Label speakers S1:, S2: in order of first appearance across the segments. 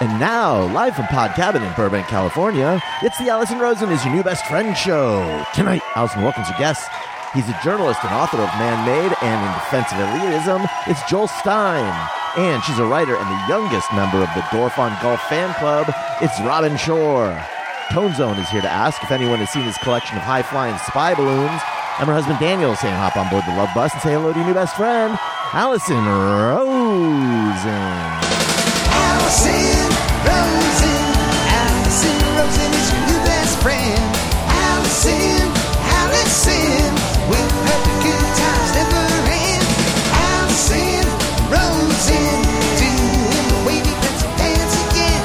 S1: And now, live from Pod Cabin in Burbank, California, it's the Allison Rosen is your new best friend show. Tonight, Allison welcomes your guest. He's a journalist and author of Man Made and In Defense of Elitism. It's Joel Stein. And she's a writer and the youngest member of the Dorfon Golf Fan Club. It's Robin Shore. Tone Zone is here to ask if anyone has seen his collection of high flying spy balloons. And her husband Daniel saying hop on board the love bus and say hello to your new best friend, Allison Rosen.
S2: Allison Rosen, Allison Rosen is your new best friend. Allison, Allison, with her the good times never end. Allison Rosen, doing the wavy pencil dance again.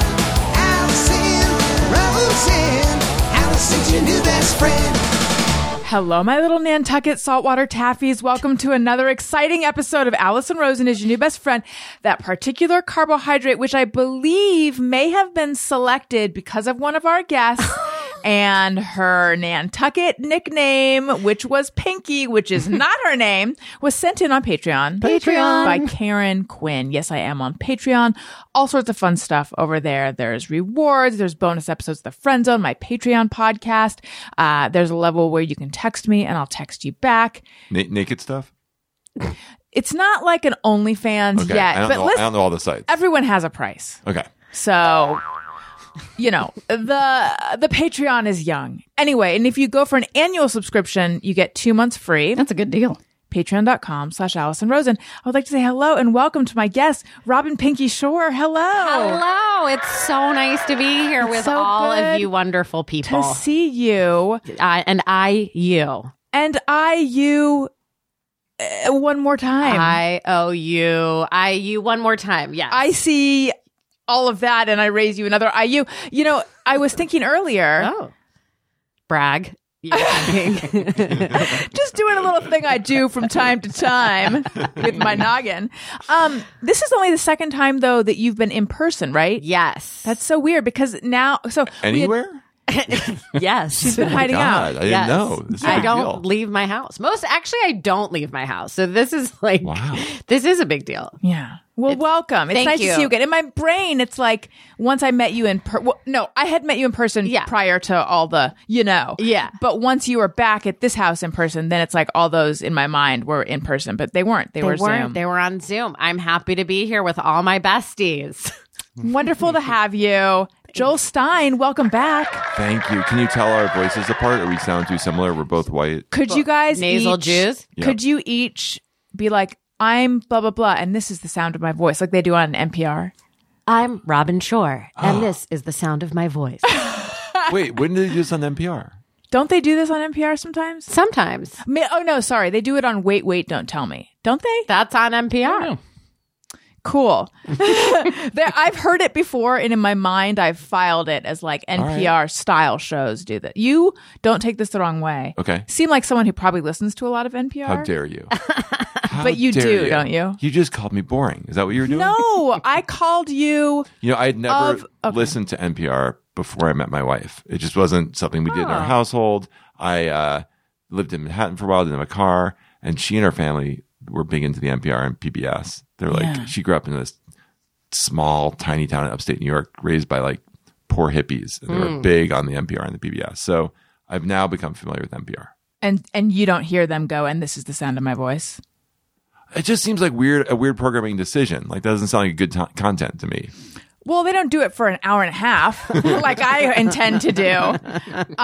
S2: Allison Rosen, Allison's your new best friend.
S3: Hello, my little Nantucket saltwater taffies. Welcome to another exciting episode of Allison Rosen is your new best friend. That particular carbohydrate, which I believe may have been selected because of one of our guests and her Nantucket nickname, which was Pinky, which is not her name, was sent in on Patreon.
S1: Patreon.
S3: By Karen Quinn. Yes, I am on Patreon. All sorts of fun stuff over there. There's rewards. There's bonus episodes of the Friend Zone, my Patreon podcast. Uh, there's a level where you can text me and I'll text you back.
S4: Na- naked stuff.
S3: It's not like an OnlyFans
S4: Okay, I
S3: yet,
S4: don't
S3: but
S4: know. I
S3: listen,
S4: don't know all the sites.
S3: everyone has a price.
S4: okay,
S3: So, you know, the the Patreon is young. Anyway, and if you go for an annual subscription, you get two months free.
S5: That's a good deal.
S3: Patreon.com slash Allison Rosen. I would like to say hello and welcome to my guest, Robin Pinky Shore. Hello.
S5: Hello. It's so nice to be here with
S3: so
S5: all
S3: good
S5: of you wonderful
S3: To
S5: people.
S3: see you.
S5: I, and I, you.
S3: And I you uh, one more time.
S5: I owe you. I, you one more time. Yes.
S3: I see all of that and I raise you another IU. You know, I was thinking earlier.
S5: oh. Brag. You're thinking.
S3: just doing a little thing I do from time to time with my noggin. Um, this is only the second time though that you've been in person, right?
S5: yes.
S3: That's so weird because now, so we had-
S4: anywhere?
S5: yes.
S3: she's been hiding
S4: God,
S3: out.
S4: I didn't
S5: Yes.
S4: know. This is a
S5: I
S4: big
S5: don't
S4: deal.
S5: leave my house. Most actually, I don't leave my house. So this is like,
S4: Wow.
S5: this is a big deal.
S3: Yeah. Well, welcome. It's
S5: thank
S3: nice to
S5: you.
S3: see you again. In my brain, it's like once I met you in per- well, no, I had met you in person
S5: Yeah.
S3: prior to all the you know
S5: Yeah.
S3: But once you were back at this house in person, then it's like all those in my mind were in person, but they weren't. They, were Zoom.
S5: They were on Zoom. I'm happy to be here with all my besties.
S3: Wonderful to have you, Joel Stein. Welcome back.
S4: Thank you. Can you tell our voices apart? Or we sound too similar? We're both white.
S3: Could you guys
S5: nasal
S3: each,
S5: Jews?
S4: Yeah.
S3: Could you each be like, I'm blah blah blah, and this is the sound of my voice, like they do on NPR?
S5: I'm Robin Shore,
S4: Oh.
S5: and this is the sound of my voice.
S4: Wait, when did they do this on NPR?
S3: Don't they do this on NPR sometimes?
S5: Sometimes
S3: I mean- oh no, sorry, they do it on Wait Wait Don't Tell Me, don't they?
S5: that's on NPR.
S3: Cool. there, I've heard it before, and in my mind, I've filed it as like NPR style shows do that. You don't take this the wrong way.
S4: Okay.
S3: Seem like someone who probably listens to a lot of NPR.
S4: How dare you? How
S3: But you
S4: dare
S3: do, don't you?
S4: You just called me boring. Is that what you were doing?
S3: no, Oh, I called you.
S4: You know, I had never
S3: Of- okay.
S4: listened to NPR before I met my wife. It just wasn't something we did in
S3: Ah.
S4: our household. I uh, lived in Manhattan for a while, didn't have a car, and she and her family were big into the NPR and PBS. They're like,
S3: Yeah.
S4: she grew up in this small, tiny town in upstate New York, raised by like poor hippies, and they
S3: Mm.
S4: were big on the NPR and the PBS. So I've now become familiar with NPR.
S3: And and you don't hear them go, and this is the sound of my voice.
S4: It just seems like weird, a weird programming decision. Like that doesn't sound like good to- content to me.
S3: Well, they don't do it for an hour and a half like I intend to do.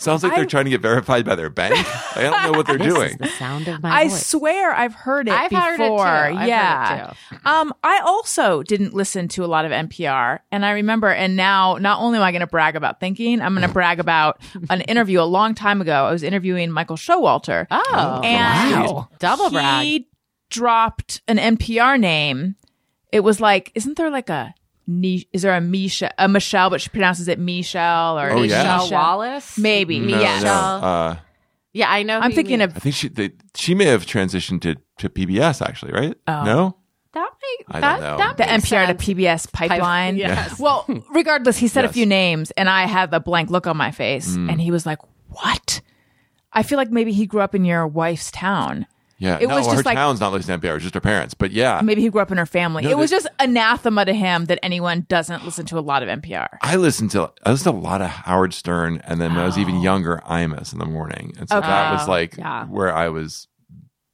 S4: Sounds like they're trying to get verified by their bank. I don't know what they're doing.
S5: The sound of my
S3: I
S5: voice.
S3: swear I've heard it
S5: I've
S3: before.
S5: heard it too. I've heard it
S3: yeah. Um, I also didn't listen to a lot of NPR. And I remember, and now not only am I going to brag about thinking, I'm going to brag about an interview a long time ago. I was interviewing Michael Showalter.
S5: oh,
S3: And
S5: wow. double
S3: he
S5: brag.
S3: dropped an NPR name. It was like, isn't there like a Ni- is there a Misha a Michelle, but she pronounces it Michelle or
S4: Oh, yeah.
S3: Michelle
S5: Michelle Wallace.
S3: Maybe.
S4: No,
S3: yes.
S4: no. Uh,
S5: Yeah, I know.
S3: I'm
S5: who
S3: thinking
S5: you-
S3: of
S4: I think she they, she may have transitioned to, to PBS actually, right?
S3: Oh.
S4: No,
S5: that. Make,
S4: I
S5: that,
S4: don't know.
S3: the
S5: That makes
S3: NPR
S5: sense.
S3: to PBS pipeline.
S5: yes.
S3: Well, regardless, he said a
S4: Yes. Mm.
S3: few names and I had a blank look on my face and he was like, What? I feel like maybe he grew up in your wife's town.
S4: Yeah,
S3: It
S4: no,
S3: was
S4: her
S3: just like-
S4: town's not listening to NPR. It's just her parents. But yeah,
S3: Maybe he grew up in her family.
S4: No,
S3: it was
S4: they-
S3: just anathema to him that anyone doesn't listen to a lot of NPR.
S4: I listened to I listened to a lot of Howard Stern, and then when I was even younger, Imus in the morning, and so that was like
S5: Yeah.
S4: where I was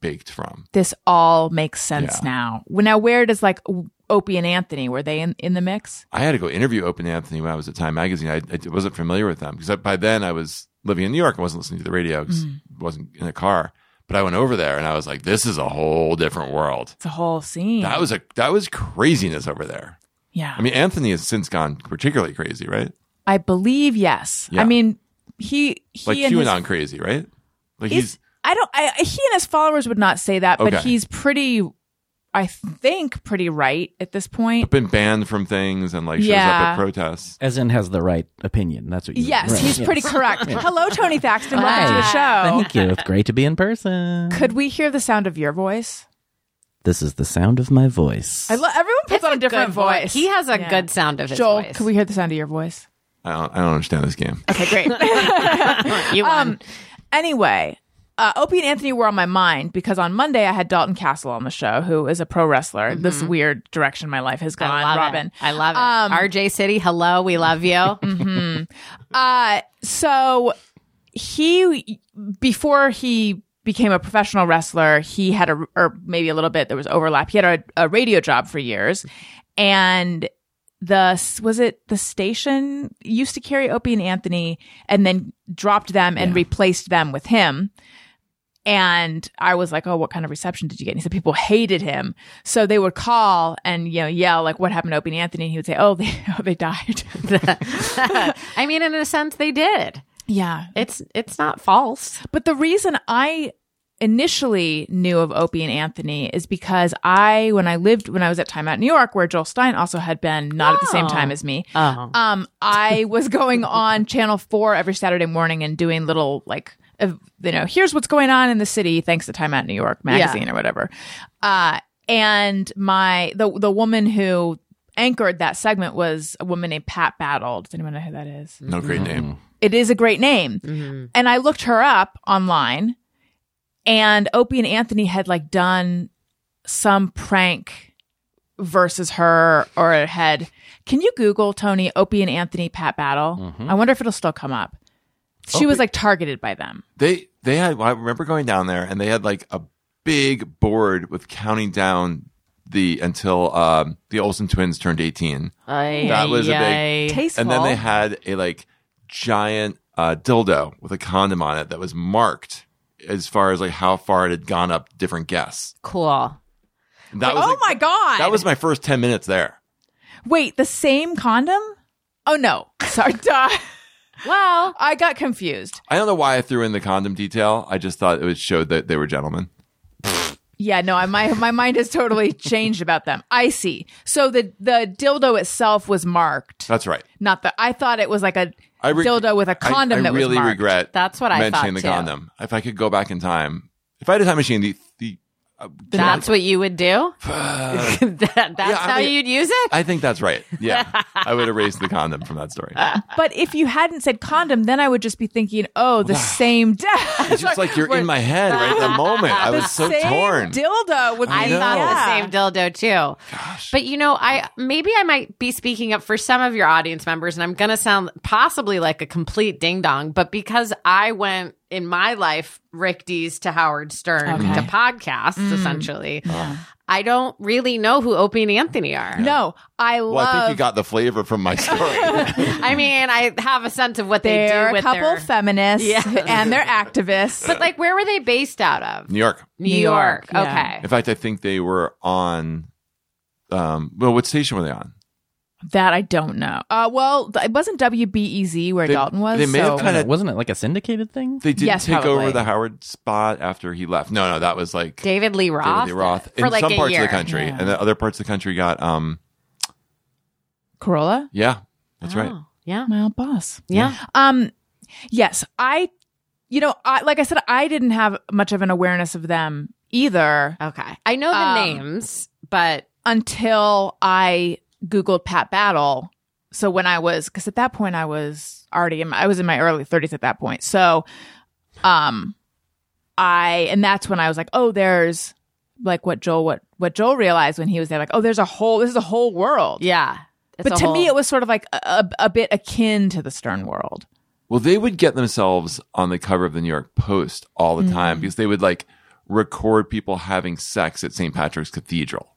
S4: baked from.
S3: This all makes sense
S4: Yeah.
S3: now. Well, Now, where does like Opie and Anthony were they in, in the mix?
S4: I had to go interview Open Anthony when I was at Time Magazine. I, I wasn't familiar with them because by then I was living in New York. I wasn't listening to the radio. 'cause
S3: Mm.
S4: I wasn't in a car. But I went over there and I was like, "This is a whole different world."
S3: It's a whole scene.
S4: That was a that was craziness over there.
S3: yeah.
S4: I mean, Anthony has since gone particularly crazy, right?
S3: I believe yes.
S4: Yeah.
S3: I mean, he he
S4: Like
S3: and his-
S4: QAnon crazy, right? Like
S3: he's-
S4: he's
S3: I don't. I, he and his followers would not say that, but
S4: Okay.
S3: he's pretty. I think pretty right at this point.
S4: been banned from things and like shows up
S3: Yeah.
S4: at protests.
S6: As in, has the right opinion. That's what you
S3: Yes,
S6: right,
S3: he's
S6: yes.
S3: pretty correct. Hello, Tony Thaxton. Welcome to the
S6: Hi.
S3: show.
S6: Thank you. It's great to be in person.
S3: Could we hear the sound of your voice?
S6: This is the sound of my voice.
S3: I lo- everyone puts on a different
S5: Good voice.
S3: voice.
S5: He has a
S3: Yeah.
S5: good sound of his
S3: Joel,
S5: voice.
S3: can we hear the sound of your voice?
S4: I don't, I don't understand this game.
S3: Okay, great.
S5: You
S3: um, anyway, uh, Opie and Anthony were on my mind because on Monday I had Dalton Castle on the show, who is a pro wrestler. This weird direction my life has gone,
S5: Mm-hmm. I love
S3: Robin.
S5: it. I love it. RJ City, hello, we love you.
S3: Uh, so he before he became a professional wrestler, he had a or maybe a little bit there was overlap. He had a, a radio job for years, and the was it the station used to carry Opie and Anthony, and then dropped them and replaced them with him. And I was like, "Oh, what kind of reception did you get?" And he said people hated him, so they would call and you know yell like, "What happened to Opie and Anthony?" And he would say, "Oh, they oh, they died."
S5: I mean, in a sense, they did.
S3: yeah,
S5: It's it's not false.
S3: But the reason I initially knew of Opie and Anthony is because I, when I lived, when I was at Time Out New York, where Joel Stein also had been, not at the same
S5: Oh.
S3: time as me.
S5: Oh.
S3: Um, I was going on Channel Four every Saturday morning and doing little like, ev- you know, here's what's going on in the city thanks to Time Out New York magazine or whatever. Uh, and my the the woman who anchored that segment was a woman named Pat Battle. Does anyone know who that is?
S4: No great name.
S3: It is a great name.
S4: Mm-hmm.
S3: And I looked her up online, and Opie and Anthony had like done some prank versus her or had. Can you Google Tony Opie and Anthony Pat Battle?
S4: Mm-hmm.
S3: I wonder if it'll still come up. She was like targeted by them.
S4: They they had. I remember going down there and they had like a big board with counting down the until um, the Olsen twins turned eighteen, That was a big-
S3: Tasteful.
S4: and then they had a like giant uh, dildo with a condom on it that was marked as far as like how far it had gone up different guests.
S5: cool.
S4: And That was
S3: oh
S4: like-
S3: my god!
S4: That was my first ten minutes there.
S3: wait the same condom. Oh no! Sorry, duh.
S5: Well,
S3: I got confused.
S4: I don't know why I threw in the condom detail. I just thought it would show that they were gentlemen.
S3: Yeah, no, I, my my mind has totally changed about them. I see. So the the dildo itself was marked.
S4: That's right.
S3: Not the. I thought it was like a
S4: I re-
S3: dildo with a
S4: I-
S3: condom
S4: I,
S3: that
S4: really
S3: was marked.
S4: regret.
S5: That's what I
S4: mentioning
S5: thought,
S4: the
S5: too.
S4: condom. If I could go back in time, if I had a time machine, the the uh,
S5: that's what you would do. that, that's
S4: Yeah, I
S5: how
S4: mean-
S5: you'd use it.
S4: I think that's right. Yeah, I would erase the condom from that story.
S3: But if you hadn't said condom, then I would just be thinking, oh, the same death.
S4: It's just like you're in my head right at the moment. I was so
S3: same
S4: torn.
S3: Dildo would be.
S5: I thought
S3: yeah.
S5: the same dildo too. But you know, I maybe I might be speaking up for some of your audience members, and I'm going to sound possibly like a complete ding dong. But because I went in my life, Rick D's to Howard Stern
S3: Okay. Mm.
S5: to podcasts, essentially. I don't really know who Opie and Anthony are.
S3: No, I
S4: well,
S3: love.
S4: I think you got the flavor from my story.
S5: I mean, I have a sense of what they
S3: they're
S5: do
S3: a
S5: with
S3: couple
S5: their.
S3: feminists
S5: Yeah.
S3: and they're activists.
S5: but like, where were they based out of?
S4: New York.
S5: New
S3: New
S5: York.
S3: York, yeah.
S5: Okay.
S4: In fact, I think they were on. Um, well, what station were they on?
S3: that I don't know. Uh, well, th- it wasn't WBEZ where
S4: They-
S3: Dalton was.
S4: they may
S3: so-
S4: have kind of.
S6: Wasn't it like a syndicated thing?
S4: They did
S3: Yes,
S4: take
S3: probably.
S4: over the Howard spot after he left. No, no, that was like
S5: David Lee Roth.
S4: David Lee Roth
S5: For
S4: in
S5: like
S4: some
S5: a
S4: parts
S5: year.
S4: of the country, and the other parts of the country got um
S3: Corolla,
S4: yeah, that's right.
S5: Oh, yeah.
S3: my old boss.
S5: Yeah.
S3: Um, yes, I, you know, I, like I said, I didn't have much of an awareness of them either
S5: Okay. I know the
S3: Um,
S5: names, but
S3: until I Googled Pat Battle. So when I was, because at that point I was already in, my, I was in my early 30s at that point. So, um, I and that's when I was like, oh, there's like what Joel what what Joel realized when he was there, like, oh, there's a whole this is a whole world.
S5: Yeah. It's
S3: but
S5: a
S3: to me,
S5: whole-
S3: it was sort of like a, a, a bit akin to the Stern world.
S4: Well, they would get themselves on the cover of the New York Post all the time because they would like record people having sex at St. Patrick's Cathedral.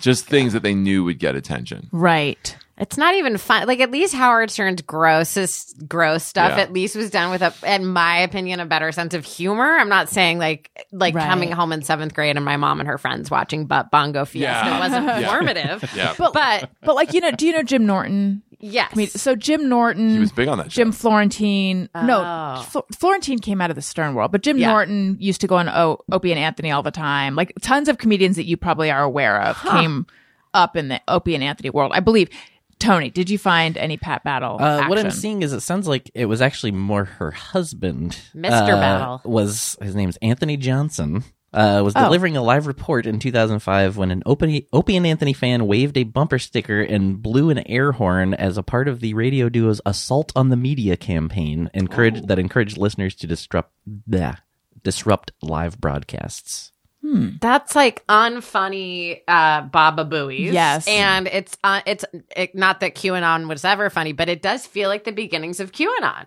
S4: Just things that they knew would get attention.
S3: Right.
S5: It's not even fun. Like at least Howard Stern's grossest gross stuff
S4: Yeah.
S5: at least was done with a, in my opinion, a better sense of humor. I'm not saying like like
S3: Right.
S5: coming home in seventh grade and my mom and her friends watching but Bongo Fiesta
S4: Yeah.
S5: wasn't
S4: Yeah.
S5: formative.
S4: Yeah.
S5: But, but
S3: But like, you know, do you know Jim Norton?
S5: yes,
S3: I mean, so Jim Norton
S4: He was big on that show.
S3: Mm-hmm. Jim Florentine. No,
S5: Oh.
S3: Fl- Florentine came out of the Stern world, but Jim
S5: Yeah.
S3: Norton used to go on o- Opie and Anthony all the time. Like tons of comedians that you probably are aware of came up in the Opie and Anthony world, I believe. Tony, did you find any Pat Battle?
S6: Uh, what I'm
S3: action?
S6: seeing is it sounds like it was actually more her husband,
S5: Mr.
S6: uh,
S5: Battle.
S6: was his name's Anthony Johnson. Uh,
S5: Oh.
S6: was delivering a live report in 2005 when an Opie, Opie and Anthony fan waved a bumper sticker and blew an air horn as a part of the radio duo's assault on the media campaign
S5: Oh.
S6: encouraged, that encouraged listeners to disrupt bleh, disrupt live broadcasts.
S5: That's like unfunny uh, Baba Booey.
S3: Yes.
S5: and it's uh, it's it, not that QAnon was ever funny, but it does feel like the beginnings of QAnon.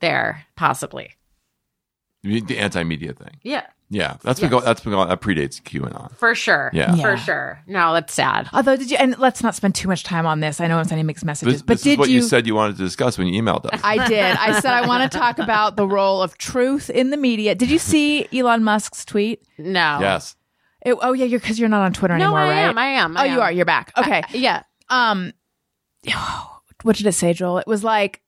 S5: There, possibly.
S4: the anti media thing.
S5: Yeah,
S4: Yeah. That's been
S5: Yes.
S4: going, that's been going, that predates QAnon.
S5: for sure.
S4: Yeah.
S3: Yeah.
S5: for sure. No, that's sad.
S3: Although, did you? And let's not spend too much time on this. I know I'm sending mixed messages,
S4: This,
S3: but
S4: this
S3: did
S4: is what you... said you wanted to discuss when you emailed us.
S3: I did. I said I want to talk about the role of truth in the media. Did you see Elon Musk's tweet?
S5: No.
S4: yes.
S3: It- oh yeah, you're because you're not on Twitter
S5: No,
S3: anymore,
S5: I
S3: right?
S5: am. I am. I
S3: oh, you
S5: am.
S3: are. You're back. Okay.
S5: Yeah.
S3: um what did it say joel it was like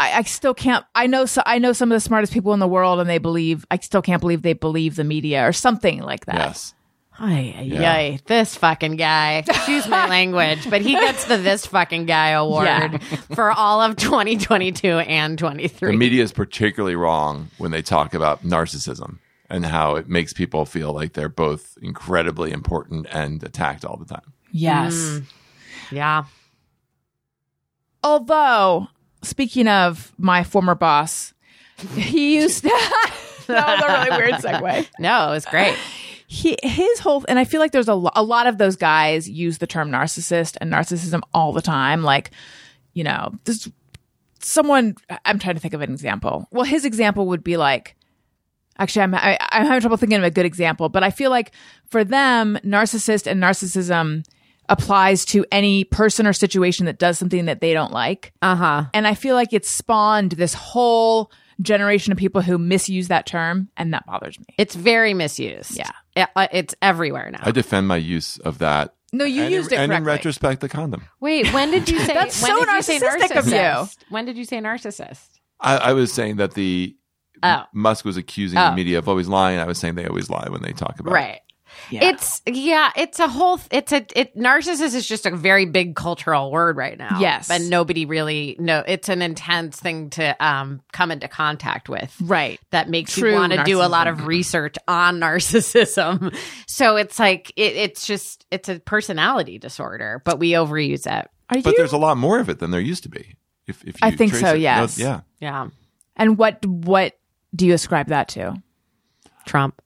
S3: I, I still can't i know so i know some of the smartest people in the world and they believe i still can't believe they believe the media or something like that
S4: Yes.
S5: Ay, ay, ay. This fucking guy. Excuse my language, but he gets the This Fucking Guy award
S3: Yeah.
S5: for all of 2022 and 23.
S4: The media is particularly wrong when they talk about narcissism and how it makes people feel like they're both incredibly important and attacked all the time.
S3: yes
S5: Hmm. yeah.
S3: although speaking of my former boss he used to that was a really weird segue
S5: No, it was great.
S3: he his whole and I feel like there's a lo- a lot of those guys use the term narcissist and narcissism all the time. Like, you know, this someone I'm trying to think of an example. Well, his example would be like. Actually, I'm I, I'm having trouble thinking of a good example, but I feel like for them, narcissist and narcissism applies to any person or situation that does something that they don't like. Um,
S5: Uh huh.
S3: And I feel like it's spawned this whole generation of people who misuse that term, and that bothers me.
S5: It's very misused.
S3: Yeah.
S5: It- uh, it's everywhere now.
S4: I defend my use of that.
S3: No, you
S4: and
S3: used
S4: in,
S3: it
S4: And in
S3: correctly.
S4: retrospect, the condom.
S5: Wait, when did you say
S3: That's
S5: when
S3: so
S5: did you say
S3: narcissistic of you.
S5: narcissist? When did you say narcissist?
S4: I, I was saying that the
S5: Oh.
S4: Musk was accusing
S5: Oh.
S4: the media of always lying. I was saying they always lie when they talk about it.
S5: Right. It's yeah, it's a whole th- it's a it narcissist is just a very big cultural word right now.
S3: Yes.
S5: And nobody really no it's an intense thing to um come into contact with.
S3: right.
S5: That makes
S3: True
S5: you want to do a lot
S3: narcissism.
S5: of research on narcissism. So it's like it, it's just it's a personality disorder, but we overuse it.
S3: Are
S4: But
S3: you?
S4: there's a lot more of it than there used to be. If, if you
S3: I think
S4: trace
S3: so,
S4: it. No,
S3: yes.
S4: yeah.
S5: Yeah.
S3: and what what do you ascribe that to?
S5: Trump.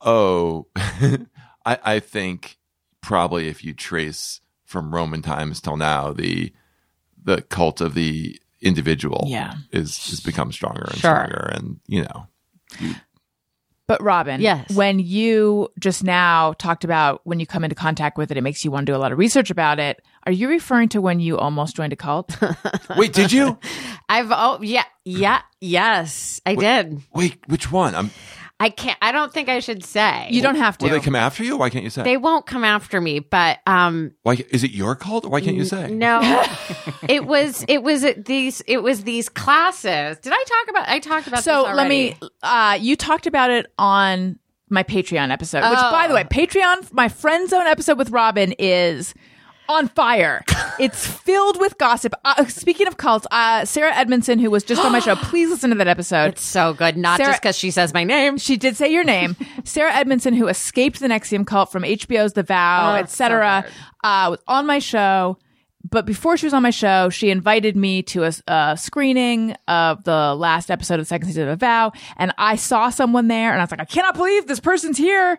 S4: Oh, I, I think probably if you trace from Roman times till now, the the cult of the individual
S3: Yeah.
S4: is has become stronger and
S5: Sure.
S4: stronger, and you know,
S3: But Robin,
S5: Yes.
S3: when you just now talked about when you come into contact with it, it makes you want to do a lot of research about it. Are you referring to when you almost joined a cult?
S4: wait, did you?
S5: I've oh yeah, yeah, yes. I did.
S4: Wait, which one? i
S5: I can't I don't think I should say.
S3: you don't have to.
S4: will they come after you? Why can't you say?
S5: they won't come after me, but um
S4: Why is it your cult? Why can't you say?
S5: No, it was it was at these it was these classes. Did I talk about? I talked about.
S3: so
S5: this
S3: let me.
S5: already.
S3: Uh, you talked about it on my Patreon episode, which, by the way, Patreon, my friend zone episode with Robin is on fire. it's filled with gossip. Uh, speaking of cults, uh, Sarah Edmondson, who was just on my show, please listen to that episode.
S5: It's so good, not
S3: Sarah-
S5: just because she says my name.
S3: She did say your name, Sarah Edmondson, who escaped the Nexium cult from HBO's The Vow,
S5: Oh,
S3: etc.
S5: so
S3: uh, was on my show. but before she was on my show, she invited me to a, s- a screening of the last episode of the second season of Vow, and I saw someone there, and I was like, I cannot believe this person's here.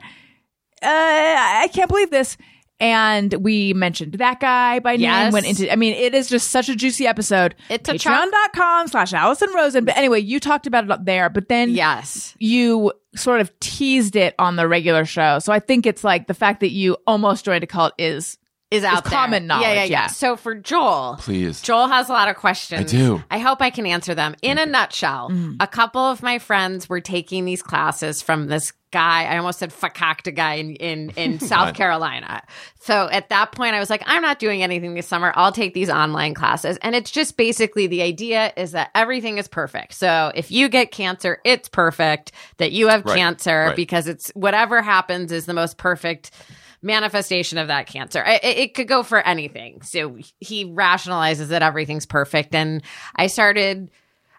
S3: Uh, I I can't believe this. And we mentioned that guy by name.
S5: Yes.
S3: Went into. I mean, it is just such a juicy episode.
S5: It's a chock-
S3: Patreon.com slash Allison Rosen. But anyway, you talked about it up there, but then
S5: Yes.
S3: you sort of teased it on the regular show. So I think it's like the fact that you almost joined a cult is
S5: Is out there.
S3: common knowledge,
S5: Yeah, yeah,
S3: yeah.
S5: yeah. So for Joel,
S4: Please.
S5: Joel has a lot of questions.
S4: I do.
S5: I hope I can answer them. In a nutshell, a couple of my friends were taking these classes from this guy. I almost said fakakta guy in in, in South Carolina. So at that point, I was like, I'm not doing anything this summer. I'll take these online classes, and it's just basically the idea is that everything is perfect. So if you get cancer, it's perfect that you have
S4: Right.
S5: cancer
S4: Right.
S5: because it's whatever happens is the most perfect manifestation of that cancer. I- It, it could go for anything. So he rationalizes that everything's perfect. And I started,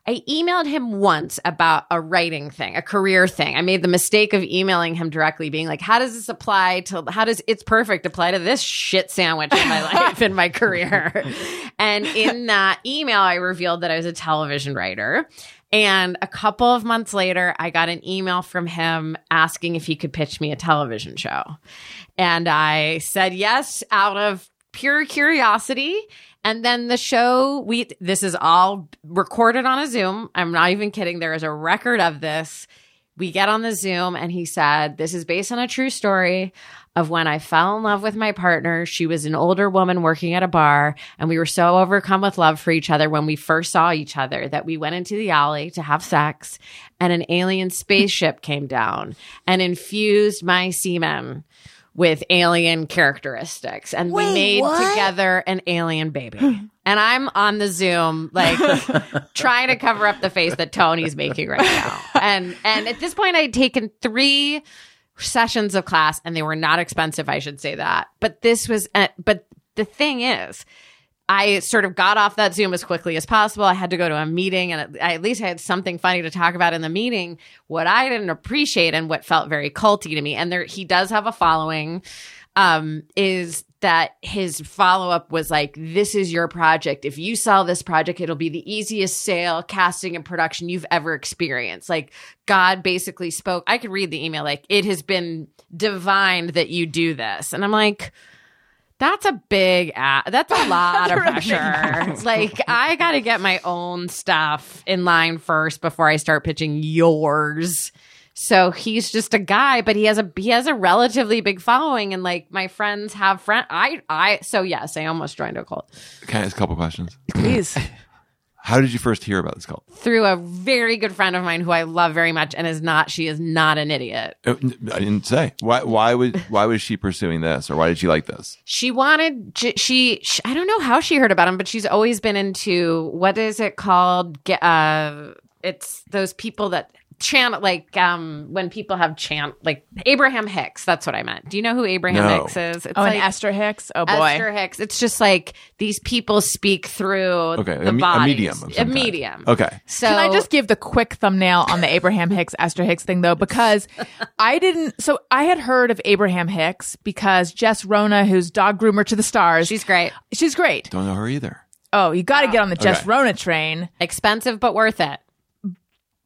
S5: I emailed him once about a writing thing, a career thing. I made the mistake of emailing him directly, being like, how does this apply to, how does it's perfect apply to this shit sandwich in my life, in my career? And in that email, I revealed that I was a television writer. And a couple of months later, I got an email from him asking if he could pitch me a television show. And I said yes out of pure curiosity. And then the show, we, this is all recorded on a Zoom. I'm not even kidding. There is a record of this. We get on the Zoom and he said, This is based on a true story of when I fell in love with my partner. She was an older woman working at a bar, and we were so overcome with love for each other when we first saw each other that we went into the alley to have sex, and an alien spaceship came down and infused my semen with alien characteristics. And we made together an alien baby. And I'm on the Zoom, like trying to cover up the face that Tony's making right now. And and at this point, I had taken three sessions of class, and they were not expensive. I should say that. But this was, uh, but the thing is, I sort of got off that Zoom as quickly as possible. I had to go to a meeting, and at, at least I had something funny to talk about in the meeting. What I didn't appreciate and what felt very culty to me, and there he does have a following, um, is that his follow up was like, "This is your project. If you sell this project, it'll be the easiest sale, casting, and production you've ever experienced." Like God basically spoke. I could read the email like, "It has been divined that you do this," and I'm like. That's a big a That's a lot of pressure. like I got to get my own stuff in line first before I start pitching yours. So he's just a guy, but he has a he has a relatively big following, and like my friends have friend. I I so yes, I almost joined a cult
S4: Can I ask a couple questions?
S3: please.
S4: How did you first hear about this cult?
S5: through a very good friend of mine who I love very much, and is not she is not an idiot.
S4: Uh, n- I didn't say. Why? Why would? Why was she pursuing this, or why did she like this?
S5: she wanted j- she, sh i don't know how she heard about him but she's always been into what is it called Ge- uh it's those people that chant like um when people have chant like abraham hicks that's what i meant do you know who abraham
S4: No.
S5: hicks is it's
S3: oh,
S5: like
S3: and Esther Hicks. Oh boy.
S5: Esther Hicks. It's just like these people speak through
S4: Okay,
S5: the
S4: a, me- a
S5: bodies.
S4: medium. Of some
S5: a
S4: kind.
S5: medium.
S4: Okay.
S5: So
S3: Can I just give the quick thumbnail on the Abraham Hicks, Esther Hicks thing though? Because I didn't, so I had heard of Abraham Hicks because Jess Rona, who's dog groomer to the stars,
S5: she's great.
S3: she's great.
S4: Don't know her either.
S3: Oh, you got to get on the Jess
S4: Okay.
S3: Rona train.
S5: Expensive but worth it.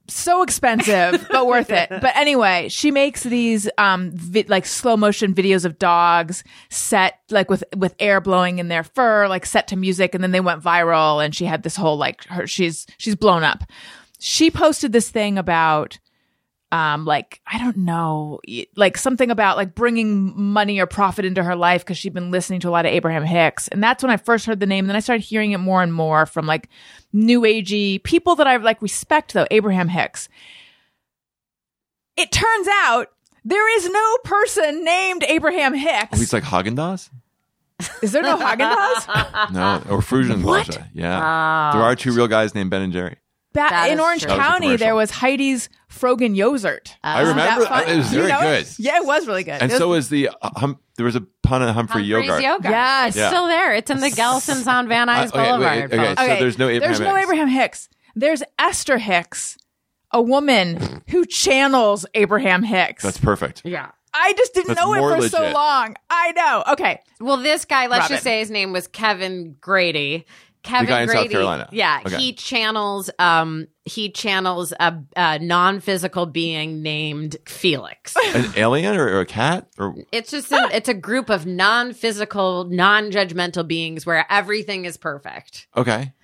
S3: so expensive, but worth it. But anyway, she makes these um vi- like slow motion videos of dogs set like with with air blowing in their fur, like set to music, and then they went viral. And she had this whole like her she's she's blown up. She posted this thing about um like I don't know y- like something about like bringing money or profit into her life because she'd been listening to a lot of Abraham Hicks, and that's when I first heard the name. And then I started hearing it more and more from like new agey people that I like respect though Abraham Hicks. It turns out there is no person named Abraham
S4: Oh, he's
S3: Hicks.
S4: like Haagen Dazs.
S3: Is there no Haagen Dazs?
S4: No, or Frusian
S3: What?
S4: Russia. Yeah.
S5: Oh.
S4: There are two real guys named Ben and Jerry.
S3: Ba-
S5: That
S3: in
S5: is
S3: Orange
S5: true. That
S4: was a
S3: County, there
S4: commercial.
S3: was Heidi's Frogen Yozert.
S5: Uh,
S4: I remember
S3: That fun?
S4: it was
S3: You
S4: very
S3: know
S4: good.
S3: Yeah, it was really good.
S4: And so was the uh, hum, there was a pun on Humphrey
S5: Humphrey's
S4: Yogurt.
S5: Yogurt.
S3: Yes.
S5: It's
S4: Yeah.
S5: still there. It's in the Gelson's on Van Nuys
S4: Uh, okay, wait,
S5: Boulevard.
S4: okay,
S5: folks.
S4: so there's no Abraham
S3: There's no
S4: Hicks.
S3: Abraham Hicks. There's Esther Hicks, a woman who channels Abraham Hicks.
S4: That's perfect.
S5: yeah.
S3: I just didn't
S4: That's
S3: know it
S4: more
S3: for so
S4: legit.
S3: long. I know. Okay.
S5: Well, this guy, let's
S3: Robin.
S5: just say his name was Kevin Grady. Kevin
S4: guy in South
S5: Grady,
S4: Carolina.
S5: yeah,
S4: Okay.
S5: he channels um he channels a, a non physical being named Felix.
S4: An alien or, or a cat or
S5: it's just a, it's a group of non physical, non judgmental beings where everything is perfect.
S4: okay.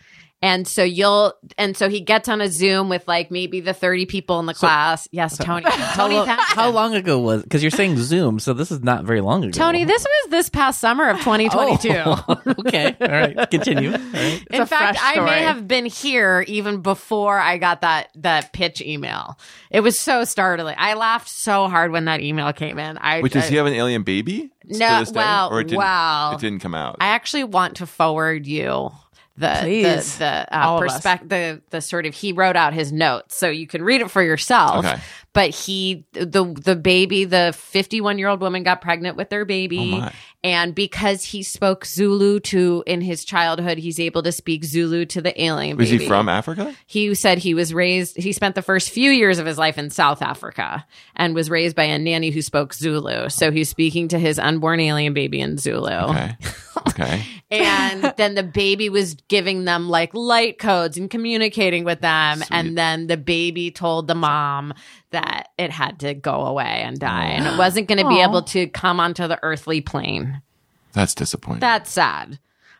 S5: And so you'll, and so he gets on a Zoom with like maybe the 30 people in the class. Yes, Tony.
S6: How,
S5: Tony,
S6: lo-
S5: Tha-
S6: how long ago was? Because you're saying Zoom, so this is not very long ago.
S5: Tony, this was this past summer
S4: Oh.
S5: of 2022.
S6: okay, all right, continue. All right.
S5: In
S3: a fresh
S5: fact, I
S3: story.
S5: may have been here even before I got that, that pitch email. It was so startling. I laughed so hard when that email came in. I,
S4: Wait, does
S5: I-
S4: he have an alien baby? to
S5: Uh, No,
S4: this day?
S5: well,
S4: or it didn't,
S5: well.
S4: it didn't come out.
S5: I actually want to forward you the
S3: Please.
S5: the, the
S3: All
S5: uh,
S3: of us.
S5: perspective the the sort of he wrote out his notes so you can read it for yourself.
S4: Okay.
S5: But he the the baby the 51 year old woman got pregnant with their baby
S4: Oh, my.
S5: and because he spoke Zulu to in his childhood he's able to speak Zulu to the alien
S4: Was
S5: baby.
S4: he from Africa?
S5: He said he was raised, he spent the first few years of his life in South Africa and was raised by a nanny who spoke Zulu. So he's speaking to his unborn alien baby in Zulu
S4: Okay. Okay.
S5: and then the baby was giving them like light codes and communicating with them and then the baby told the mom that it had to go away and die and it wasn't going to be
S3: Aw.
S5: able to come onto the earthly plane
S4: That's disappointing.
S5: that's sad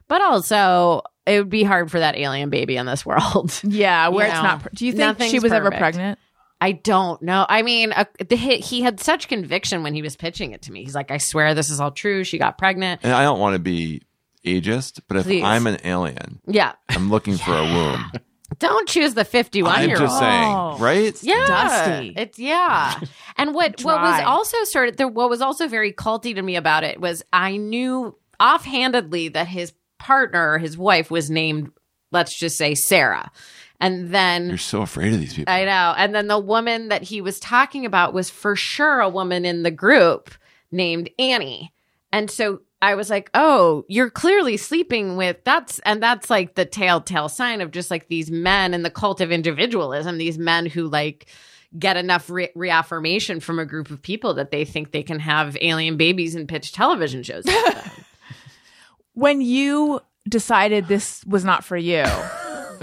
S5: but also it would be hard for that alien baby in this world
S3: Yeah, where
S5: You
S3: it's
S5: know,
S3: not. Pre- Do you think she
S5: nothing's
S3: was ever
S5: perfect.
S3: pregnant?
S5: i don't know i mean uh, the hit, he had such conviction when he was pitching it to me he's like i swear this is all true she got pregnant
S4: and I don't want to be ageist, but if
S5: Please.
S4: I'm an alien,
S5: yeah
S4: I'm looking for a womb.
S5: don't choose the 51
S4: I'm
S5: year old
S4: just saying, right?
S5: Yeah,
S3: Dusty.
S5: It's yeah. And what what was
S3: Dry.
S5: also sort of there, what was also very culty to me about it was I knew offhandedly that his partner, his wife, was named let's just say Sarah, and then
S4: You're so afraid of these people.
S5: I know, and then the woman that he was talking about was for sure a woman in the group named Annie, and so. I was like, "Oh, you're clearly sleeping with that's and that's like the telltale sign of just like these men and the cult of individualism, these men who like get enough re- reaffirmation from a group of people that they think they can have alien babies and pitch television shows. about them.
S3: When you decided this was not for you,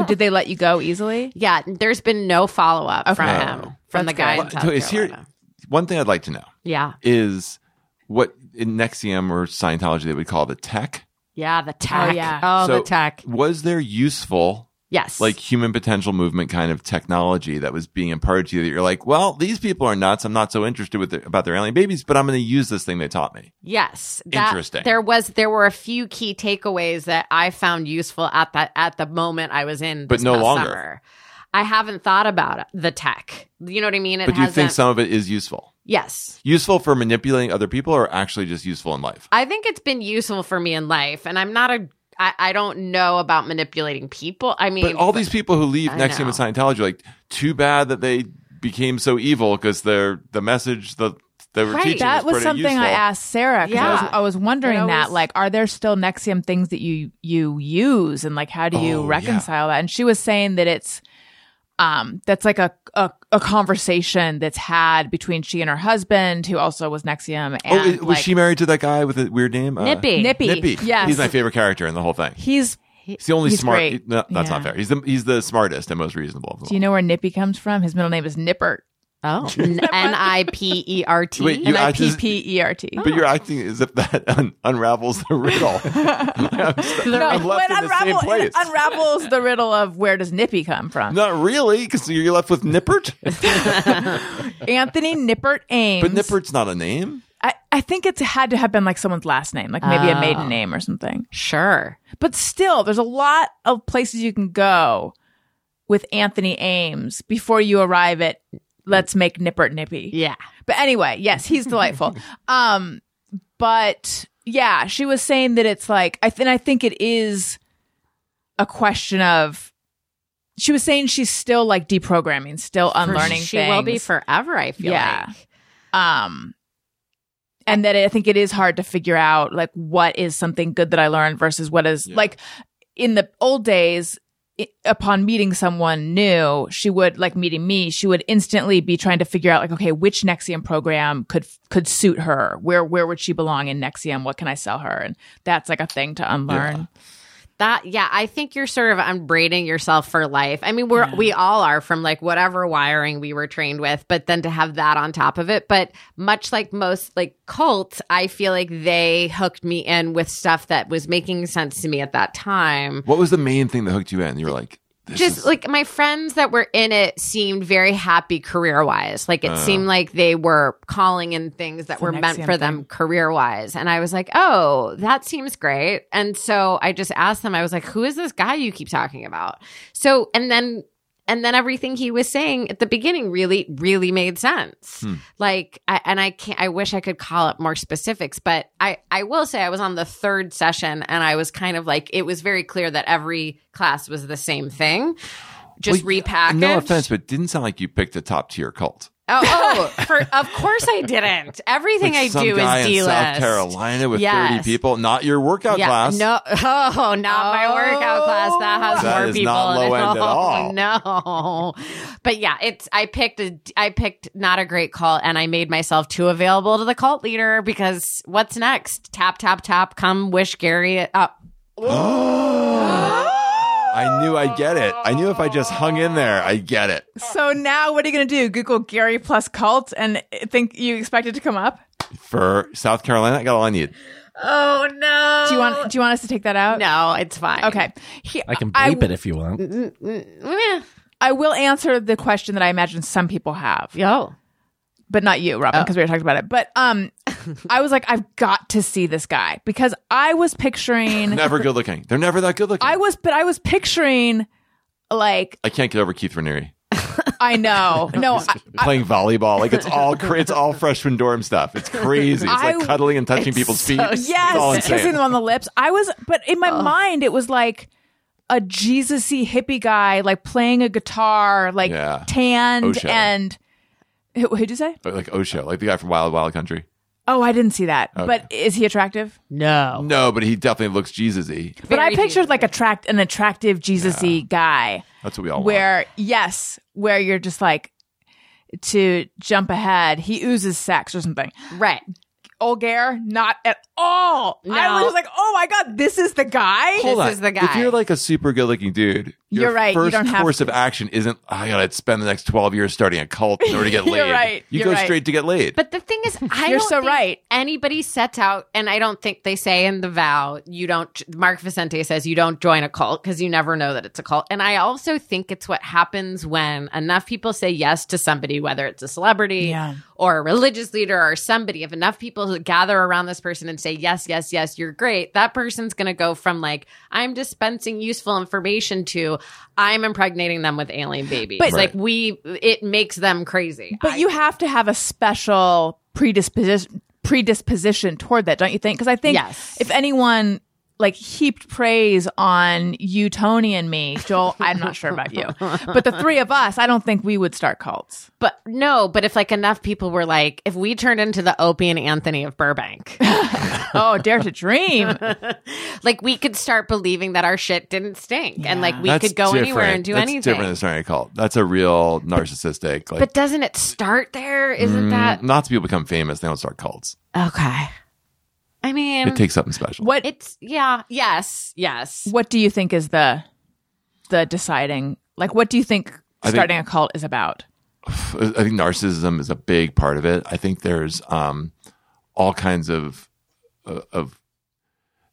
S3: did they let you go easily?
S5: yeah, there's been no follow up from
S4: Okay.
S5: him, from the
S3: That's
S5: guy.
S3: good.
S5: In
S4: Well,
S5: South
S4: so is here
S5: Carolina.
S4: one thing I'd like to know
S5: Yeah,
S4: is what in Nexium or Scientology they would call the tech.
S5: yeah, the tech.
S3: yeah.
S5: Oh,
S4: So
S5: the tech.
S4: Was there useful
S5: Yes,
S4: like human potential movement kind of technology that was being imparted to you that you're like, well, these people are nuts. I'm not so interested with their, about their alien babies, but I'm going to use this thing they taught me.
S5: Yes,
S4: Interesting.
S5: There was there were a few key takeaways that I found useful at that at the moment I was in,
S4: But
S5: this
S4: no
S5: past
S4: longer.
S5: summer. I haven't thought about the tech. You know what I mean? It
S4: but do you think
S5: hasn't-
S4: some of it is useful?
S5: Yes,
S4: Useful for manipulating other people or actually just useful in life?
S5: I think it's been useful for me in life, and I'm not a. I, I don't know about manipulating people. I mean,
S4: But all these people who leave
S5: I
S4: Nexium and
S5: know.
S4: Scientology, like, too bad that they became so evil because they're the message that they were
S5: Right.
S4: teaching.
S5: That
S3: That was
S4: pretty
S3: something
S4: useful.
S3: I asked Sarah because I, was,
S5: Yeah.
S3: I was wondering
S5: It always-
S3: that, like, are there still Nexium things that you you use, and like, how do you
S4: Oh,
S3: reconcile that? And she was saying that it's, um, that's like a, a a conversation that's had between she and her husband, who also was Nexium, and
S4: Oh, i- was
S3: like,
S4: she married to that guy with a weird name? Uh,
S5: Nippy.
S3: Nippy.
S4: Nippy.
S3: Yes,
S4: He's my favorite character in the whole thing.
S3: he's.
S4: He's the only
S3: He's
S4: smart.
S3: great.
S4: No, that's not
S3: Yeah.
S4: fair. He's the he's the smartest and most reasonable of them.
S3: Do you know where Nippy comes from? His middle name is Nippert.
S5: oh, N I P E R T.
S4: Wait, you
S3: N i
S4: act
S3: p
S4: as-
S3: p e r t.
S4: But you're acting as if that un- unravels the riddle. I'm, st- I'm left
S3: What
S4: in the same
S3: unravel-
S4: place.
S3: it unravels the riddle of where does Nippy come from?
S4: Not really, because you're left with Nippert.
S3: Anthony Nippert Ames.
S4: but Nippert's not a name.
S3: I, I think it had to have been like someone's last name, like maybe a
S5: Oh.
S3: maiden name or something.
S5: Sure.
S3: But still, there's a lot of places you can go with Anthony Ames before you arrive at let's make Nippert Nippy.
S5: Yeah.
S3: But anyway, yes, he's delightful. um, but yeah, she was saying that it's like I th- and I think it is a question of. She was saying she's still like deprogramming, still unlearning
S5: She
S3: things.
S5: will be forever. I feel
S3: Yeah.
S5: like.
S3: um and that i think it is hard to figure out like what is something good that i learned versus what is
S4: Yeah.
S3: like in the old days i- upon meeting someone new, she would like meeting me, she would instantly be trying to figure out like, okay, which Nexium program could could suit her? Where where would she belong in Nexium? What can I sell her? And that's like a thing to unlearn.
S5: That yeah, I think you're sort of unbraiding yourself for life. I mean, we're we all are from like whatever wiring we were trained with, but then to have that on top of it. But much like most like cults, I feel like they hooked me in with stuff that was making sense to me at that time.
S4: What was the main thing that hooked you in? You were like, this
S5: Just
S4: is-
S5: like my friends that were in it seemed very happy career wise. Like
S4: Uh.
S5: it seemed like they were calling in things that were meant
S3: Nexium
S5: for them career wise. And I was like, oh, that seems great. And so I just asked them, I was like, who is this guy you keep talking about? So, and then, and then everything he was saying at the beginning really, really made sense.
S4: Hmm.
S5: Like, I, and I can't, I wish I could call up more specifics, but I, I will say I was on the third session and I was kind of like, it was very clear that every class was the same thing. Just
S4: Well,
S5: repackaged.
S4: No offense, but it didn't sound like you picked a top tier cult.
S5: Oh, oh for, of course I didn't. Everything
S4: Like
S5: I
S4: some
S5: do
S4: guy
S5: is D
S4: in South
S5: list.
S4: Carolina with
S5: Yes.
S4: 30 people, not your workout
S5: Yeah,
S4: class.
S5: no, oh, not my workout class. That has
S4: That
S5: more
S4: is
S5: people.
S4: not
S5: in it. Oh,
S4: low-end at all.
S5: No, but yeah, it's. I picked a. I picked not a great cult, and I made myself too available to the cult leader because what's next? Tap tap tap. Come wish Gary up.
S4: I knew I get it. I knew if I just hung in there, I get it.
S3: So now what are you going to do? Google Gary plus cult and think you expect it to come up?
S4: For South Carolina, I got all I need.
S5: Oh no.
S3: Do you want do you want us to take that out?
S5: No, it's fine.
S3: Okay. He-
S6: I can
S3: I-
S6: bleep it if you want.
S5: Eh,
S3: I will answer the question that I imagine some people have.
S5: Yo.
S3: but not you, Robin, because we were talking about it. But um, I was like, I've got to see this guy because I was picturing,
S4: Never good looking. They're never that good looking.
S3: I
S4: I,
S3: was, but I was picturing, like,
S4: I can't get over Keith Raniere
S3: I know, no, I,
S4: playing volleyball. Like it's all cra- it's all freshman dorm stuff. It's crazy. It's
S3: I-
S4: like cuddling and touching people's feet. It's all
S3: yes,
S4: insane.
S3: kissing them on the lips. I was, but in my mind, it was like a Jesus-y hippie guy, like playing a guitar, like
S4: Yeah.
S3: tanned
S4: Osho.
S3: and. Who- Who'd you say?
S4: But like Osho, like the guy from Wild Wild Country.
S3: Oh, I didn't see that. But is he attractive?
S5: No.
S4: No, but he definitely looks Jesus-y.
S3: But I
S5: Very
S3: pictured like attract an attractive Jesus-y guy.
S4: That's what we all want.
S3: where yes, where you're just like to jump ahead. He oozes sex or something.
S5: Right.
S3: Olgair, not at all. I was
S5: No.
S3: just like, oh my god, this is the guy.
S5: Hold
S4: Hold on.
S5: is the guy.
S4: If you're like a super good looking dude, your
S3: You're right, you
S4: First
S3: don't have
S4: course
S3: to.
S4: of action isn't "Oh, I gotta spend the next twelve years starting a cult in order to get laid.
S3: You're right,
S4: You
S3: you're
S4: go
S3: right.
S4: straight to get laid.
S5: But the thing is, I
S3: You're
S5: don't
S3: so
S5: think
S3: right.
S5: Anybody sets out, and I don't think they say in the vow, you don't. Mark Vicente says you don't join a cult because you never know that it's a cult. And I also think it's what happens when enough people say yes to somebody, whether it's a celebrity
S3: Yeah.
S5: or a religious leader or somebody. If enough people gather around this person and say yes, yes, yes, you're great, that person's going to go from like I'm dispensing useful information to I'm impregnating them with alien babies.
S3: But-
S5: like we, it makes them crazy.
S3: But you have to have a special predisposition predisposition toward that, don't you think? Because I think
S5: Yes.
S3: if anyone like heaped praise on you, Tony, and me, Joel, I'm not sure about you, but the three of us, I don't think we would start cults.
S5: But no, but if like enough people were like, if we turned into the Opie and Anthony of Burbank,
S3: Oh, dare to dream.
S5: like we could start believing that our shit didn't stink and like we
S4: That's
S5: could go anywhere
S4: different.
S5: and do
S4: That's
S5: anything.
S4: different than starting a cult. That's a real narcissistic. Like,
S5: but doesn't it start there?
S4: Mm.
S5: Isn't that
S4: lots of people become famous. They don't start cults.
S5: okay? I mean,
S4: It takes something special.
S3: What
S5: it's yeah, yes, yes.
S3: what do you think is the the deciding like what do you think
S4: think-
S3: starting a cult is about
S4: I think narcissism is a big part of it. I think there's um, all kinds of uh, of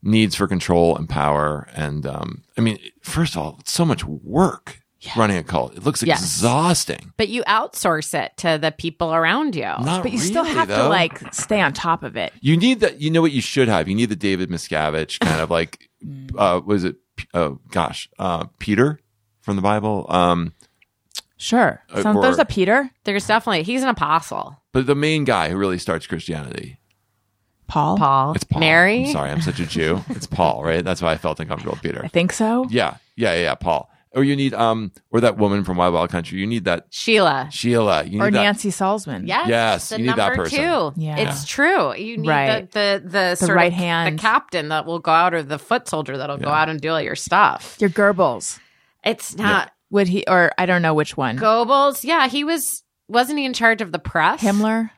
S4: needs for control and power. And um, I mean, first of all, it's so much work running a cult. It looks
S5: Yes.
S4: exhausting.
S5: But you outsource it to the people around you.
S4: Not
S3: but you still
S4: really,
S3: have to
S4: though.
S3: like stay on top of it
S4: You need that. You know what you should have. You need the David Miscavige kind of like,
S5: Mm.
S4: uh, was it? P- Oh gosh, uh, Peter from the Bible. Um,
S3: sure
S4: Uh,
S3: Sounds, there's
S4: or-
S3: a peter
S5: There's definitely he's an apostle,
S4: but the main guy who really starts Christianity.
S3: paul
S5: Paul,
S4: It's Paul.
S5: Mary.
S4: I'm sorry, I'm such a Jew. It's Paul, right? That's why I felt uncomfortable. with Peter.
S3: i think so
S4: Yeah, yeah, yeah, yeah, Paul. Or you need um, or that woman from Wild Wild Country. You need that
S5: Sheila.
S4: Sheila. You need
S3: or
S4: that.
S3: nancy salzman
S5: Yes,
S4: Yes,
S5: the
S4: you need
S5: number
S4: that person.
S5: two.
S3: Yeah.
S5: It's true. You need
S3: Right.
S5: the the the, sort
S3: right
S5: of,
S3: hand.
S5: the captain that will go out, or the foot soldier that'll go out and do all your stuff.
S3: your gerbils
S5: It's not
S3: Would he, or I don't know which one.
S5: Goebbels. Yeah, he was. Wasn't he in charge of the press?
S3: Himmler?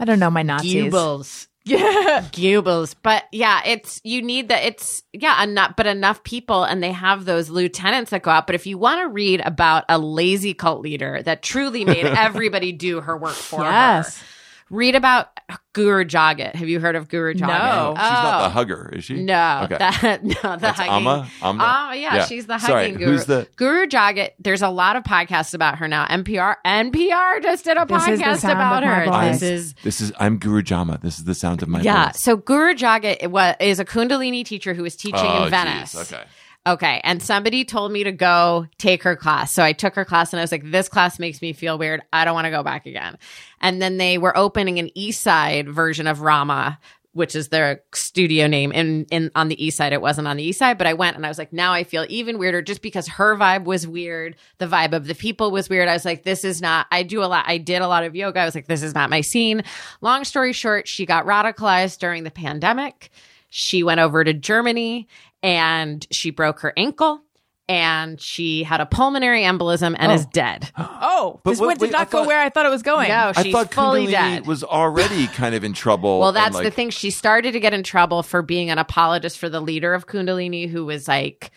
S3: I don't know my Nazis.
S5: Goebbels.
S3: Yeah.
S5: Goebbels. But yeah, it's you need that. It's yeah, enough, but enough people, and they have those lieutenants that go out. But if you want to read about a lazy cult leader that truly made everybody do her work for her,
S3: Yes.
S5: read about Guru Jagat. Have you heard of Guru Jagat?
S3: No.
S5: Oh.
S3: She's
S4: She's not the hugger, is she?
S5: No,
S4: Okay.
S5: that, no, the
S4: That's
S5: hugging.
S4: Amma? Amma?
S5: Amma, yeah,
S4: Yeah.
S5: she's the hugging
S4: Sorry,
S5: guru.
S4: who's the-
S5: Guru Jagat? There's a lot of podcasts about her now. NPR, NPR just did a
S3: This is the
S5: podcast
S3: sound
S5: about
S3: of my
S5: her.
S3: voice.
S5: This is
S4: This is I'm Guru Jama. This is the sound of my
S5: yeah.
S4: voice.
S5: So Guru Jagat wa- is a Kundalini teacher who was teaching
S4: Oh,
S5: in Venice.
S4: geez, Okay.
S5: Okay. And somebody told me to go take her class. So I took her class and I was like, this class makes me feel weird. I don't want to go back again. And then they were opening an East Side version of Rama. Which is their studio name in, in on the east side. It wasn't on the east side, but I went and I was like, now I feel even weirder just because her vibe was weird. The vibe of the people was weird. I was like, this is not, I do a lot, I did a lot of yoga. I was like, this is not my scene. Long story short, she got radicalized during the pandemic she went over to Germany and she broke her ankle and she had a pulmonary embolism and is dead.
S3: Oh,
S4: But
S3: this
S4: wait-
S3: one
S4: wait,
S3: did not
S4: I
S3: go
S4: thought-
S3: where I thought it was going.
S5: No, she's
S4: I thought
S5: fully
S4: Kundalini
S5: dead.
S4: was already kind of in trouble.
S5: well,
S4: and,
S5: that's the
S4: like,
S5: thing. She started to get in trouble for being an apologist for the leader of Kundalini who was like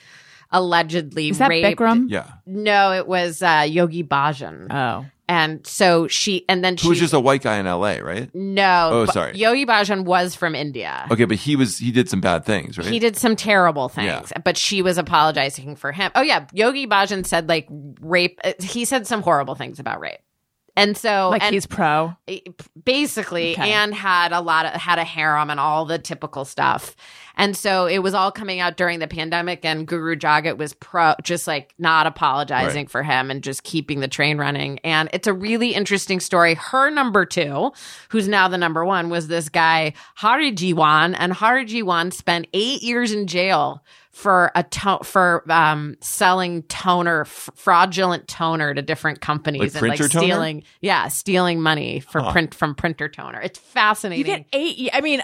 S5: allegedly
S3: Is that
S5: raped.
S3: Bikram?
S4: Yeah.
S5: No, it was uh, Yogi Bhajan.
S3: Oh.
S5: and so she, and then
S4: Who
S5: she
S4: was just a white guy in LA, right?
S5: no.
S4: Oh,
S5: but
S4: sorry.
S5: Yogi Bhajan was from India.
S4: Okay, but he was he did some bad things, right?
S5: He did some terrible things,
S4: Yeah.
S5: but she was apologizing for him. Oh yeah, Yogi Bhajan said like rape. uh, He said some horrible things about rape, and so
S3: Like
S5: Oh, and
S3: he's pro.
S5: eh, basically
S3: Okay.
S5: and had a lot of had a harem and all the typical stuff. And so it was all coming out during the pandemic, and Guru Jagat was pro, just like not apologizing for him and just keeping the train running. And it's a really interesting story. Her number two, who's now the number one, was this guy, Hari Jiwan. And Hari Jiwan spent eight years in jail for a to- for um, selling toner, f- fraudulent toner to different companies and like
S4: printer toner?
S5: stealing yeah, stealing money for print from printer toner. It's fascinating.
S3: You get eight. ye- I mean,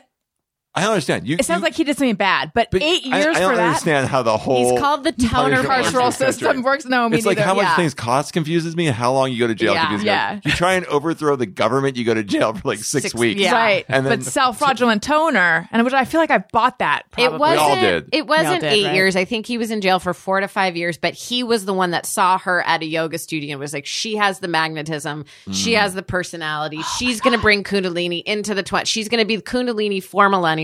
S4: I understand. You
S3: it sounds
S4: you-
S3: like he did something bad, but,
S4: but
S3: eight
S4: I-
S3: years
S4: I, don't
S3: for that.
S4: understand how the whole
S5: He's called the toner
S4: punishment
S3: Carceral
S4: works in this
S3: system
S4: country.
S3: works. No, me
S4: It's like
S3: neither.
S4: how much
S3: Yeah.
S4: things cost confuses me and how long you go to jail
S5: Yeah.
S4: confuses me.
S3: Yeah.
S4: You try and overthrow the government, you go to jail for like six,
S5: Six-
S4: weeks.
S5: yeah.
S3: Right.
S4: And then-
S3: but sell fraudulent toner. And which I feel like I bought that. Probably.
S5: It wasn't.
S4: all did.
S5: It wasn't
S3: did,
S5: eight
S3: right?
S5: years. I think he was in jail for four to five years. But he was the one that saw her at a yoga studio and was like, "She has the magnetism. She
S4: Mm.
S5: has the personality.
S3: Oh
S5: She's going to bring Kundalini into the twenty. She's going to be Kundalini for millennials."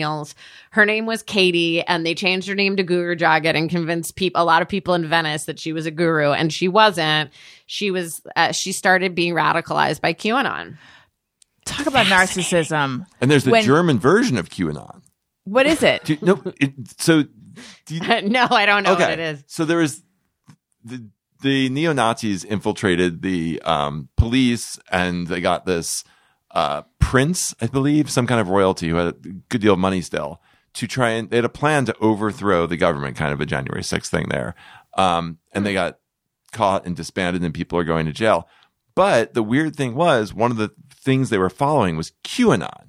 S5: Her name was Katie, and they changed her name to Guru Jagat and convinced people, a lot of people in Venice, that she was a guru, and she wasn't. She was. Uh, she started being radicalized by QAnon.
S3: Talk about narcissism.
S4: And there's the
S3: When-
S4: German version of QAnon.
S3: What is it?
S4: Do you- no, it, so do you-
S5: no, I don't know
S4: okay.
S5: what it is.
S4: So there was the the neo Nazis infiltrated the um, police, and they got this uh, prince, I believe, some kind of royalty who had a good deal of money still to try and they had a plan to overthrow the government, kind of a January sixth thing there, um, and they got caught and disbanded, and people are going to jail. But the weird thing was, one of the things they were following was QAnon,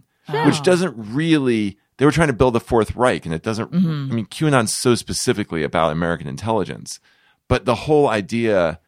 S4: which doesn't really. They were trying to build the Fourth Reich, and it doesn't. I mean, QAnon's so specifically about American intelligence, but the whole idea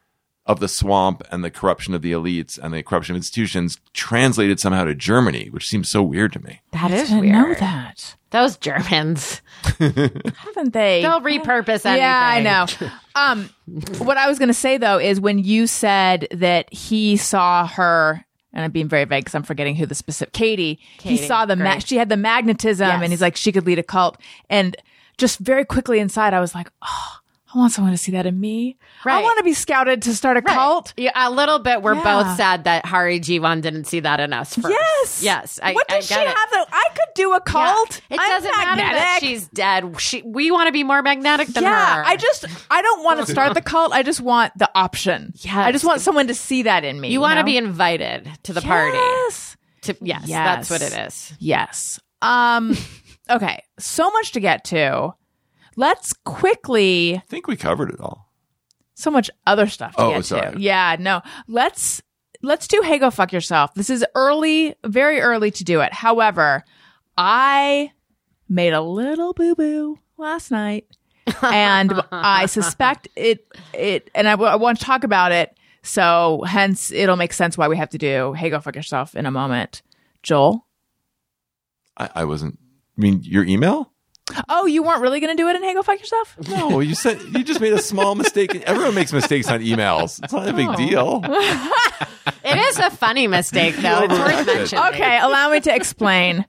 S4: of the swamp and the corruption of the elites and the corruption of institutions translated somehow to Germany, which seems so weird to me.
S5: That is
S3: I
S5: weird.
S3: didn't know that.
S5: Those Germans.
S3: Haven't they?
S5: They'll repurpose anything.
S3: Yeah, I know. Um, what I was going to say though is when you said that he saw her, and I'm being very vague because I'm forgetting who the specific Katie. he
S5: Katie,
S3: saw the ma-
S5: great.
S3: she had the magnetism,
S5: Yes.
S3: and he's like she could lead a cult. And just very quickly inside, I was like, oh, I want someone to see that in me. I
S5: Right.
S3: want to be scouted to start a cult.
S5: Yeah, a little bit. We're
S3: Yeah.
S5: both sad that Hari Jivan didn't see that in us first.
S3: Yes.
S5: Yes. I,
S3: what
S5: I
S3: does she
S5: get it.
S3: have though? I could do a
S5: Yeah.
S3: cult.
S5: It
S3: I'm
S5: doesn't matter that
S3: magnetic.
S5: she's dead. She, we want to be more magnetic than
S3: yeah,
S5: her.
S3: I just I don't want to start the cult. I just want the option. Yeah, I just want someone to see that in me.
S5: You want to
S3: know?
S5: be invited to the party.
S3: Yes.
S5: To, yes,
S3: Yes.
S5: That's what it is.
S3: Yes. Um okay, so much to get to. Let's quickly
S4: I think we covered it all.
S3: so much other stuff to
S4: Oh,
S3: get
S4: sorry.
S3: to. Yeah, no. Let's let's do hey go fuck yourself. This is early, very early to do it. However, I made a little boo-boo last night and I suspect it it and I, w- I want to talk about it. So hence it'll make sense why we have to do "Hey, go fuck yourself" in a moment. Joel,
S4: I, I wasn't. I mean, your email?
S3: oh, you weren't really going to do it in "Hey, go fuck yourself"?
S4: No, you said you just made a small mistake. Everyone makes mistakes on emails. It's not a big deal.
S5: It is a funny mistake, though. It's worth mentioning.
S3: Okay, allow me to explain.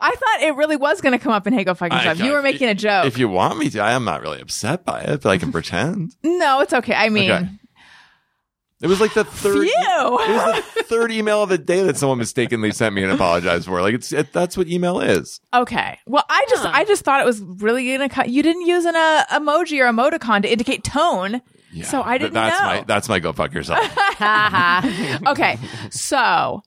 S3: I thought it really was going to come up in "Hey, go fuck
S4: I-
S3: yourself." You were making a joke.
S4: If you want me to, I am not really upset by it, but I can pretend.
S3: no, it's okay. I mean,
S4: Okay. It was like the third.
S3: Phew.
S4: It was the third email of the day that someone mistakenly sent me and apologized for. Like it's it, that's what email is.
S3: Okay. Well, I just I just thought it was really gonna. Co- you didn't use an uh, emoji or emoticon to indicate tone,
S4: Yeah,
S3: so I
S4: Th-
S3: didn't
S4: that's
S3: know.
S4: My, that's my go fuck yourself.
S3: okay. So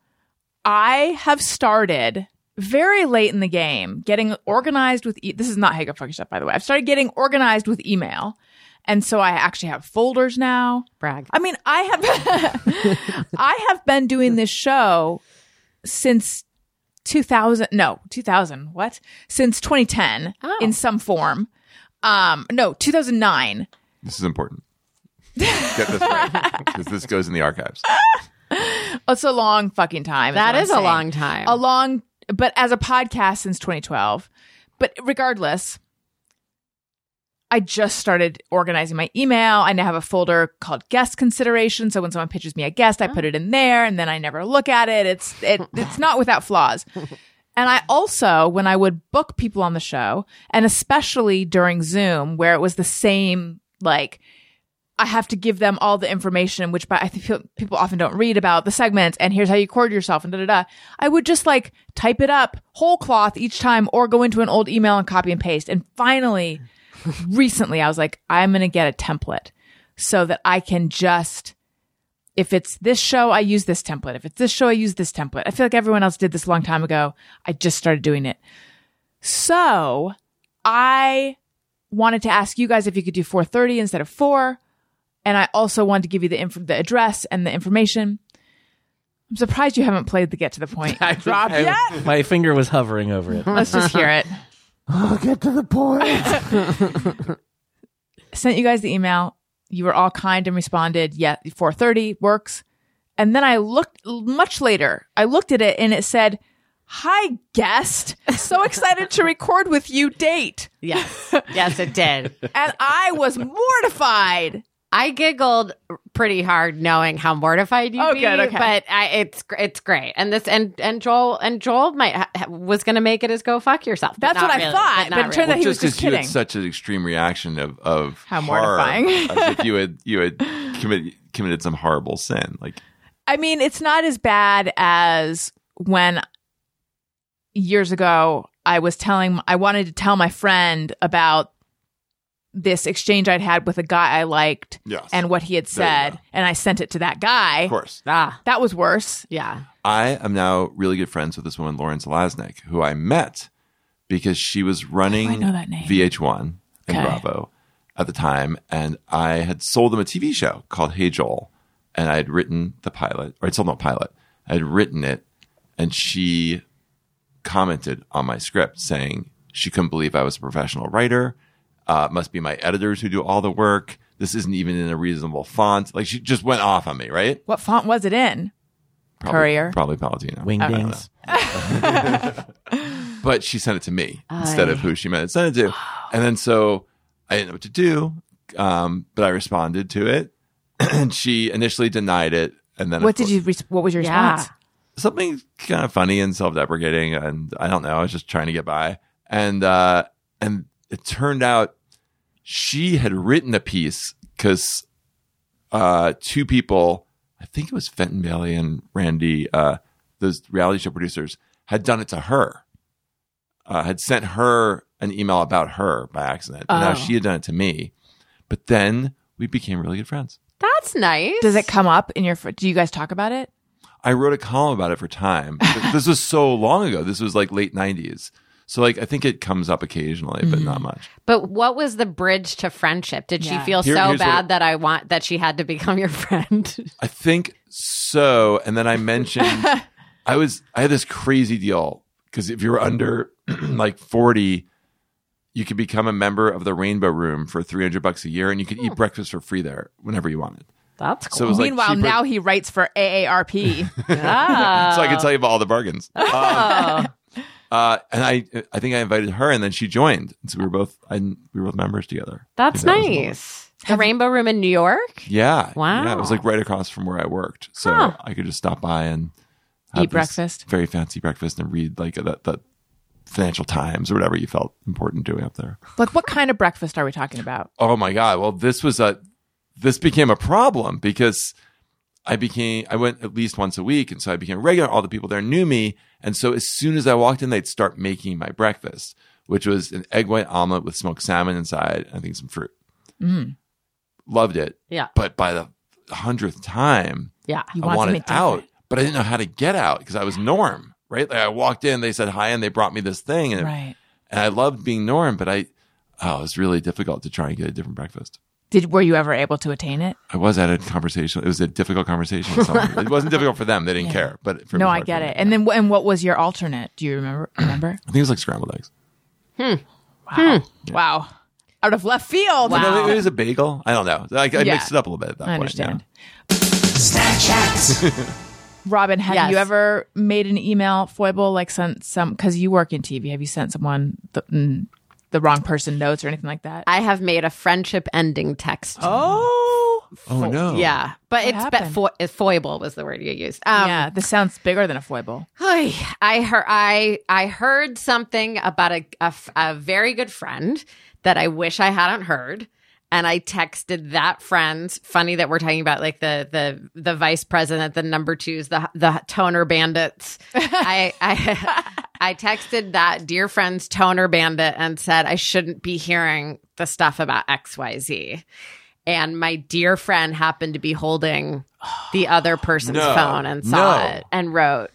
S3: I have started very late in the game getting organized with. E- this is not Hey Go Fuck Yourself, by the way. I've started getting organized with email, and so I actually have folders now.
S5: Brag.
S3: I mean, I have I have been doing this show since 2000 no 2000 what since 2010
S5: Oh.
S3: in some form um no 2009
S4: this is important. Get this right because this goes in the archives.
S3: it's a long fucking time is
S5: That
S3: what I'm
S5: is a
S3: saying.
S5: long time.
S3: a long but as a podcast since 2012 but regardless i just started organizing my email i now have a folder called guest consideration so when someone pitches me a guest i put it in there and then i never look at it it's it, it's not without flaws and i also when i would book people on the show and especially during zoom where it was the same like I have to give them all the information, which by, I think pe- people often don't read about the segments and here's how you record yourself and da da da. I would just like type it up whole cloth each time or go into an old email and copy and paste. And finally, recently, I was like, I'm going to get a template so that I can just, if it's this show, I use this template. If it's this show, I use this template. I feel like everyone else did this a long time ago. I just started doing it. So I wanted to ask you guys if you could do 4.30 instead of 4 and I also wanted to give you the inf- the address and the information. I'm surprised you haven't played the get to the point drop yet.
S6: My finger was hovering over it.
S3: Let's just hear it.
S1: Oh, get to the point.
S3: Sent you guys the email. You were all kind and responded, "Yeah, 4:30 works." And then I looked much later. I looked at it and it said, "Hi guest. So excited to record with you date."
S5: yes. Yes, it did.
S3: And I was mortified.
S5: I giggled pretty hard knowing how mortified you'd
S3: Oh,
S5: be.
S3: good, okay.
S5: But I, it's gr- it's great, and this and and Joel and Joel might ha- ha- was going to make it as go fuck yourself. but
S3: That's
S5: not
S3: what I
S5: really,
S3: thought,
S5: not
S3: but it
S5: really.
S3: turned out- he was
S4: because
S3: just
S4: you had
S3: kidding.
S4: such an extreme reaction of of
S3: How
S4: horror,
S3: mortifying.
S4: as if you had you had committed committed some horrible sin. Like
S3: I mean, it's not as bad as when years ago I was telling, I wanted to tell my friend about this exchange I'd had with a guy I liked
S4: Yes.
S3: and what he had
S4: There you
S3: said.
S4: go.
S3: And I sent it to that guy.
S4: of course,
S5: ah,
S3: That was worse.
S5: yeah.
S4: I am now really good friends with this woman, Lauren Zelaznik, who I met because she was running
S3: know that name.
S4: VH1 in
S3: Okay.
S4: Bravo at the time. And I had sold them a TV show called Hey Joel. And I had written the pilot, or I'd sold them a pilot. I had written it. And she commented on my script saying she couldn't believe I was a professional writer. Uh, it must be my editors who do all the work. This isn't even in a reasonable font. Like she just went off on me, right?
S3: What font was it in?
S4: Probably,
S3: Courier.
S4: Probably Palatino.
S6: Wing
S4: I don't know
S6: dings.
S4: but she sent it to me instead of who she meant to send it to. And then so I didn't know what to do, um, but I responded to it, and she initially denied it. And then of
S3: What did
S4: course-
S3: you, res- what was your
S5: Yeah.
S3: response?
S4: Something kind of funny and self-deprecating, and I don't know. I was just trying to get by, and uh, and it turned out she had written a piece because uh, two people, I think it was Fenton Bailey and Randy, uh, those reality show producers, had done it to her uh, had sent her an email about her by accident. And Now she had done it to me, but then we became really good friends.
S5: That's nice.
S3: Does it come up in your, fr- do you guys talk about it?
S4: I wrote a column about it for Time. But this was so long ago. This was like late '90s. So like I think it comes up occasionally, but
S5: Mm.
S4: not much.
S5: But what was the bridge to friendship? Did
S3: Yeah.
S5: she feel
S4: Here-
S5: so
S4: here's what-
S5: bad that I want that she had to become your friend?
S4: I think so. And then I mentioned I was I had this crazy deal because if you were under like 40, You could become a member of the Rainbow Room for 300 bucks a year and you
S5: Hmm.
S4: could eat breakfast for free there whenever you wanted.
S5: That's
S4: So it was like
S3: Meanwhile,
S4: cheaper-
S3: now he writes for AARP.
S4: so
S5: Oh.
S4: I could tell you about all the bargains. Um, uh, and I, I think I invited her, and then she joined. And so we were both, I, we were both members together.
S5: That's
S4: I think that was the one.
S5: nice. The Rainbow Room in New York.
S4: Yeah.
S5: Wow.
S4: Yeah, it was like right across from where I worked, so I could just stop by and have
S3: Eat
S4: this
S3: breakfast.
S4: very fancy breakfast, and read like the, the Financial Times or whatever you felt important doing up there.
S3: like, what kind of breakfast are we talking about?
S4: oh my god well this was a this became a problem because i became i went at least once a week and so i became a regular all the people there knew me and so as soon as i walked in they'd start making my breakfast which was an egg white omelet with smoked salmon inside and i think some fruit loved it
S5: Yeah.
S4: but by the hundredth time
S5: Yeah.
S3: You
S4: I
S3: want
S4: wanted
S3: something
S4: out,
S3: different.
S4: but I didn't know how to get out because I was Norm, right? Like I walked in, they said hi, and they brought me this thing, and,
S3: Right.
S4: and I loved being Norm, but I, oh, it was really difficult to try and get a different breakfast.
S3: Did were you ever able to attain it?
S4: I was at a conversation. It was a difficult conversation. With someone. it wasn't difficult for them; they didn't care. But for me,
S3: No,
S4: was
S3: I
S4: hard
S3: get
S4: for
S3: it.
S4: me.
S3: And then, wh- and what was your alternate? Do you remember? Remember?
S4: I think it was like scrambled eggs.
S3: Wow. Wow. Out of left field.
S4: But no, it was a bagel. I don't know. Like, I
S3: Yeah.
S4: mixed it up a little bit at that
S3: I
S4: point. yeah.
S3: understand.
S2: Snack Shacks.
S3: Robin, have
S5: Yes.
S3: you ever made an email foible, like sent some, because you work in TV, have you sent someone the, mm, the wrong person notes or anything like that?
S5: I have made a friendship ending text.
S3: oh.
S4: Oh no!
S5: Yeah, but it's
S3: happened?
S5: but fo- foible was the word you used. Um,
S3: yeah, this sounds bigger than a foible.
S5: Oy, I heard I I heard something about a, a f- a very good friend that I wish I hadn't heard, and I texted that friend. Funny that we're talking about like the the the vice president, the number twos, the the toner bandits. I I I texted that dear friend's toner bandit and said I shouldn't be hearing the stuff about X Y Z. And my dear friend happened to be holding the other person's
S4: No.
S5: phone and saw
S4: No.
S5: it and wrote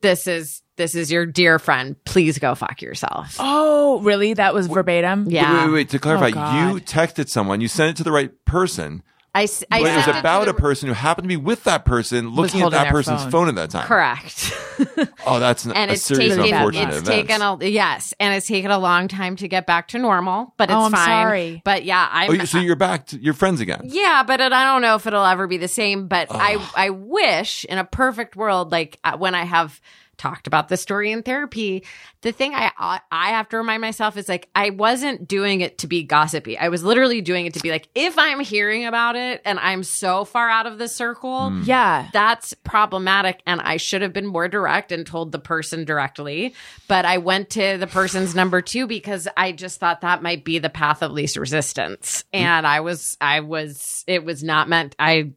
S5: this is this is your dear friend. Please go fuck yourself.
S3: Oh, really? That was verbatim?
S4: Wait,
S5: Yeah.
S4: Wait, wait, wait. To clarify,
S3: God.
S4: you texted someone. You sent it to the right person.
S5: I, s- I
S4: but it was
S5: sent to
S4: about
S5: the-
S4: a person who happened to be with that person, looking at
S3: holding
S4: that
S3: their
S4: person's
S3: phone.
S4: phone. at that time.
S5: correct.
S4: Oh, that's an,
S5: and
S4: a
S5: it's
S4: series
S5: taken
S4: of unfortunate
S5: it's
S4: events.
S5: taken a yes, and it's taken a long time to get back to normal, but it's
S3: Oh, I'm
S5: fine.
S3: sorry.
S5: But yeah, I'm
S4: oh, you- so you're back. To, you're friends again.
S5: Yeah, but it, I don't know if it'll ever be the same. But I, I wish in a perfect world, like uh, when I have talked about this story in therapy, the thing I, I I have to remind myself is like I wasn't doing it to be gossipy. I was literally doing it to be like, if I'm hearing about it and I'm so far out of the circle,
S3: Yeah.
S5: that's problematic and I should have been more direct and told the person directly. But I went to the person's number two because I just thought that might be the path of least resistance. And I was I was it was not meant I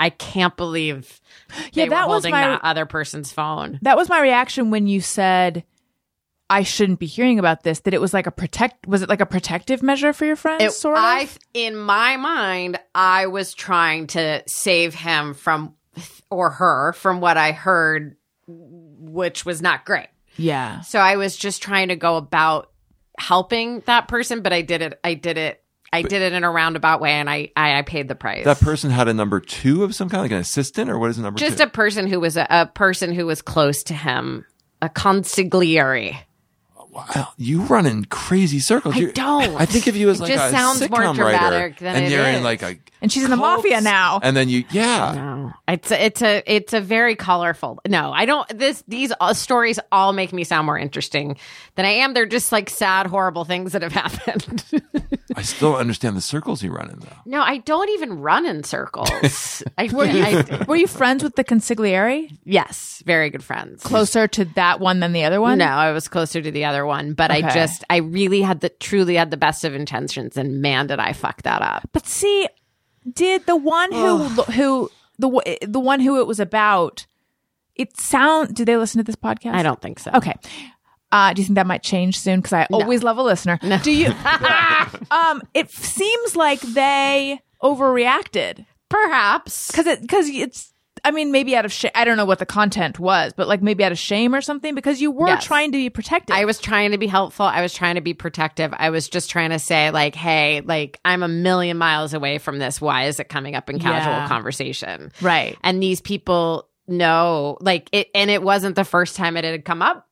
S5: I can't believe
S3: Yeah,
S5: yeah,
S3: that
S5: that
S3: was
S5: holding
S3: my-
S5: that other person's phone.
S3: That was my reaction when you said, I shouldn't be hearing about this, that it was like a protect, was it like a protective measure for your friends,
S5: It-
S3: sort of?
S5: I, in my mind, I was trying to save him from or her from what I heard, which was not great.
S3: yeah.
S5: So I was just trying to go about helping that person, but I did it. I did it. I did it in a roundabout way, and I I, I paid the price.
S4: That person had a number two of some kind, like an assistant, or what is a number
S5: just
S4: two?
S5: a person who was a, a person who was close to him, a consigliere.
S4: wow, you run in crazy circles.
S5: I
S4: You're-
S5: don't.
S4: I think of you as
S5: It
S4: like
S5: just
S4: a
S5: sounds more
S4: sitcom writer,
S5: dramatic than
S4: and
S5: it
S4: you're in
S5: is.
S4: like a
S3: And she's in the
S4: cult,
S3: mafia now.
S4: And then you, yeah,
S5: No, it's a, it's a it's a very colorful. No, I don't. This these all, stories all make me sound more interesting than I am. They're just like sad, horrible things that have happened.
S4: I still don't understand the circles you run in though.
S5: no, I don't even run in circles. I, I,
S3: Were you friends with the consigliere?
S5: yes, very good friends.
S3: Closer to that one than the other one?
S5: No, I was closer to the other one, but
S3: Okay.
S5: I just, I really had the, truly had the best of intentions, and man, did I fuck that up.
S3: But see, did the one who who the w- the one who it was about? It sound. Do they listen to this podcast?
S5: I don't think so.
S3: Okay. Uh, do you think that might change soon? Because I always love a listener. Do you? um, it seems like they overreacted
S5: Perhaps.
S3: because it because it's. I mean, maybe out of shame. I don't know what the content was, but like maybe out of shame or something because you were
S5: Yes.
S3: trying to be protected.
S5: I was trying to be helpful. I was trying to be protective. I was just trying to say, like, hey, like, I'm a million miles away from this. Why is it coming up in casual
S3: Yeah.
S5: conversation?
S3: right.
S5: And these people know, like, it, and it wasn't the first time it had come up.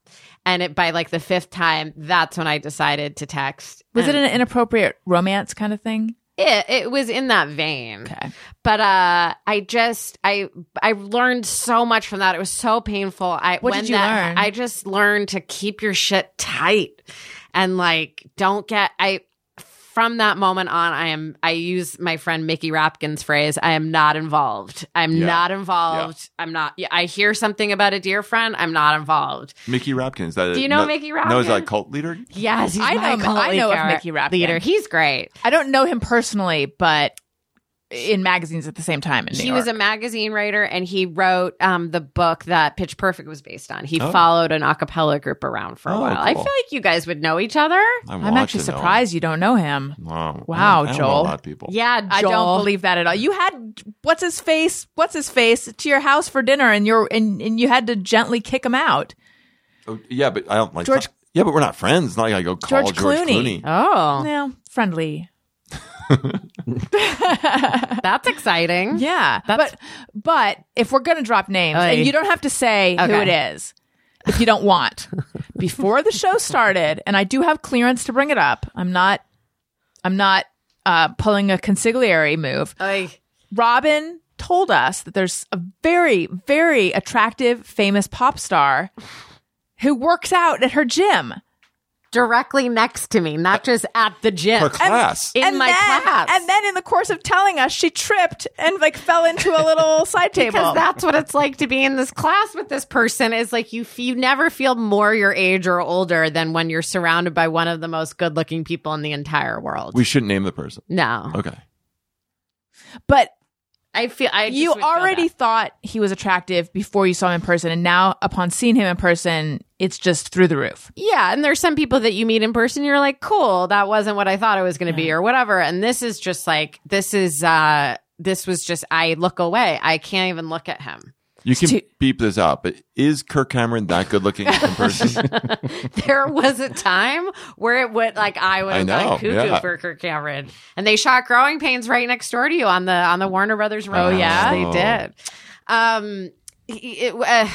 S5: And it by like the fifth time, that's when I decided to text.
S3: Was it
S5: And
S3: an inappropriate romance kind of thing?
S5: it, it was in that vein.
S3: Okay.
S5: But uh I just I I learned so much from that. It was so painful. I
S3: What did
S5: when
S3: you
S5: that,
S3: learn?
S5: I just learned to keep your shit tight and like don't get I from that moment on I am I use my friend Mickey Rapkin's phrase, I am not involved. I'm
S4: Yeah.
S5: not involved. I'm not yeah, I hear something about a dear friend, I'm not involved.
S4: Mickey Rapkin. Is that
S5: Do you know
S4: no-
S5: Mickey
S4: No, is that a
S5: Rapkin?
S4: cult leader?
S5: Yes, he's
S3: I
S5: my
S3: know-
S5: cult
S3: I know of
S5: leader-
S3: Mickey Rapkin.
S5: Leader. He's great.
S3: I don't know him personally, but in magazines at the same time. In New
S5: he
S3: York.
S5: was a magazine writer and he wrote um, the book that Pitch Perfect was based on. He
S4: Oh.
S5: followed an a cappella group around for a
S4: Oh,
S5: while. I feel
S4: cool.
S5: like you guys would know each other.
S3: I'm actually surprised you don't know him.
S4: Wow.
S3: Wow,
S4: I don't, I don't know
S3: Joel.
S4: a lot of people.
S5: Yeah, Joel.
S3: I don't believe that at all. You had what's his face, what's his face to your house for dinner, and you're and, and you had to gently kick him out.
S4: Oh, yeah, but I don't like
S3: George-
S4: Yeah, but we're not friends. It's not like I go call
S3: George
S4: George,
S3: Clooney. Uh,
S4: Clooney.
S5: Oh,
S3: Well, friendly,
S5: that's exciting.
S3: yeah. but but if we're gonna drop names,
S5: Oy.
S3: and you don't have to say who
S5: Okay.
S3: it is if you don't want. Before the show started, and I do have clearance to bring it up. I'm not, I'm not uh, pulling a consigliere move.
S5: Like,
S3: Robin told us that there's a very, very attractive, famous pop star who works out at her gym.
S5: directly next to me, not just at the gym.
S4: Her class.
S5: in my
S3: then,
S5: class.
S3: And then in the course of telling us, she tripped and like fell into a little side table.
S5: because that's what it's like to be in this class with this person is like you you never feel more your age or older than when you're surrounded by one of the most good-looking people in the entire world.
S4: we shouldn't name the person.
S5: no.
S4: Okay.
S3: but
S5: I feel I just
S3: you
S5: would feel
S3: already
S5: that.
S3: thought he was attractive before you saw him in person. And now upon seeing him in person, it's just through the roof.
S5: Yeah, and there's some people that you meet in person, you're like, cool, that wasn't what I thought it was going to be, or whatever. And this is just like, this is, uh, this was just, I look away. I can't even look at him.
S4: You can
S3: Stu-
S4: beep this out, but is Kirk Cameron that good looking in person?
S5: There was a time where it would, like, I would
S4: I
S5: have
S4: know,
S5: gone cuckoo
S4: yeah.
S5: for Kirk Cameron. And they shot Growing Pains right next door to you on the, on the Warner
S4: Oh,
S5: Brothers road.
S3: yeah?
S5: They did. Um, it, uh,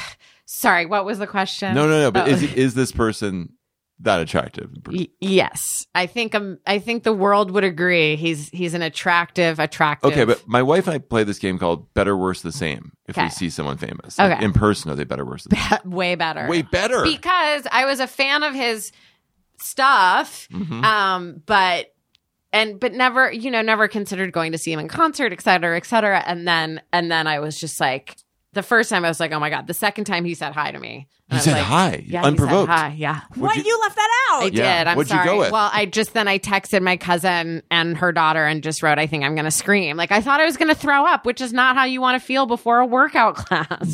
S5: sorry, what was the question?
S4: no, no, no. But
S5: Oh.
S4: is, is this person that attractive?
S5: Y- yes, I think um, I think the world would agree. He's he's an attractive, attractive.
S4: Okay, but my wife and I play this game called Better, Worse, the Same. If
S5: Okay.
S4: we see someone famous,
S5: Okay.
S4: Like, in person, are they better, worse, the same?
S5: way better.
S4: Way better.
S5: because I was a fan of his stuff,
S4: Mm-hmm.
S5: um, but and but never you know never considered going to see him in concert, et cetera, et cetera. And then and then I was just like, the first time I was like, oh my god. The second time he said hi to me, and
S4: He
S5: I was
S4: said
S5: like,
S4: hi,
S5: yeah, he said
S4: unprovoked.
S5: hi, yeah.
S3: Why you, left that out?
S5: I
S4: Yeah.
S5: did. I'm
S4: What'd you
S5: sorry.
S4: go with?
S5: Well, I just then I texted my cousin and her daughter and just wrote, I think I'm going to scream. Like I thought I was going to throw up, which is not how you want to feel before a workout class.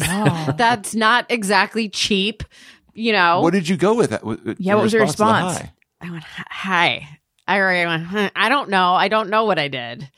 S5: That's not exactly cheap, you know.
S4: What did you go with? That?
S3: Yeah, what was your response?
S5: I went, hi. I already went, "Huh, I don't know. I don't know what I did.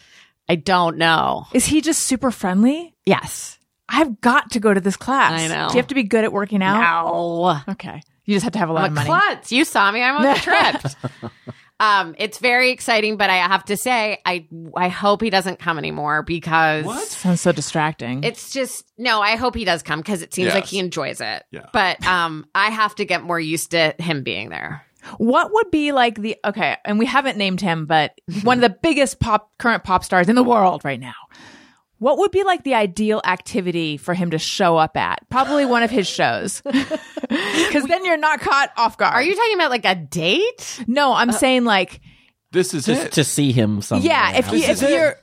S5: I don't know.
S3: Is he just super friendly?
S5: Yes.
S3: I've got to go to this class.
S5: I know.
S3: Do you have to be good at working out?
S5: Ow.
S3: Okay. You just have to have a lot
S5: I'm
S3: of money.
S5: a klutz. You saw me. I'm on the trip. um, it's very exciting, but I have to say, I I hope he doesn't come anymore because
S3: Sounds so distracting.
S5: It's just no. I hope he does come because it seems
S4: Yes.
S5: like he enjoys it.
S4: Yeah.
S5: But um, I have to get more used to him being there.
S3: what would be like the okay, and we haven't named him, but one of the biggest pop current pop stars in the world right now. What would be like the ideal activity for him to show up at? Probably one of his shows. Cuz then you're not caught off guard.
S5: Are you talking about like a date? Uh,
S3: No, I'm saying like
S4: This is
S6: Just
S4: it.
S6: to see him somewhere.
S3: yeah, if you
S4: This
S3: if
S4: is it.
S3: you're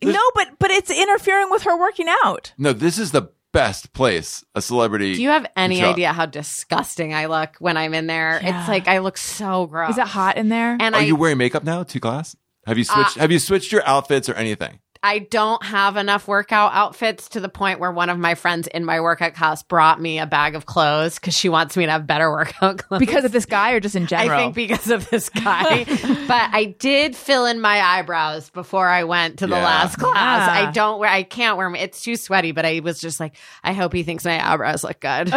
S4: This-
S3: No, but but it's interfering with her working out.
S4: no, this is the best place a celebrity.
S5: Do you have any
S4: Sure.
S5: idea how disgusting I look when I'm in there? It's like I look so gross.
S3: Is it hot in there?
S5: And
S4: Are
S5: I,
S4: you wearing makeup now to class? Have
S5: Uh,
S4: you switched? have you switched your outfits or anything?
S5: I don't have enough workout outfits to the point where one of my friends in my workout class brought me a bag of clothes because she wants me to have better workout clothes.
S3: because of this guy or just in general?
S5: I think because of this guy. but I did fill in my eyebrows before I went to the
S4: Yeah.
S5: last class.
S3: Ah.
S5: I don't wear, I can't wear them. It's too sweaty, but I was just like, I hope he thinks my eyebrows look good.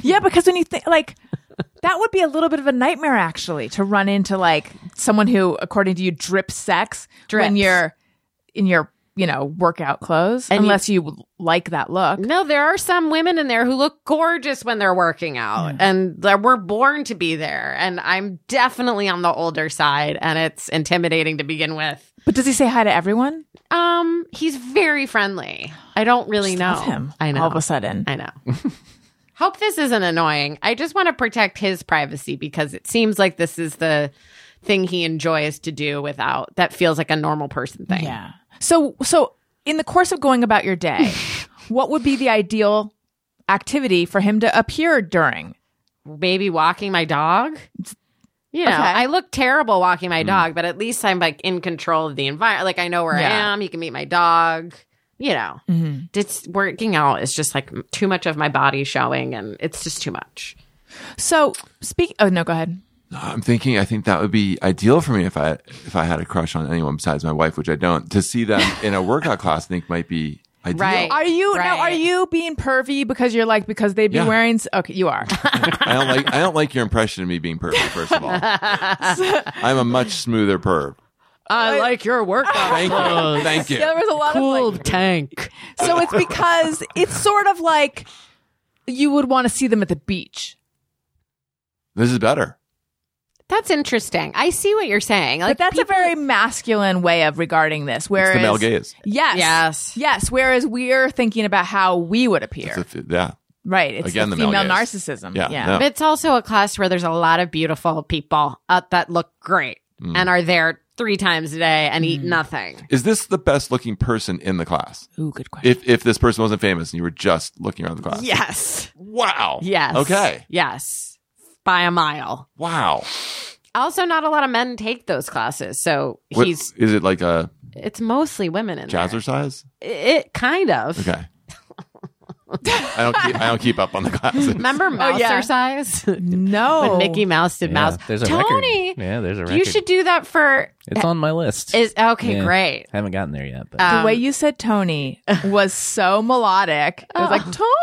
S3: Yeah, because when you think like that would be a little bit of a nightmare actually to run into like someone who, according to you, drips sex
S5: Drips.
S3: when you're in your you know, workout clothes
S5: And you-
S3: unless you, like that look.
S5: No, there are some women in there who look gorgeous when they're working out and that we're born to be there. And I'm definitely on the older side and it's intimidating to begin with.
S3: But does he say hi to everyone?
S5: Um, he's very friendly. I don't really
S3: Just
S5: know.
S3: love him.
S5: I know.
S3: All of a sudden.
S5: I know. Hope this isn't annoying. I just want to protect his privacy because it seems like this is the thing he enjoys to do without that feels like a normal person thing.
S3: Yeah. So so in the course of going about your day, what would be the ideal activity for him to appear during?
S5: Maybe walking my dog. You know,
S3: Okay.
S5: I look terrible walking my dog, but at least I'm like in control of the environment. Like I know where
S3: Yeah. Mm-hmm.
S5: I am. You can meet my dog. You know, it's working out is just like too much of my body showing, and it's just too much.
S3: So speak oh no, go ahead.
S4: I'm thinking I think that would be ideal for me if I if I had a crush on anyone besides my wife, which I don't. To see them in a workout class, I think might be ideal.
S5: Right.
S3: Are you now are
S5: Right.
S3: you being pervy because you're like because they'd be
S4: Yeah.
S3: wearing s- okay, you are.
S4: I don't like I don't like your impression of me being perfect. First of all, I'm a much smoother perv.
S5: I like your workout.
S4: Thank
S5: Oh,
S4: you, thank you.
S3: there was a lot of like,
S5: tank.
S3: So it's because it's sort of like you would want to see them at the beach.
S4: This is better.
S5: That's interesting. I see what you're saying. Like
S3: But that's
S5: people-
S3: a very masculine way of regarding this.
S4: It's
S3: Whereas
S4: the male gaze.
S3: Yes.
S5: Yes.
S3: Yes. Whereas we're thinking about how we would
S4: It's
S3: appear.
S4: a- yeah,
S3: right. It's
S4: again,
S3: the,
S4: the male
S3: female
S4: gaze.
S3: narcissism.
S4: Yeah,
S3: Yeah.
S4: no.
S5: But it's also a class where there's a lot of beautiful people uh, that look great
S4: Mm.
S5: and are there three times a day and
S6: Mm.
S5: eat nothing.
S4: is this the best looking person in the class?
S3: Ooh, good question.
S4: If if this person wasn't famous and you were just looking around the class,
S5: Yes.
S4: Wow.
S5: Yes.
S4: Okay.
S5: Yes. By a mile.
S4: Wow.
S5: Also, not a lot of men take those classes, so
S4: What,
S5: he's.
S4: is it like a
S5: It's mostly women in there.
S4: jazzercise?
S5: It kind of.
S4: Okay. I don't keep, I don't keep up on the classes.
S5: Remember
S6: Oh,
S5: mouse
S3: yeah.
S5: exercise?
S3: no.
S5: when Mickey Mouse did
S6: Yeah,
S5: mouse.
S6: Oh. There's a
S5: Tony,
S6: record. Yeah, there's a record.
S5: you should do that for.
S6: It's on my list.
S5: Is okay,
S6: Yeah.
S5: great.
S6: Haven't gotten there yet, but
S3: the way you said Tony was so melodic. It was like Tony.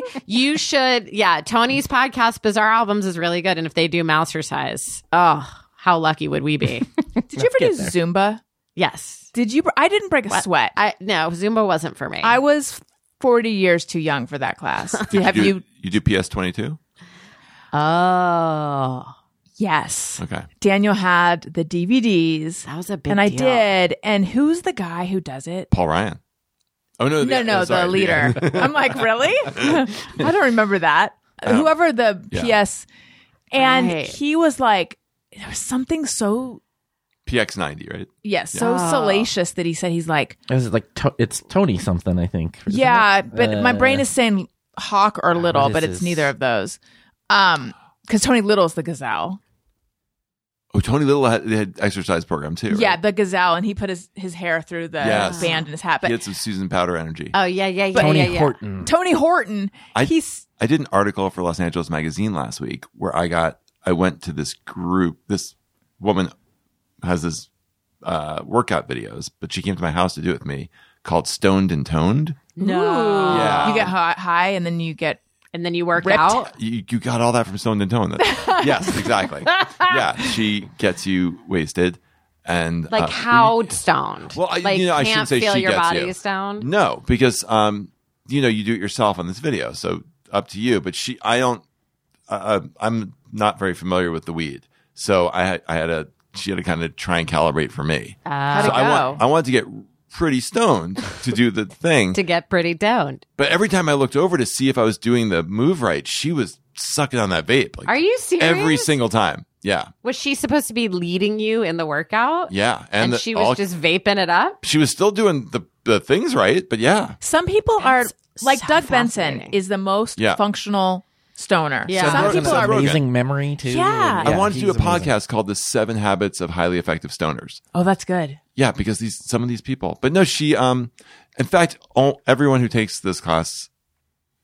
S5: Tony, you should. Yeah, Tony's podcast, Bizarre Albums, is really good. And if they do mouse size, oh, how lucky would we be?
S3: Did you ever do Zumba?
S5: yes.
S3: Did you? I didn't break a sweat. I,
S5: I no, Zumba wasn't for me.
S3: was forty years too young for that class. Have
S4: do,
S3: you?
S4: You do PS twenty two?
S5: oh,
S3: Yes.
S4: Okay.
S3: Daniel had the DVDs,
S5: that was a big
S3: and I
S5: deal.
S3: did. And who's the guy who does it?
S4: Paul Ryan. Oh no,
S3: No, no, the leader. I'm like, really? I don't remember that. Whoever the
S4: yeah.
S3: PS, and
S5: Right.
S3: he was like, there was something so
S4: PX ninety, right?
S3: yeah, so
S5: Yeah.
S3: salacious that he said he's like,
S6: it was like to- it's Tony something, I think. isn't
S3: yeah,
S6: it?
S3: but my
S6: Uh,
S3: brain is saying hawk or little,
S6: what is
S3: but it's
S6: this?
S3: neither of those. Um, because Tony Little's the gazelle.
S4: Oh, Tony Little had, they had exercise program too.
S3: Yeah,
S4: right?
S3: the gazelle, and he put his his hair through the
S4: Yes.
S3: band in his hat. But Uh,
S4: he had some Susan Powder energy.
S5: Oh yeah, yeah, yeah,
S6: Tony
S5: yeah, yeah.
S6: Horton.
S3: Tony Horton,
S4: I-
S3: he's
S4: I did an article for Los Angeles Magazine last week where I got I went to this group. This woman has this uh, workout videos, but she came to my house to do it with me called Stoned and Toned.
S5: No,
S4: Yeah.
S3: you get high, high, and then you get
S5: and then you worked
S3: Ripped.
S5: out.
S4: You, you got all that from Stoned and Toned. That's- yes, exactly. Yeah, she gets you wasted, and
S5: Like
S4: uh,
S5: how stoned?
S4: Well, I-
S5: like
S4: you know, I
S5: can't
S4: shouldn't say
S5: feel
S4: she
S5: your
S4: gets
S5: body
S4: you.
S5: is
S3: Mm.
S5: stoned.
S4: No, because um, you know, you do it yourself on this video, so up to you. But she, I don't, uh, I'm not very familiar with the weed, so I, had- I had a, she had to kind of try and calibrate for me.
S3: how'd
S4: so
S5: Uh,
S3: it go?
S4: I want, I wanted to get pretty stoned to do the thing,
S5: To get pretty stoned.
S4: but every time I looked over to see if I was doing the move right, she was sucking on that vape. Like,
S5: Are you serious?
S4: Every single time, yeah,
S5: was she supposed to be leading you in the workout?
S4: yeah, and,
S5: and
S4: the-
S5: she was
S4: all-
S5: just vaping it up.
S4: she was still doing the the things right, but yeah,
S3: Some people are like
S5: so
S3: Doug Benson
S5: fascinating.
S3: is the most
S4: Yeah.
S3: functional stoner.
S5: Yeah. Seth
S3: Some
S5: Rogen-
S3: people
S4: Seth
S3: are
S4: Rogen.
S6: Amazing memory too.
S3: Yeah.
S6: and
S4: I wanted to do a
S6: he's amazing.
S4: podcast called "The Seven Habits of Highly Effective Stoners."
S3: Oh, that's good.
S4: Yeah, because these some of these people. But no, she um in fact all, everyone who takes this class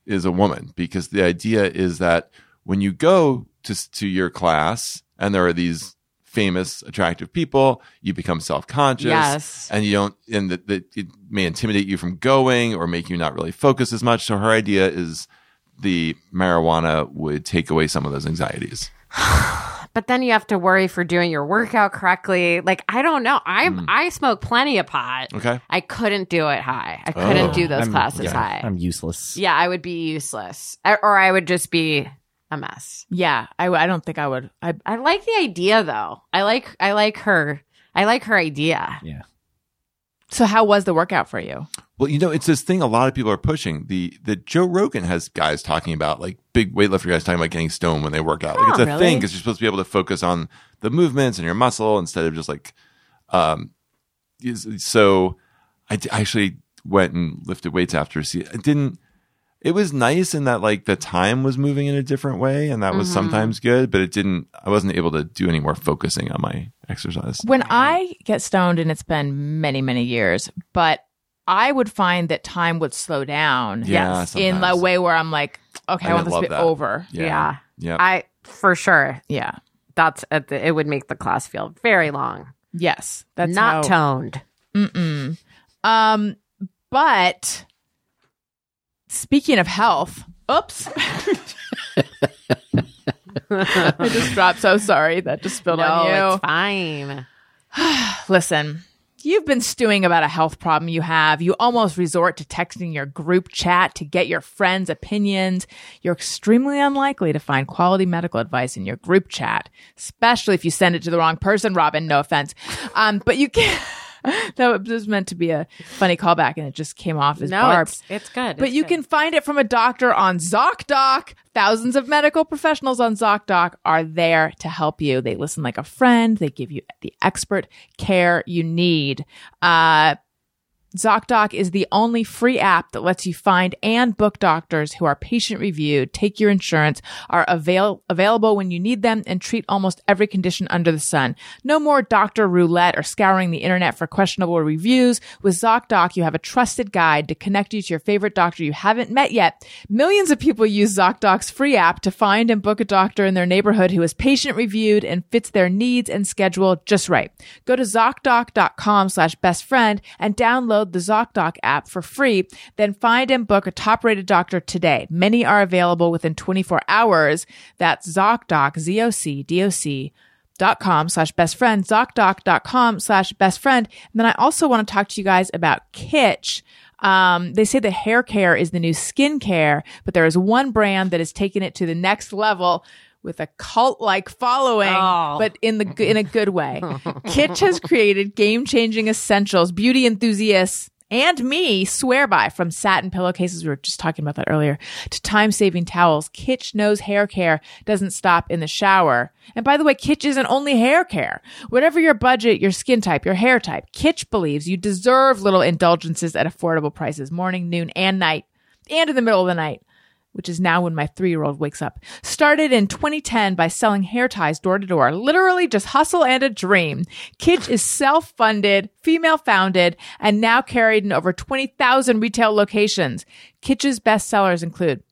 S4: is a woman because the idea is that when you go to s- to your class and there are these famous attractive people, you become self-conscious
S5: Yes.
S4: and you don't and that that it may intimidate you from going or make you not really focus as much. So her idea is the marijuana would take away some of those anxieties.
S5: But then you have to worry for doing your workout correctly. Like I don't know. I
S6: Mm.
S5: I smoke plenty of pot.
S4: Okay.
S5: I couldn't do it high. I couldn't
S4: Oh,
S5: do those
S6: I'm-
S5: classes
S6: yeah,
S5: high.
S6: I'm useless.
S5: yeah, I would be useless, I- or I would just be a mess.
S3: Yeah, I, w- I don't think I would. I
S5: I like the idea though. I like I like her. I like her idea.
S6: Yeah.
S3: so how was the workout for you?
S4: Well, you know, it's this thing a lot of people are pushing. The the Joe Rogan has guys talking about like big weightlifter guys talking about getting stoned when they work out. Like it's a
S3: really?
S4: thing because you're supposed to be able to focus on the movements and your muscle instead of just like, um, is- so I d- actually went and lifted weights after. See, I didn't. It was nice in that like the time was moving in a different way, and that was sometimes good. But it didn't. I wasn't able to do any more focusing on my exercise.
S3: When I get stoned, and it's been many, many years, but I would find that time would slow down.
S4: Yeah,
S3: in a
S4: sometimes.
S3: way where I'm like, okay, I,
S4: I
S3: want this to
S4: love
S3: be
S4: that.
S3: over.
S5: Yeah.
S4: Yeah.
S5: I for sure.
S3: Yeah.
S5: That's at the, it would make the class feel very long.
S3: Yes. That's
S5: not
S3: how,
S5: toned.
S3: Mm-mm. Um, but speaking of health, oops. I just dropped. So sorry. That just spilled on you.
S5: it's fine.
S3: Listen, you've been stewing about a health problem you have. You almost resort to texting your group chat to get your friends' opinions. You're extremely unlikely to find quality medical advice in your group chat, especially if you send it to the wrong person, Robin. No offense. Um, but you can. that was meant to be a funny callback and it just came off as
S5: No,
S3: Barb.
S5: it's, it's good.
S3: But
S5: It's
S3: you
S5: good.
S3: can find it from a doctor on ZocDoc. Thousands of medical professionals on ZocDoc are there to help you. They listen like a friend. They give you the expert care you need. Uh, ZocDoc is the only free app that lets you find and book doctors who are patient reviewed, take your insurance, are avail- available when you need them, and treat almost every condition under the sun. No more doctor roulette or scouring the internet for questionable reviews. With ZocDoc, you have a trusted guide to connect you to your favorite doctor you haven't met yet. Millions of people use ZocDoc's free app to find and book a doctor in their neighborhood who is patient reviewed and fits their needs and schedule just right. Go to ZocDoc.com slash best friend and download the ZocDoc app for free. Then find and book a top rated doctor today. Many are available within 24 hours. That's ZocDoc, Z O C D O C dot com slash best friend zocdoc.com slash best friend and then i also want to talk to you guys about kitsch um, they say that hair care is the new skincare but there is one brand that has taken it to the next level with a cult-like following
S5: Oh.
S3: but in the in a good way kitsch has created game-changing essentials beauty enthusiasts and me swear by from satin pillowcases we were just talking about that earlier to time-saving towels kitsch knows hair care doesn't stop in the shower and by the way kitsch isn't only hair care whatever your budget your skin type your hair type kitsch believes you deserve little indulgences at affordable prices morning noon and night and in the middle of the night which is now when my three year old wakes up, started in 2010 by selling hair ties door to door. Literally just hustle and a dream. Kitsch is self funded, female founded, and now carried in over 20,000 retail locations. Kitsch's best sellers include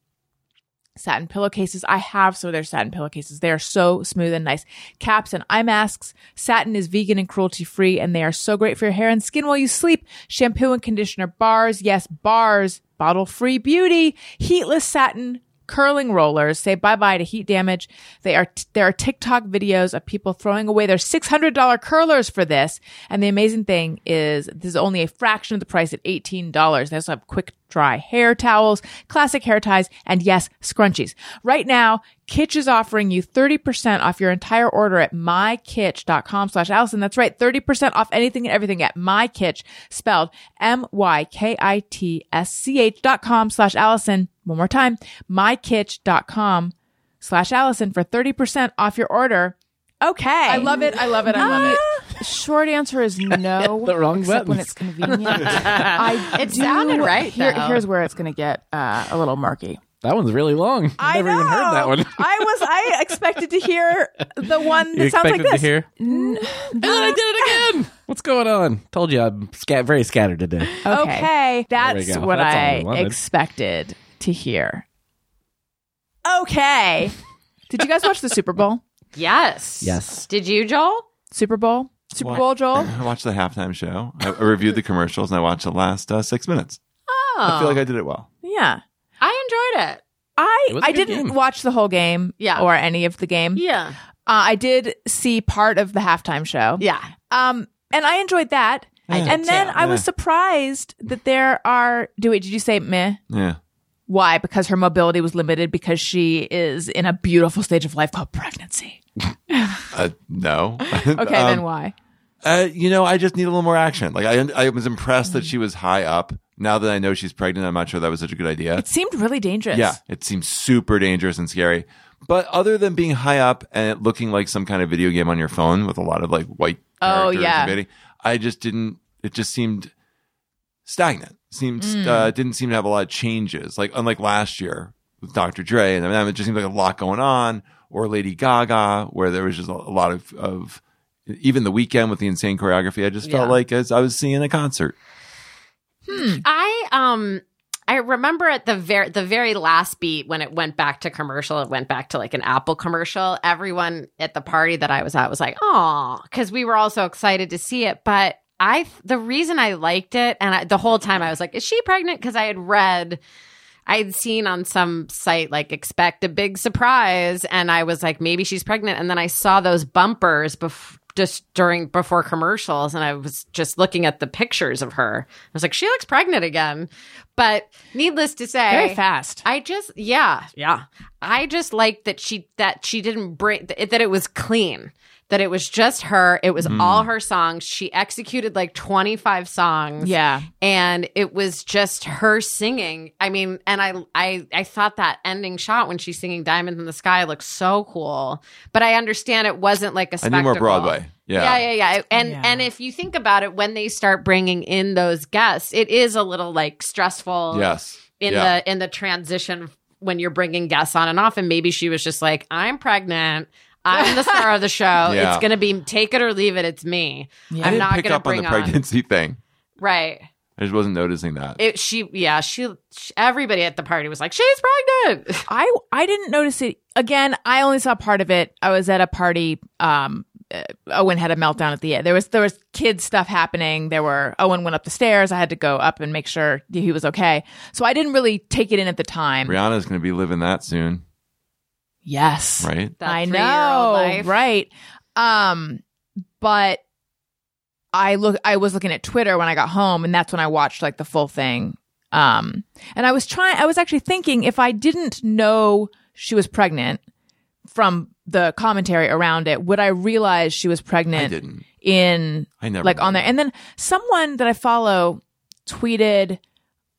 S3: satin pillowcases. I have some of their satin pillowcases. They are so smooth and nice. Caps and eye masks. Satin is vegan and cruelty free, and they are so great for your hair and skin while you sleep. Shampoo and conditioner bars. Yes, bars. Bottle free beauty. Heatless satin. Curling rollers say bye bye to heat damage. They are there are TikTok videos of people throwing away their six hundred dollar curlers for this. And the amazing thing is, this is only a fraction of the price at eighteen dollars. They also have quick dry hair towels, classic hair ties, and yes, scrunchies. Right now, Kitsch is offering you 30% off your entire order at mykitsch.com slash Allison. That's right. 30% off anything and everything at mykitsch, spelled M-Y-K-I-T-S-C-H dot com slash Allison. One more time, mykitsch.com slash Allison for 30% off your order. Okay. I love it. I love it. I love it. Short answer is no.
S6: The wrong
S7: except when
S6: buttons.
S7: it's convenient. I
S5: It
S7: do-
S5: sounded right,
S7: Here,
S5: though.
S7: here's where it's going to get uh, a little murky.
S6: That one's really long. I've never even heard that one.
S3: I was I expected to hear the one that
S6: you
S3: sounds
S6: expected
S3: like this.
S6: to hear? and then I did it again. What's going on? Told you I'm scat- very scattered today.
S3: Okay.
S6: we
S3: That's
S6: go.
S3: what
S6: That's all we
S3: I
S6: wanted.
S3: expected to hear. Okay. Did you guys watch the Super Bowl?
S5: Yes.
S6: Yes.
S5: Did you, Joel?
S3: Super Bowl? Super
S4: What?
S3: Bowl, Joel?
S4: I watched the halftime show. I, I reviewed the commercials and I watched the last uh, six minutes.
S5: Oh,
S4: I feel like I did it well.
S3: Yeah.
S5: I enjoyed it.
S3: I
S6: It was a
S3: I
S6: good
S3: didn't
S6: game.
S3: watch the whole game
S5: Yeah.
S3: or any of the game.
S5: Yeah.
S3: Uh, I did see part of the halftime show.
S5: Yeah.
S3: Um, and I enjoyed that. and then I was surprised that there are. Do wait, did you say meh?
S4: Yeah.
S3: Why? Because her mobility was limited because she is in a beautiful stage of life called pregnancy.
S4: Uh, no. Um,
S3: Okay, then why?
S4: Uh, you know, I just need a little more action. Like I, I was impressed that she was high up. Now that I know she's pregnant, I'm not sure that was such a good idea.
S3: It seemed really dangerous.
S4: Yeah, it seems super dangerous and scary. But other than being high up and it looking like some kind of video game on your phone with a lot of like white
S3: Oh,
S4: characters
S3: yeah.
S4: invading, I just didn't. It just seemed stagnant. Seemed
S5: Mm.
S4: uh, didn't seem to have a lot of changes. Like unlike last year with Dr. Dre, and I mean, it just seemed like a lot going on. Or Lady Gaga, where there was just a, a lot of of even the weekend with the insane choreography. I just felt
S5: Yeah.
S4: like as I was seeing a concert.
S5: I um I remember at the very the very last beat when it went back to commercial, it went back to like an Apple commercial. Everyone at the party that I was at was like, "Oh," because we were all so excited to see it. But I the reason I liked it, and I, the whole time I was like, "Is she pregnant?" Because I had read. I had seen on some site like expect a big surprise, and I was like, maybe she's pregnant. And then I saw those bumpers bef- just during before commercials, and I was just looking at the pictures of her. I was like, she looks pregnant again. But needless to say,
S3: Very fast.
S5: I just yeah yeah. I just liked that she that she didn't break that it was clean. That it was just her. It was
S3: Mm.
S5: all her songs. She executed like twenty five songs
S3: yeah.
S5: and it was just her singing. I mean, and I I I thought that ending shot when she's singing "Diamonds in the Sky" looked so cool. But I understand it wasn't like a
S4: I
S5: spectacle.
S4: need more Broadway. Yeah.
S5: Yeah, yeah, yeah. And
S7: Yeah.
S5: and if you think about it, when they start bringing in those guests, it is a little like stressful.
S4: Yes.
S5: In
S4: Yeah.
S5: the in the transition when you're bringing guests on and off, and maybe she was just like, "I'm pregnant." I'm the star of the show.
S4: Yeah.
S5: It's gonna be take it or leave it. It's me.
S4: I
S5: I'm
S4: didn't
S5: not
S4: pick
S5: gonna
S4: up on
S5: bring
S4: the pregnancy thing.
S5: on right.
S4: I just wasn't noticing that.
S5: It, she, yeah, she, sh Everybody at the party was like, "She's pregnant."
S3: I I didn't notice it. Again, I only saw part of it. I was at a party. Um, uh, Owen had a meltdown at the end. There was there was kid stuff happening. There were Owen went up the stairs. I had to go up and make sure he was okay. So I didn't really take it in at the time.
S4: Rihanna's going to be living that soon,
S3: Yes,
S4: right?
S5: That
S3: I
S5: three-year-old
S3: know,
S5: life.
S3: right? Um, but I look. I was looking at Twitter when I got home, and that's when I watched like the full thing. Um, and I was trying. I was actually thinking if I didn't know she was pregnant from the commentary around it, would I realize she was pregnant?
S4: I didn't.
S3: in
S4: I never
S3: like on
S4: knew.
S3: there. And then someone that I follow tweeted,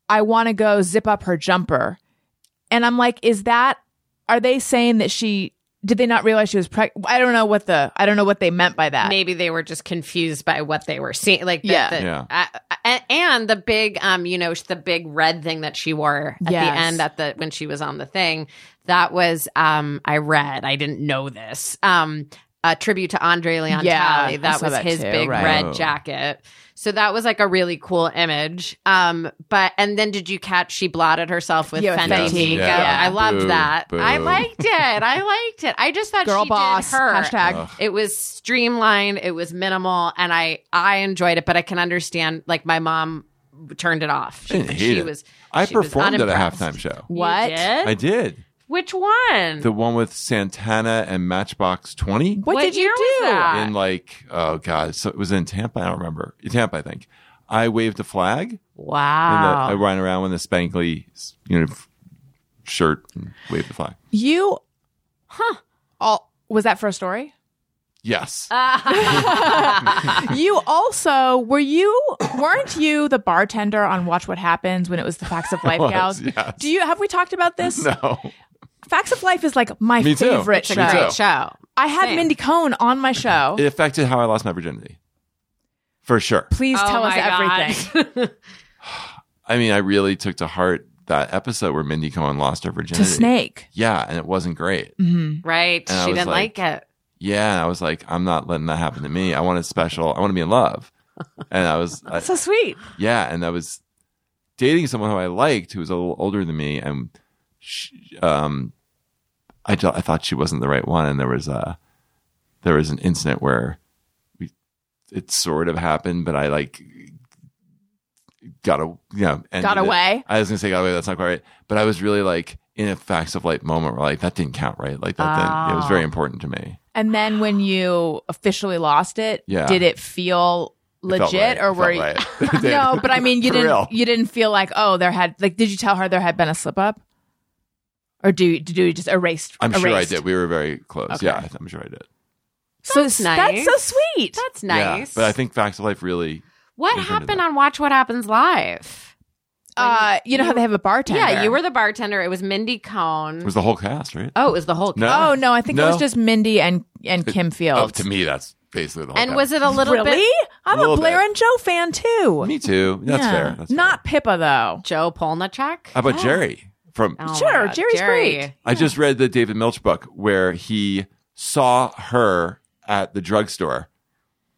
S3: I want to go zip up her jumper. And I'm like, is that, are they saying that she, did they not realize she was pregnant? I don't know what the, I don't know what they meant by that.
S5: Maybe they were just confused by what they were seeing. Like, the,
S3: Yeah.
S5: the-
S4: Yeah.
S5: I- I- and the big, um, you know, the big red thing that she wore at
S3: Yes.
S5: the end at the when she was on the thing. That was, um, I read. I didn't know this. Um, a tribute to Andre Leon
S3: Yeah,
S5: Talley.
S3: I
S5: That
S3: saw
S5: was
S3: that
S5: his
S3: too,
S5: big
S3: right.
S4: Oh.
S5: red jacket. So that was like a really cool image. Um, but and then did you catch she blotted herself with
S3: Yeah, with
S5: Fenty?
S3: Fenty.
S5: Nico?
S4: Yeah.
S5: I loved
S4: Boo,
S5: that. I
S4: boo.
S5: liked it. I liked it. I just thought
S3: Girl
S5: she
S3: boss,
S5: did her.
S3: hashtag.
S5: It was streamlined. It was minimal, and I I enjoyed it. But I can understand like my mom turned it off.
S4: I didn't hate it. I
S5: she was
S4: performed at a
S5: unimpressed.
S4: halftime show.
S3: What?
S5: You did?
S4: I did.
S5: Which one?
S4: The one with Santana and Matchbox 20
S3: What,
S5: What
S3: did you
S5: year was
S3: do?
S5: that?
S4: in like, oh God, so it was in Tampa. I don't remember. Tampa, I think. I waved a flag. And the- I
S5: wow.
S4: ran around with a spankly, you know, f- shirt and waved the flag.
S3: You, huh? All, was that for a story?
S4: Yes.
S3: you also were you weren't you the bartender on Watch What Happens when it was the Facts of Life
S4: was,
S3: gals?
S4: yes.
S3: Do you have we talked about this?
S4: no.
S3: Facts of Life is like my
S4: Me too.
S3: favorite
S4: It's a
S3: show.
S4: great
S5: Great show.
S3: I had
S5: Same.
S3: Mindy Cohn on my show.
S4: It affected how I lost my virginity. For sure.
S3: Please
S5: Oh
S3: tell us
S5: my God.
S3: everything.
S4: I mean, I really took to heart that episode where Mindy Cohen lost her virginity.
S3: to Snake.
S4: Yeah, and it wasn't great.
S5: right.
S4: And I
S5: she
S4: was
S5: didn't
S4: like-
S5: like, it.
S4: Yeah, and I was like, I'm not letting that happen to me. I want a special. I want to be in love. And I was, I-
S3: So sweet.
S4: yeah, and I was dating someone who I liked who was a little older than me, and she, um, I ju- I thought she wasn't the right one, and there was a there was an incident where we it sort of happened, but I like got a you know ended
S3: Got
S4: it.
S3: away?
S4: I was gonna say got away. That's not quite right, but
S3: Oh.
S4: I was really like in a facts of light moment where like that didn't count right. Like that, didn't- it was very important to me.
S3: And then when you officially lost it,
S4: Yeah.
S3: did it feel
S4: felt
S3: legit
S4: right.
S3: or
S4: It
S3: were
S4: felt
S3: you
S4: right. It did.
S3: No, but I mean you
S4: For
S3: didn't
S4: real.
S3: you didn't feel like, oh, there had like did you tell her there had been a slip up? Or do you do you just erased
S4: I'm sure I
S3: erased?
S4: did. We were very close. Yeah, I'm sure I did.
S3: So
S5: That's
S3: that's
S5: nice.
S3: so sweet.
S5: That's
S4: Yeah,
S5: nice.
S4: but I think Facts of Life really. We've
S5: what
S4: been to
S5: happened
S4: that.
S5: on Watch What Happens Live?
S3: uh, you know how they have a bartender.
S5: Yeah, you were the bartender. It was Mindy Cohn.
S3: Mm.
S4: It was the whole cast, right?
S5: oh, it was the whole.
S4: No.
S3: Oh no, I think it was
S4: No.
S3: just Mindy and and Kim Fields.
S4: Up to me, that's basically the whole.
S5: Oh, And
S4: cast.
S5: was it a little
S3: really?
S5: bit
S3: I'm a,
S4: Little
S3: Blair
S4: bit.
S3: and Joe fan too.
S4: Me too. That's
S3: Yeah.
S4: fair. That's
S3: Not Pippa though.
S5: Joe Polnicek?
S4: Fair. How about Jerry from
S5: Oh my
S3: Sure,
S5: God,
S3: Jerry's
S5: Jerry.
S3: great.
S4: I just read the David Milch book where he saw her at the drugstore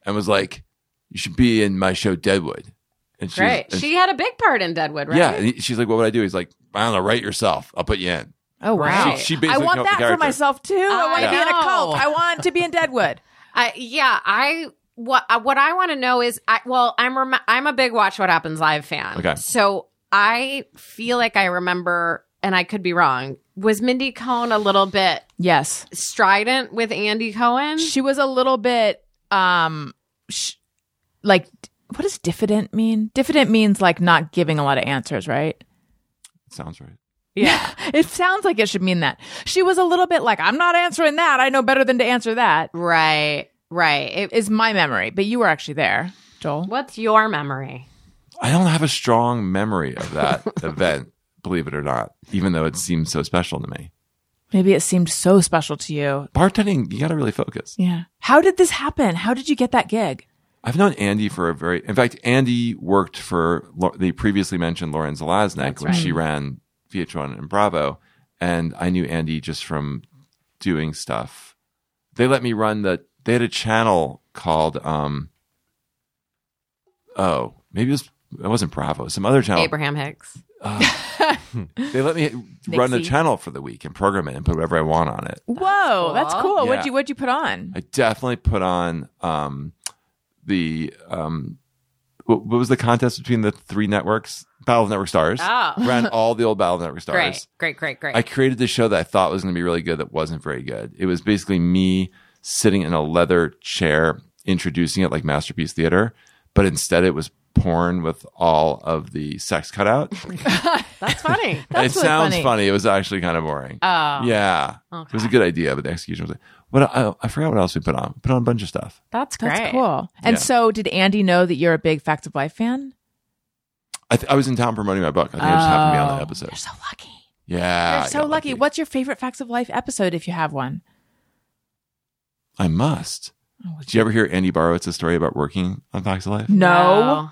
S4: and was like, "You should be in my show Deadwood." And she was-
S5: Great.
S4: and-
S5: She had a big part in Deadwood, right?
S4: yeah, and he- she's like, "What would I do?" He's like, "I don't know. Write yourself. I'll put you in."
S3: Oh
S5: wow.
S4: She, she
S3: I
S4: basically
S3: want
S4: came up with
S3: that
S4: the
S3: for
S4: character.
S3: myself too. I want to
S5: I
S3: be in a
S5: know.
S3: cult. I want to be in Deadwood.
S5: I, yeah, I what uh, what I want to know is I well, I'm rem- I'm a big Watch What Happens Live fan.
S4: Okay.
S5: So I feel like I remember and I could be wrong. Was Mindy Cohn a little bit
S3: Yes,
S5: strident with Andy Cohen?
S3: she was a little bit um, sh- like what does diffident mean? Diffident means like not giving a lot of answers, right?
S4: Sounds right.
S5: yeah.
S3: It sounds like it should mean that. She was a little bit like I'm not answering that. I know better than to answer that.
S5: Right. Right. It,
S3: Is my memory, but you were actually there, Joel.
S5: what's your memory?
S4: I don't have a strong memory of that event, believe it or not, even though it seemed so special to me.
S3: Maybe it seemed so special to you.
S4: Bartending, you got to really focus.
S3: Yeah. How did this happen? How did you get that gig?
S4: I've known Andy for a very, in fact, Andy worked for Lau- the previously mentioned Lauren Zelaznik when she ran VH1 and Bravo. And I knew Andy just from doing stuff. They let me run the, they had a channel called, um, oh, maybe it, was, it wasn't Bravo, some other channel.
S5: Abraham Hicks.
S4: They let me run the channel for the week and program it and put whatever I want on it.
S3: Whoa, that's cool.
S5: cool.
S3: What'd
S4: Yeah.
S3: you what'd you put on?
S4: I definitely put on um, the um, what, what was the contest between the three networks? Battle of Network Stars.
S5: Oh.
S4: Ran all the old Battle of Network Stars.
S5: Great. Great, great, great.
S4: I created this show that I thought was going to be really good that wasn't very good. It was basically me sitting in a leather chair introducing it like Masterpiece Theater, but instead it was porn with all of the sex cut out.
S5: That's funny.
S3: That's
S4: it
S3: really
S4: sounds
S3: funny.
S4: funny. It was actually kind of boring.
S5: Oh.
S4: yeah, it was a
S5: okay.
S4: good idea, but the execution was like. What I, I forgot what else we put on. We put on a bunch of stuff.
S5: That's great.
S3: That's cool. And
S4: Yeah.
S3: so, did Andy know that you're a big Facts of Life fan?
S4: I, th- I was in town promoting my book. I think I just happened to be on that episode.
S3: Oh, You're so lucky.
S4: Ah, yeah,
S3: you're
S4: I
S3: so
S4: got
S3: lucky. What's your favorite Facts of Life episode if you have one?
S4: I must. Did you ever hear Andy Barowitz's story about working on Facts of Life?
S3: Oh, No,
S4: Oh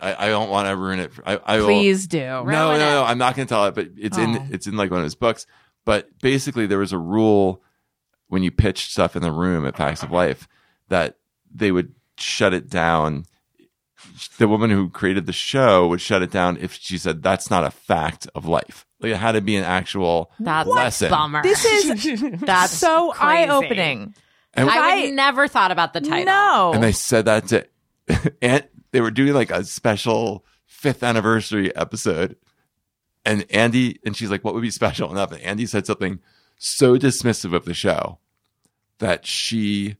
S4: I, I don't want to ruin it. For, I, I will-
S3: please do.
S4: no, no,
S5: Ruin it.
S4: no. I'm not going to tell it. But it's
S3: Oh.
S4: in it's in like one of his books. But basically, there was a rule when you pitched stuff in the room at Facts of Life that they would shut it down. The woman who created the show would shut it down if she said that's not a fact of life. Like it had to be an actual
S5: That's
S4: lesson.
S5: a bummer.
S3: This is
S5: That's
S3: so
S5: crazy.
S3: eye-opening.
S4: And-
S5: I
S3: I-
S5: would never thought about the title.
S3: No,
S4: and they said that to and they were doing like a special fifth anniversary episode and andy and she's like what would be special enough and andy said something so dismissive of the show that she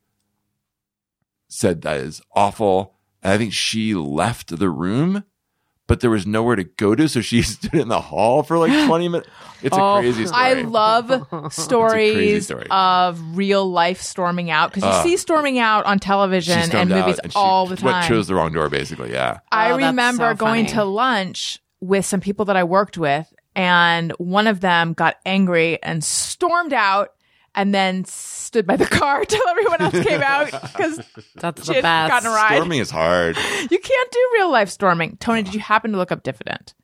S4: said that is awful and i think she left the room but there was nowhere to go to so she stood in the hall for like 20 minutes it's
S3: Oh,
S4: a crazy story
S3: I love stories
S4: story.
S3: of real life storming out because you
S4: Ah.
S3: see storming out on
S4: She
S3: television and
S4: stormed out
S3: movies
S4: and she
S3: all the
S4: went-
S3: time.
S4: chose the wrong door basically yeah
S5: Oh,
S3: I
S5: that's
S3: remember
S5: so
S3: going
S5: funny.
S3: to lunch with some people that I worked with, and one of them got angry and stormed out. And then stood by the car till everyone else came out because
S5: That's
S3: she
S5: the
S3: had
S5: best.
S3: gotten a ride.
S4: storming is hard
S3: You can't do real life storming. Tony, did you happen to look up diffident?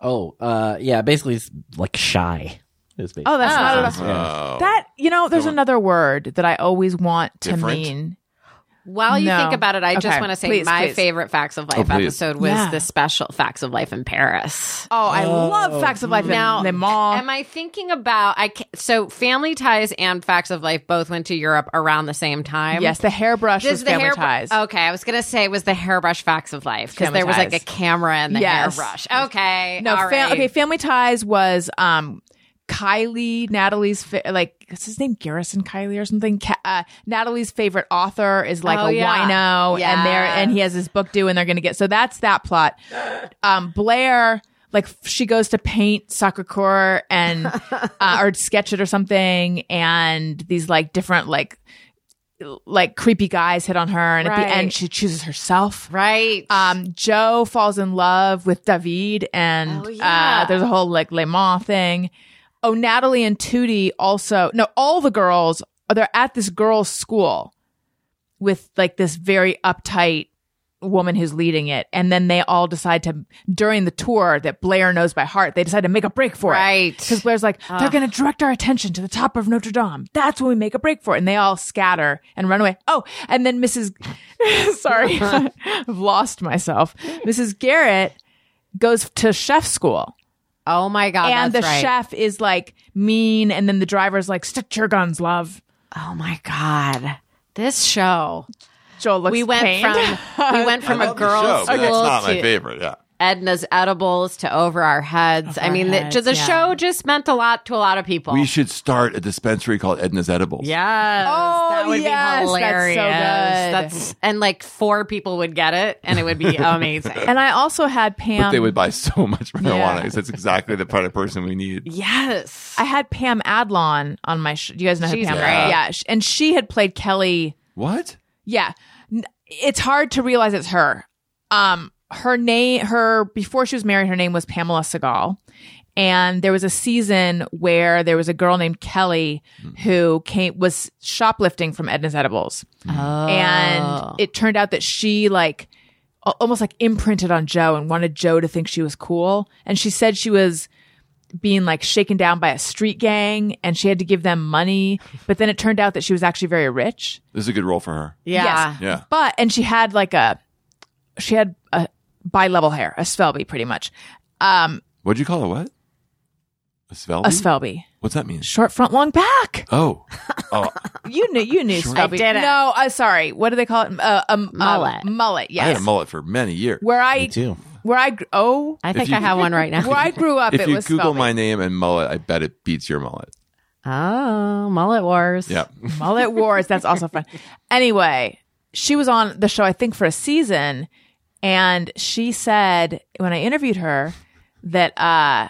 S6: Oh, uh, yeah, basically it's like shy. Is basically.
S3: Oh, that's not at all.
S4: Oh.
S3: That you know, there's another word that I always want to
S4: Different?
S3: mean.
S5: While you
S3: No.
S5: think about it, I just
S3: Okay.
S5: want to say
S3: Please,
S5: my
S3: please.
S5: favorite Facts of Life
S4: Oh, please.
S5: episode was
S3: Yeah.
S5: the special Facts of Life in Paris.
S3: Oh, I love facts of life.
S5: Now,
S3: and Le Mans.
S5: am I thinking about I? ca so, Family Ties and Facts of Life both went to Europe around the same time.
S3: yes, the hairbrush
S5: Does
S3: was family
S5: hair-
S3: ties.
S5: Okay, I was gonna say was the hairbrush Facts of Life because
S3: Family
S5: there was like
S3: Ties.
S5: a camera in the
S3: Yes.
S5: hairbrush. Okay,
S3: No,
S5: all
S3: fam-
S5: right.
S3: okay. Family Ties was um, Kylie, Natalie's fa- like what's his name, Garrison Kylie or something. Ca- uh, Natalie's favorite author is like
S5: Oh,
S3: a
S5: yeah.
S3: wino, and they're
S5: Yes.
S3: and he has his book due, and they're going to get. So that's that plot. Um, Blair, like f- she goes to paint Sakakura and uh, or sketch it or something, and these like different like like creepy guys hit on her, and at
S5: Right.
S3: the end she chooses herself.
S5: Right.
S3: Um, Joe falls in love with David, and
S5: Oh, yeah.
S3: uh, there's a whole like Le Mans thing. Oh, Natalie and Tootie also. No, all the girls they're at this girls' school with like this very uptight woman who's leading it, and then they all decide to during the tour that Blair knows by heart. They decide to make a break for it,
S5: Right.
S3: Because Blair's like, they're going to direct our attention to the top of Notre Dame. That's when we make a break for it, and they all scatter and run away. Oh, and then Mrs. Sorry, I've lost myself. Mrs. Garrett goes to chef school.
S5: oh my god.
S3: and the
S5: that's right.
S3: chef is like mean, and then the driver's like, stick to your guns, love.
S5: Oh my god. This show.
S3: Joel looks
S5: We went
S3: pained.
S5: from we went from
S4: I
S5: a
S4: love the show,
S5: girls'
S4: but
S5: school
S4: that's not my
S5: to
S4: favorite. Yeah.
S5: Edna's edibles to over our heads. I mean, the,
S3: heads,
S5: ju- the
S3: yeah.
S5: show just meant a lot to a lot of people.
S4: We should start a dispensary called Edna's Edibles.
S5: Yes.
S3: Oh,
S5: that
S3: yes,
S5: would be
S3: that's so
S5: hilarious.
S3: good.
S5: That's- and like four people would get it and it would be amazing.
S3: and I also had Pam.
S4: But they would buy so much marijuana
S3: Yeah.
S4: 'cause that's exactly the kind of person we need.
S5: yes.
S3: I had Pam Adlon on my. Sh- you guys know who
S5: She's
S3: Pam?
S5: great.
S3: Is? Yeah, sh- and she had played Kelly.
S4: What?
S3: Yeah, N- it's hard to realize it's her. Um, her name, her before she was married, her name was Pamela Segal, and there was a season where there was a girl named Kelly who came was shoplifting from Edna's Edibles, and it turned out that she like a- almost like imprinted on Joe and wanted Joe to think she was cool, and she said she was being like shaken down by a street gang and she had to give them money but then it turned out that she was actually very rich
S4: This is a good role for her.
S5: yeah.
S3: Yes.
S4: Yeah.
S3: but and she had like a she had a bi-level hair a svelby pretty much um
S4: What'd you call it? What? A svelby?
S3: a svelby
S4: What's that mean?
S3: short front long back
S4: Oh. Oh,
S3: you knew you knew
S5: I
S3: svelby
S5: didn't.
S3: no uh, sorry what do they call it uh, um,
S5: Mullet.
S3: uh, mullet yes
S4: I had a mullet for many years.
S3: where i
S6: Me too.
S3: where i gr- oh
S5: I think
S4: you-
S5: I have one right
S3: where
S5: now.
S3: i grew up
S4: If
S3: it
S4: you
S3: was
S4: Google
S3: svelby.
S4: my name and mullet, I bet it beats your mullet.
S5: oh, mullet wars.
S4: Yeah.
S3: Mullet Wars. That's also fun. Anyway, she was on the show, I think, for a season. And she said, when I interviewed her, that uh,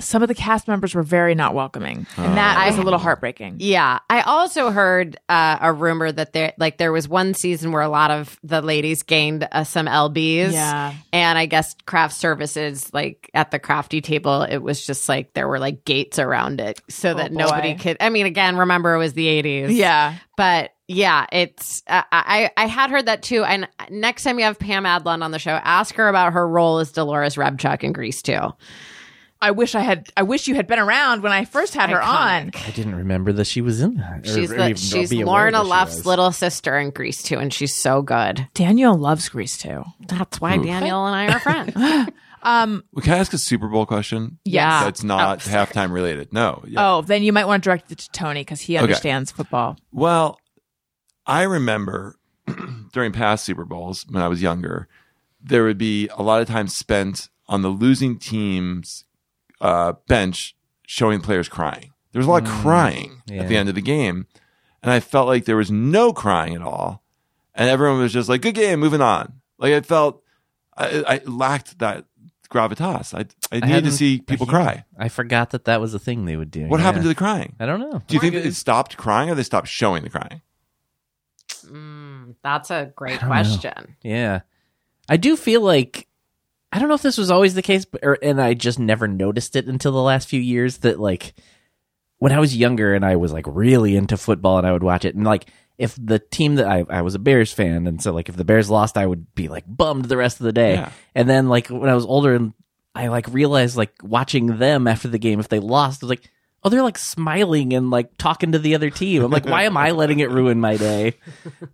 S3: some of the cast members were very not welcoming. And that was a
S5: Oh.
S3: little heartbreaking.
S5: Yeah, I also heard uh, a rumor that there, like, there was one season where a lot of the ladies gained uh, some lbs,
S3: Yeah.
S5: and I guess craft services, like at the crafty table, it was just like there were like gates around it so that
S6: Oh,
S3: boy.
S5: nobody could. I mean, again, remember it was the eighties,
S3: Yeah.
S5: but yeah, it's uh, I I had heard that too. And next time you have Pam Adlon on the show, ask her about her role as Dolores Rebchuk in Grease too.
S3: I wish I had, I wish you had been around when I first had her on.
S6: I didn't remember that she was in that. or
S5: She's
S6: even
S5: the,
S6: be
S5: she's
S6: aware
S5: Lorna
S6: that she
S5: Luff's
S6: was.
S5: little sister in Grease too, and she's so good.
S3: Danielle loves Grease too.
S5: That's why Daniel and I are friends.
S4: Well, can I ask a Super Bowl question?
S3: Yeah.
S4: That's not halftime related. No. Yeah.
S3: Oh, then you might want to direct it to Tony because he understands football.
S4: Well, I remember during past Super Bowls when I was younger, there would be a lot of time spent on the losing team's uh, bench showing players crying. There was a lot of crying at the
S6: Mm, yeah.
S4: end of the game. And I felt like there was no crying at all. And everyone was just like, good game, moving on. Like I felt I, I lacked that gravitas. I, I needed to
S6: hadn't-
S4: see people cry.
S6: I forgot that that was a thing they would do.
S4: What happened to
S6: yeah.
S4: the crying?
S6: I don't know.
S4: Do you think that it stopped crying or they stopped showing the crying?
S5: That's a great
S6: don't know.
S5: question.
S6: Yeah. I do feel like I don't know if this was always the case, but or, and I just never noticed it until the last few years that like when I was younger and I was like really into football and I would watch it and like if the team that I, I was a Bears fan and so like if the Bears lost I would be like bummed the rest of the day
S4: Yeah.
S6: and then like when I was older and I like realized like watching them after the game if they lost I was like oh they're like smiling and like talking to the other team I'm like why am I letting it ruin my day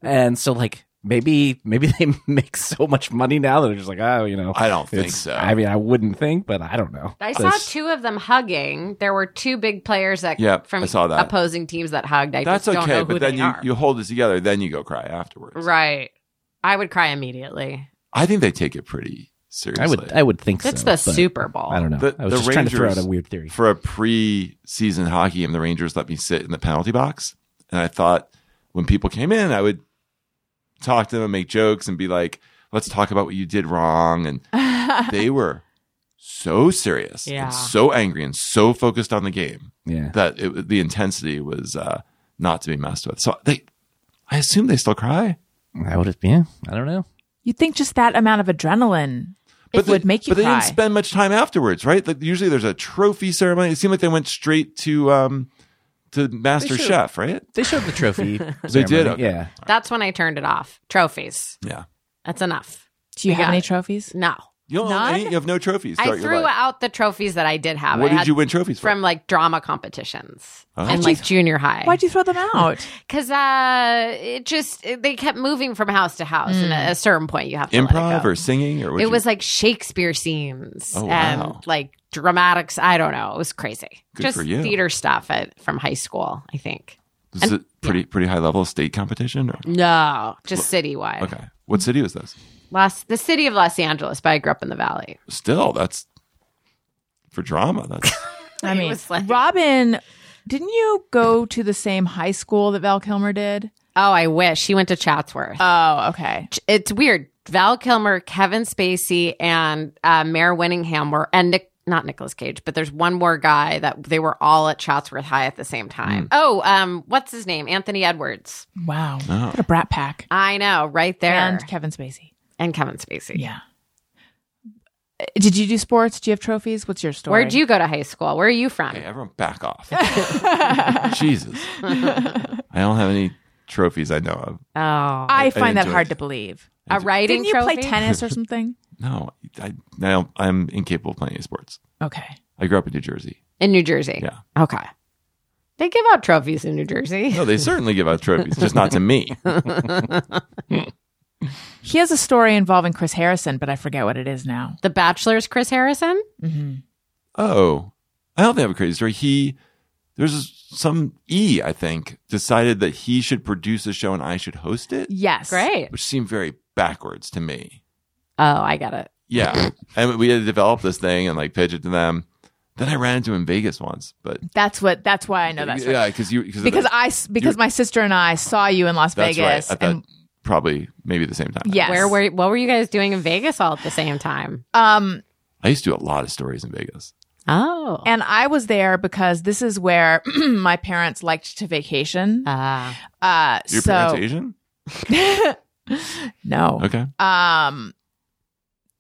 S6: and so like maybe maybe they make so much money now that they're just like oh you know
S4: I don't think
S6: it's-
S4: so.
S6: I mean I wouldn't think but I don't know
S5: I saw
S6: That's-
S5: two of them hugging. There were two big players that
S4: Yep,
S5: from
S4: I saw that.
S5: opposing teams that hugged. I
S4: That's
S5: just don't
S4: okay,
S5: know who
S4: but then
S5: they
S4: you,
S5: are.
S4: you hold it together, then you go cry afterwards.
S5: right. I would cry immediately.
S4: I think they take it pretty Seriously,
S6: I would I would think
S5: It's
S6: so,
S5: the
S6: but
S5: Super Bowl.
S6: I don't know.
S4: The-
S6: I was
S4: the
S6: just trying to throw out
S4: Rangers-
S6: a weird theory.
S4: for a pre-season hockey game, the Rangers let me sit in the penalty box, and I thought when people came in, I would talk to them and make jokes and be like, "Let's talk about what you did wrong." And they were so serious,
S5: Yeah.
S4: and so angry, and so focused on the game
S6: Yeah.
S4: that it, the intensity was uh, not to be messed with. So they, I assume they still cry.
S6: I would have yeah, I don't know.
S3: You'd think just that amount of adrenaline it
S4: they-
S3: would make you
S4: But they
S3: cry.
S4: didn't spend much time afterwards, right? Like usually there's a trophy ceremony. It seemed like they went straight to um to Master
S6: should-
S4: Chef, right?
S6: They showed the trophy.
S4: They did,
S6: ceremony.
S4: okay.
S6: Yeah.
S5: That's when I turned it off. Trophies.
S4: Yeah.
S5: That's enough.
S3: Do you
S5: Yeah.
S3: have any trophies?
S5: No.
S4: You, don't own
S3: None?
S4: any- you have no trophies.
S5: I
S4: throughout your
S5: threw
S4: life.
S5: out the trophies that I did have.
S4: What
S5: I
S4: did
S5: had
S4: you win trophies for?
S5: From like drama competitions
S4: Oh.
S5: and like junior high.
S3: Why'd you throw them out?
S5: Because uh, it just it- they kept moving from house to house,
S3: Hmm.
S5: and at a certain point you have to let it
S4: Improv
S5: go.
S4: or singing or
S5: it was like Shakespeare scenes
S4: Oh,
S5: and
S4: wow.
S5: like dramatics. I don't know. It was crazy.
S4: Good
S5: just
S4: for you.
S5: theater stuff at, from high school, I think.
S4: This is a pretty pretty high level state competition.
S5: Mm.
S4: Or?
S5: No, just citywide.
S4: Okay, what city was this?
S5: Los, the city of Los Angeles, but I grew up in the valley.
S4: Still, that's for drama. That's
S3: I
S5: It
S3: mean,
S5: was like-
S3: Robin, didn't you go to the same high school that Val Kilmer did?
S5: Oh, I wish he went to Chatsworth. Uh,
S3: Oh, okay.
S5: it's weird. Val Kilmer, Kevin Spacey, and uh, Mayor Winningham were and Nic- not Nicolas Cage, but there's one more guy that they were all at Chatsworth High at the same time.
S4: Hmm.
S5: Oh, um, what's his name? Anthony Edwards.
S3: Wow.
S4: Oh.
S3: What a brat pack.
S5: I know, right there,
S3: And Kevin Spacey.
S5: And Kevin Spacey.
S3: Yeah. Uh, Did you do sports? Do you have trophies? What's your story?
S5: Where'd you go to high school? Where are you from?
S4: okay, everyone back off. Jesus, I don't have any trophies I know of.
S5: Oh,
S3: I, find that
S4: enjoyed
S3: hard
S4: it.
S3: to believe.
S5: a writing
S3: Didn't you
S5: trophy.
S3: play tennis or something?
S4: No, I, I don't, I'm incapable of playing any sports.
S3: Okay.
S4: I grew up in New Jersey.
S5: in New Jersey?
S4: Yeah.
S5: Okay. They give out trophies in New Jersey.
S4: No, they certainly give out trophies, just not to me.
S3: He has a story involving Chris Harrison, but I forget what it is now.
S5: The Bachelor's Chris Harrison.
S4: Oh, I don't think I have a crazy story. He, there's some E, I think, decided that he should produce a show and I should host it,
S3: Yes.
S5: Great.
S4: which seemed very backwards to me.
S5: Oh, I got it.
S4: Yeah. and we had to develop this thing and like pitch it to them. Then I ran into him in Vegas once, but
S3: That's what. That's why I know that story.
S4: yeah, because you, cause of
S3: Because
S4: the-
S3: I s- because my sister and I saw you in Las
S4: that's
S3: Vegas.
S4: right, at that,
S3: and
S4: probably maybe the same time.
S3: yes.
S5: Where were? What were you guys doing in Vegas all at the same time?
S3: um
S4: I used to do a lot of stories in Vegas.
S5: Oh.
S3: and I was there because this is where my parents liked to vacation.
S5: Uh,
S3: Uh
S4: Your
S3: so
S4: parents Asian?
S3: no.
S4: Okay.
S3: Um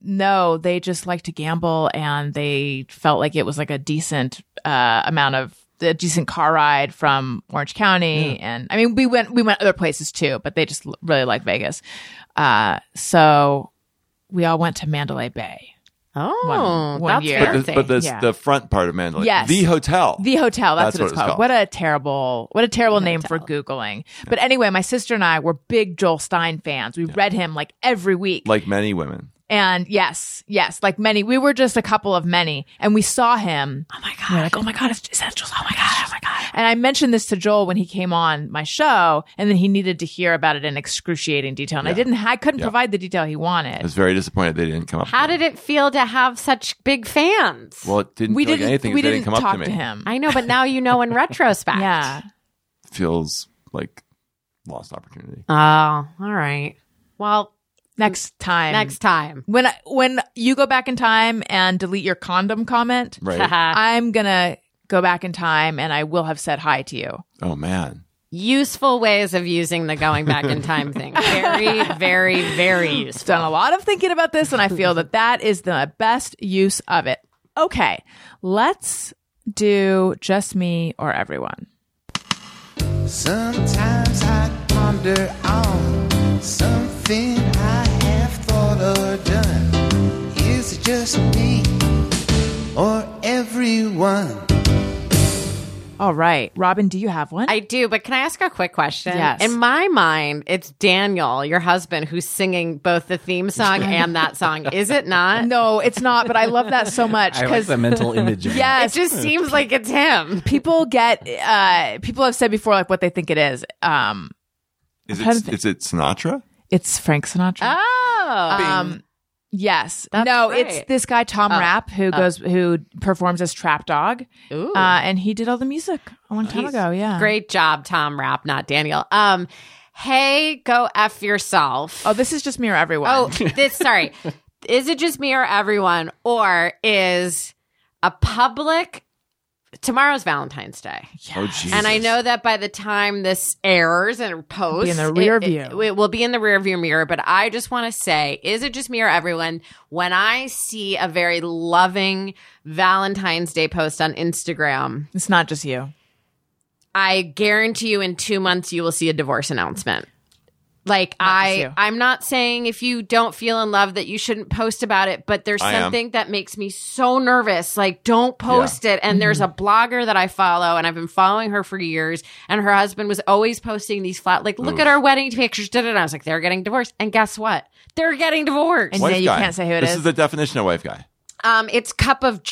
S3: no, they just liked to gamble and they felt like it was like a decent uh amount of a decent car ride from Orange County and I mean we went we went other places too, but they just l- really like Vegas. Uh so we all went to Mandalay Bay.
S5: oh,
S3: One- one
S5: that's
S3: year.
S4: But,
S5: fancy.
S4: the, but this,
S3: Yeah.
S4: the front part of Mandalay,
S3: Yes.
S4: the hotel.
S3: The hotel. That's, what, it's called. What a terrible, what a terrible name for googling. But anyway, my sister and I were big Joel Stein fans. We read him like every week.
S4: like many women.
S3: and yes, yes, like many. We were just a couple of many, and we saw him. Oh my god! We were like, oh my god, it's, is that Joel? Oh my god! Oh my god! And I mentioned this to Joel when he came on my show, and then he needed to hear about it in excruciating detail, and I didn't. I couldn't provide the detail he wanted.
S4: I was very disappointed they didn't come up.
S5: How
S4: with
S5: did it feel to have such big fans?
S4: Well, it didn't
S3: we
S4: feel
S3: didn't.
S4: like anything.
S3: we
S4: if they
S3: didn't,
S4: come
S3: talk
S4: up to me.
S3: to him.
S5: I know, but now you know in retrospect.
S3: yeah.
S4: Feels like lost opportunity.
S5: Oh, all right. Well,
S3: Next time.
S5: next time.
S3: when I, when you go back in time and delete your condom comment,
S4: Right.
S3: I'm gonna go back in time and I will have said hi to you.
S4: oh man.
S5: Useful ways of using the going back in time thing. Very, very, very useful.
S3: Done a lot of thinking about this, and I feel that that is the best use of it. Okay, let's do just me or everyone.
S2: Sometimes I ponder on something I have thought or done. Is it just me or everyone?
S3: All right, Robin, do you have one?
S5: I do, but can I ask a quick question?
S3: Yes.
S5: In my mind, it's Daniel, your husband, who's singing both the theme song and that song. Is it not?
S3: no, it's not, but I love that so much
S6: I like
S3: because
S6: the mental image of it.
S5: It
S3: yes,
S5: just seems like it's him.
S3: people get uh, people have said before like what they think it is. Um,
S4: Is
S3: I'm trying to
S4: it
S3: think.
S4: is it Sinatra?
S3: it's Frank Sinatra.
S5: Oh.
S3: Um, Yes.
S5: That's Oh,
S3: no,
S5: right.
S3: it's this guy Tom Rapp who goes who performs as Trap Dog.
S5: Ooh. Oh,
S3: Uh, and he did all the music a long time ago. Yeah.
S5: Great job, Tom Rapp, not Daniel. Um, hey, go F yourself.
S3: Oh, this is just me or everyone.
S5: Oh, this, sorry. Is it just me or everyone, or is a public. Tomorrow's Valentine's Day.
S4: Oh, Jesus.
S5: And I know that by the time this airs and posts,
S3: Be in the rear
S5: it-
S3: view.
S5: It, it will be in the rear view mirror. But I just want to say, is it just me or everyone? When I see a very loving Valentine's Day post on Instagram,
S3: it's not just you.
S5: I guarantee you in two months you will see a divorce announcement. Like
S3: just
S5: I
S3: you.
S5: I'm not saying if you don't feel in love that you shouldn't post about it, but there's
S4: I am.
S5: something that makes me so nervous. Like don't post it. And there's
S4: Mm-hmm.
S5: a blogger that I follow and I've been following her for years and her husband was always posting these flat like look at our wedding pictures. Da, da, da. I was like they're getting divorced. And guess what? They're getting divorced.
S3: And- Yeah, you can't say who it
S4: this
S3: is.
S4: This is the definition of wife guy.
S5: um it's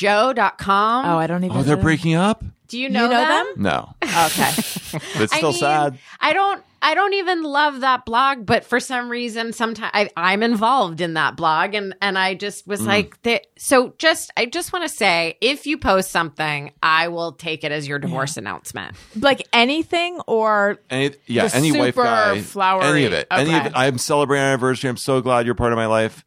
S5: cupofjoe.com.
S3: Oh, I don't even
S4: Oh, they're breaking up?
S5: Do you know,
S3: know
S5: them?
S3: them?
S4: No.
S3: Okay.
S4: But it's still
S5: mean,
S4: sad.
S5: I don't. I don't even love that blog, but for some reason, sometimes I, I'm involved in that blog, and and I just
S4: Mm.
S5: was like, that. so just I just want to say, if you post something, I will take it as your divorce announcement.
S3: like anything or
S4: Any, yeah,
S3: Just
S4: any wife
S3: super
S4: guy.
S3: flowery.
S4: Any of it. Any of
S3: Okay.
S4: it. I'm celebrating our anniversary. I'm so glad you're part of my life.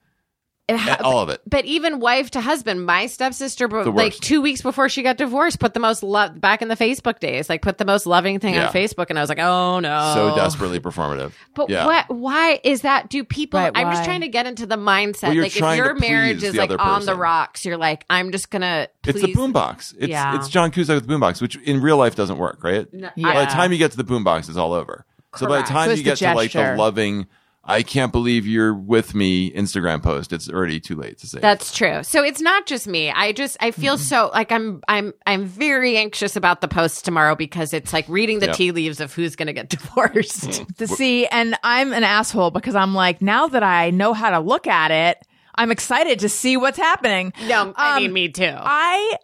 S5: It ha-
S4: A- All of it.
S5: But even wife to husband, my stepsister, but
S4: The
S5: like
S4: worst.
S5: two weeks before she got divorced, put the most love back in the Facebook days, like put the most loving thing
S4: Yeah.
S5: on Facebook, and I was like, oh no,
S4: So desperately performative.
S5: But
S4: yeah.
S5: what? Why is that? Do people?
S3: Right,
S5: I'm just
S3: why?
S5: trying to get into the mindset.
S4: Well, you're
S5: like if
S4: trying to
S5: your marriage
S4: please
S5: is
S4: the
S5: like
S4: other
S5: on the
S4: person.
S5: rocks, you're like, I'm just gonna.
S4: It's
S5: Please.
S4: the boombox. It's
S5: Yeah.
S4: it's John Cusack with the boombox, which in real life doesn't work, right? By
S5: Yeah.
S4: the time you get to the boombox, it's all over. So by the
S5: Correct.
S4: time
S3: So it's
S4: you
S3: the
S4: get to like the
S3: gesture.
S4: loving, I can't believe you're with me Instagram post, it's already too late to say.
S5: That's true. So it's not just me. I just I feel
S3: Mm-hmm.
S5: so like I'm I'm I'm very anxious about the posts tomorrow because it's like reading the
S4: Yeah. Mm.
S5: tea leaves of who's gonna get divorced.
S3: to see and I'm an asshole because I'm like now that I know how to look at it, I'm excited to see what's happening.
S5: no, I
S3: Um,
S5: mean me too.
S3: I,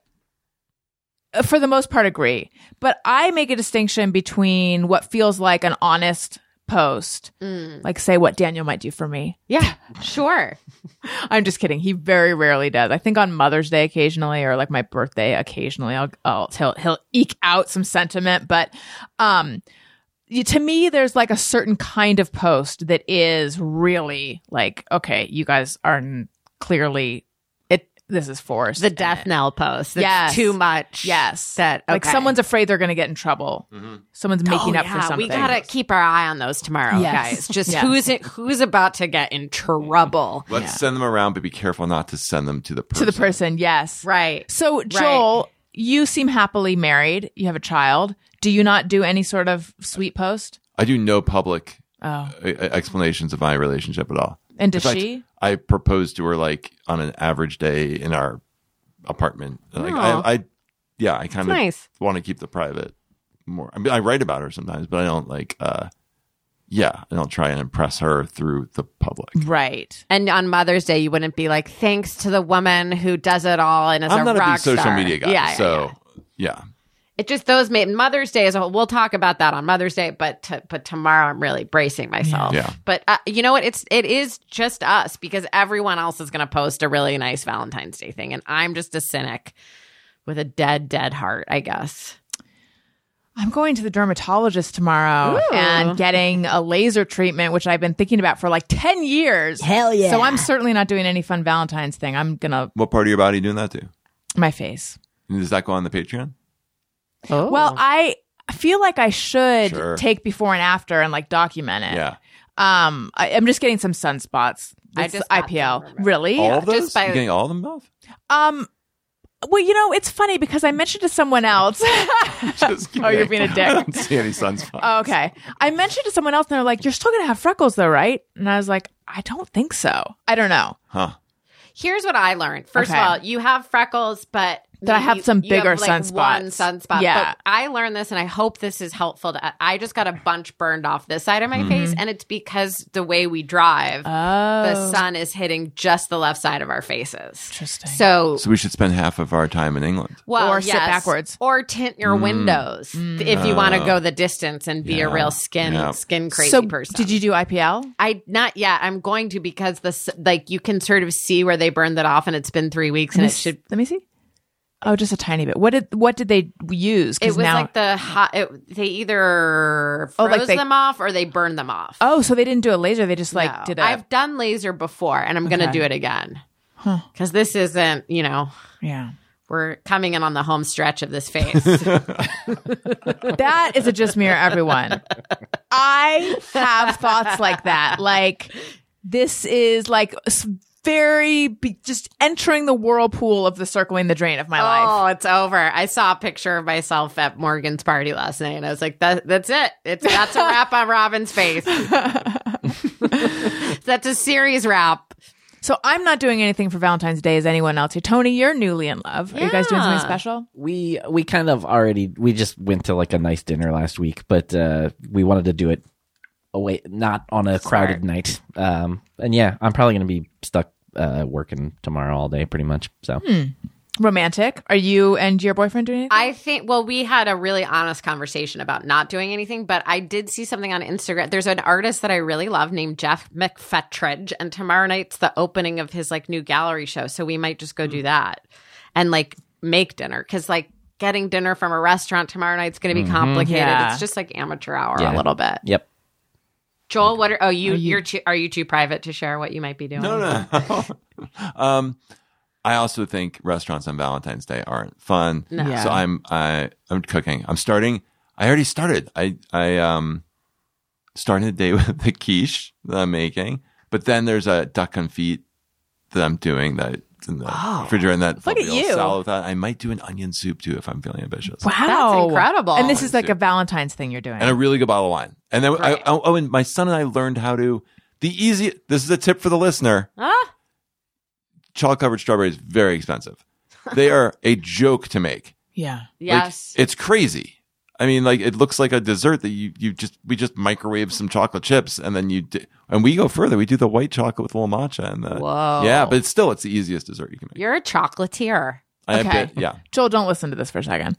S3: uh, for the most part, agree, but I make a distinction between what feels like an honest post,
S5: Mm.
S3: like say what Daniel might do for me.
S5: yeah, sure.
S3: I'm just kidding. He very rarely does. I think on Mother's Day occasionally, or like my birthday occasionally, I'll, I'll he'll, he'll eke out some sentiment. But um, you- to me, there's like a certain kind of post that is really like, okay, you guys are n- clearly it. This is forced.
S5: The
S3: and
S5: death knell post.
S3: Yes.
S5: That's too much.
S3: Yes.
S5: That
S3: Like
S5: okay.
S3: someone's afraid they're going to get in trouble.
S4: Mm-hmm.
S3: Someone's making
S5: Oh,
S3: up for
S5: yeah.
S3: something.
S5: We gotta keep our eye on those tomorrow,
S3: Yes.
S5: guys. Just
S3: Yes.
S5: who's it, who's about to get in trouble,
S4: Let's send them around, but be careful not to send them to the
S3: to
S4: person.
S3: the person. Yes.
S5: right?
S3: So Joel, you seem happily married. You have a child. Do you not do any sort of sweet post?
S4: I do no public
S3: Oh,
S4: uh, explanations of my relationship at all.
S3: and does
S4: In fact,
S3: she?
S4: I proposed to her like on an average day in our apartment. Like
S5: Oh.
S4: I, I, yeah, I kind of
S5: nice.
S4: want to keep the private more. I mean, I write about her sometimes, but I don't like. uh Yeah, I don't try and impress her through the public.
S3: Right.
S5: And on Mother's Day, you wouldn't be like, "Thanks to the woman who does it all and is
S4: I'm
S5: a
S4: not a
S5: rock
S4: big social
S5: star."
S4: media guy,
S5: Yeah, yeah, yeah.
S4: so yeah.
S5: it just those made Mother's Day is a whole. We'll talk about that on Mother's Day, but t- but tomorrow I'm really bracing myself.
S4: Yeah. Yeah.
S5: But uh, you know what? It's it is just us because everyone else is going to post a really nice Valentine's Day thing, and I'm just a cynic with a dead, dead heart. I guess.
S3: I'm going to the dermatologist tomorrow
S5: Ooh.
S3: and getting a laser treatment, which I've been thinking about for like 10 years. Hell yeah. So I'm certainly not doing any fun Valentine's thing. I'm going to,
S4: What part of your body are you doing that to?
S3: my face.
S4: And Does that go on the Patreon?
S5: Oh
S3: Well, I feel like I should
S4: Sure.
S3: take before and after and like document it.
S4: Yeah,
S3: Um, I, I'm just getting some sunspots.
S5: I
S3: It's
S5: just got some
S3: IPL.
S5: from it.
S3: Really?
S4: all of those.
S5: just by-
S4: you getting all of them off?
S3: Um, well, you know, it's funny because I mentioned to someone else.
S4: Just
S3: Oh, you're being a
S4: kidding.
S3: dick.
S4: I don't see any sunspots.
S3: Okay. I mentioned to someone else and they're like, you're still going to have freckles though, right? And I was like, I don't think so. I don't know.
S4: Huh?
S5: Here's what I learned. First
S3: Okay.
S5: of all, you have freckles, but
S3: That I have
S5: you-
S3: some
S5: you have,
S3: bigger
S5: like,
S3: sunspots.
S5: One sunspot.
S3: Yeah.
S5: But I learned this, and I hope this is helpful. To, I just got a bunch burned off this side of
S3: Mm-hmm.
S5: my face, and it's because the way we drive, Oh. the sun is hitting just the left side of our faces.
S3: Oh. Interesting.
S5: So.
S4: So we should spend half of our time in England.
S5: well,
S3: Or sit
S5: yes.
S3: backwards. Mm.
S5: or tint your windows if you want to go the distance and be a
S4: Mm. Oh. Yeah.
S5: real skin
S4: Yeah.
S5: skin crazy
S3: so
S5: person.
S3: did you do IPL?
S5: I not yet. I'm going to because this like you can sort of see where they burned it off, and it's been three weeks,
S3: Let
S5: and
S3: me
S5: it
S3: s-
S5: should.
S3: let me see. Oh, just a tiny bit. What did what did they use?
S5: It
S3: 'Cause
S5: was
S3: now-
S5: like the hot. It, they either
S3: Oh,
S5: froze
S3: like they-
S5: them off or they burned them off.
S3: oh, so they didn't do a laser. They just like
S5: No.
S3: did a
S5: I've done laser before, and I'm going to
S3: Okay.
S5: do it again because this isn't. You know,
S3: yeah.
S5: we're coming in on the home stretch of this phase.
S3: That is a just mirror, everyone. I have thoughts like that. Like this is like s- very be- just entering the whirlpool of the circling the drain of my life.
S5: oh, it's over. I saw a picture of myself at Morgan's party last night, and I was like, that, "That's it. It's that's a wrap on Robin's face. that's a series wrap."
S3: So I'm not doing anything for Valentine's Day. Is anyone else here? Tony, you're newly in love. Are you guys doing something
S5: Yeah.
S3: special?
S6: we we kind of already we just went to like a nice dinner last week, but uh we wanted to do it away not on a crowded night. Um and yeah, I'm probably going to be stuck uh working tomorrow all day pretty much. So
S3: Romantic? Are you and your boyfriend doing anything?
S5: I think, well, we had a really honest conversation about not doing anything, but I did see something on Instagram. There's an artist that I really love named Jeff McFetridge, and tomorrow night's the opening of his like new gallery show. So we might just go
S4: Mm.
S5: do that and like make dinner because like getting dinner from a restaurant tomorrow night's going to
S4: Mm-hmm.
S5: be complicated.
S3: Yeah.
S5: It's just like amateur hour
S6: Yeah.
S5: a little bit.
S6: Yep.
S5: Joel, what are, oh, you, you, are too, are you too private to share what you might be doing?
S4: No, no. um, I also think restaurants on Valentine's Day aren't fun.
S3: Yeah.
S4: So I'm I I'm cooking. I'm starting. I already started. I I um started the day with the quiche that I'm making, but then there's a duck confit that I'm doing that it's in the refrigerator and that
S3: Oh. Look at
S4: fluffy little
S3: you.
S4: salad with that. I might do an onion soup too if I'm feeling ambitious.
S5: That's incredible.
S3: And this is like
S4: Too.
S3: a Valentine's thing you're doing.
S4: and a really good bottle of wine. And then I,
S5: Right.
S4: oh, oh, and my son and I learned how to the easy. This is a tip for the listener.
S5: Ah.
S4: Chocolate covered strawberries very expensive. They are a joke to make.
S3: yeah.
S4: Like,
S5: Yes.
S4: it's crazy. I mean, like it looks like a dessert that you you just we just microwave some chocolate chips and then you di- and we go further. We do the white chocolate with a little matcha and the
S5: Whoa.
S4: yeah, but it's still it's the easiest dessert you can make.
S5: You're a chocolatier.
S4: I
S3: okay.
S4: bet- yeah.
S3: Joel, don't listen to this for a second.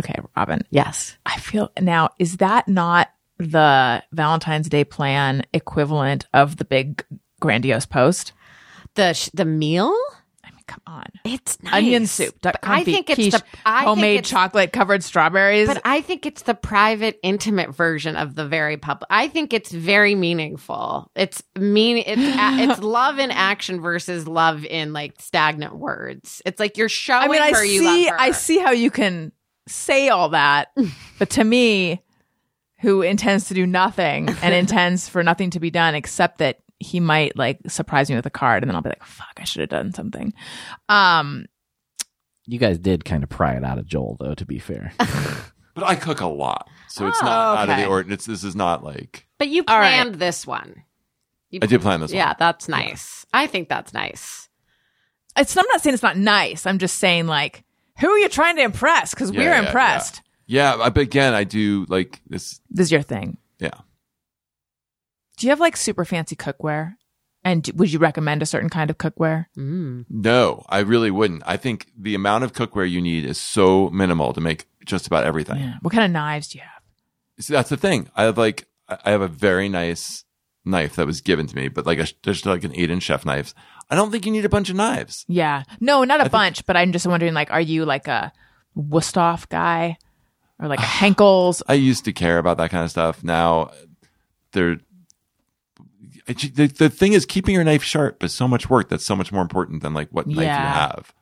S3: Okay, Robin.
S5: Yes.
S3: I feel now, is that not the Valentine's Day plan equivalent of the big grandiose post?
S5: The, sh- the meal?
S3: I mean, come on.
S5: It's nice.
S3: Onion soup, duck
S5: But I
S3: confit,
S5: think it's
S3: quiche,
S5: the I
S3: homemade
S5: think it's,
S3: chocolate covered strawberries.
S5: But I think it's the private, intimate version of the very public. I think it's very meaningful. It's mean. It's a- it's love in action versus love in like stagnant words. It's like you're
S3: I
S5: showing
S3: mean, I
S5: her you
S3: see,
S5: love her.
S3: I see how you can say all that, but to me, who intends to do nothing and intends for nothing to be done except that he might like surprise me with a card, and then I'll be like, "Fuck, I should have done something." Um,
S6: You guys did kind of pry it out of Joel though to be fair.
S4: But I cook a lot, so it's not out of the
S3: okay.
S4: ordinary. It's this is not like
S5: But you
S3: All right.
S5: planned this one. You,
S4: I did plan this.
S5: Yeah,
S4: one.
S5: that's nice. I think that's nice.
S3: it's I'm not saying it's not nice. I'm just saying like, who are you trying to impress? Because
S4: Yeah,
S3: we're
S4: yeah, yeah.
S3: impressed.
S4: yeah. I- But again, I do like this.
S3: This is your thing.
S4: Yeah,
S3: Do you have like super fancy cookware? And d- would you recommend a certain kind of cookware?
S5: Mm.
S4: no, I really wouldn't. I think the amount of cookware you need is so minimal to make just about everything.
S3: Yeah. What kind of knives do you have?
S4: See, that's the thing. I have like I I have a very nice knife that was given to me, but like a, just like an Aiden chef knives. I don't think you need a bunch of knives.
S3: Yeah. No, not a bunch, but I'm just wondering like, are you like a Wusthof guy or like a Henkels?
S4: I used to care about that kind of stuff. Now, they're I ju- the, the thing is keeping your knife sharp is so much work. That's so much more important than like what knife
S3: Yeah.
S4: you have.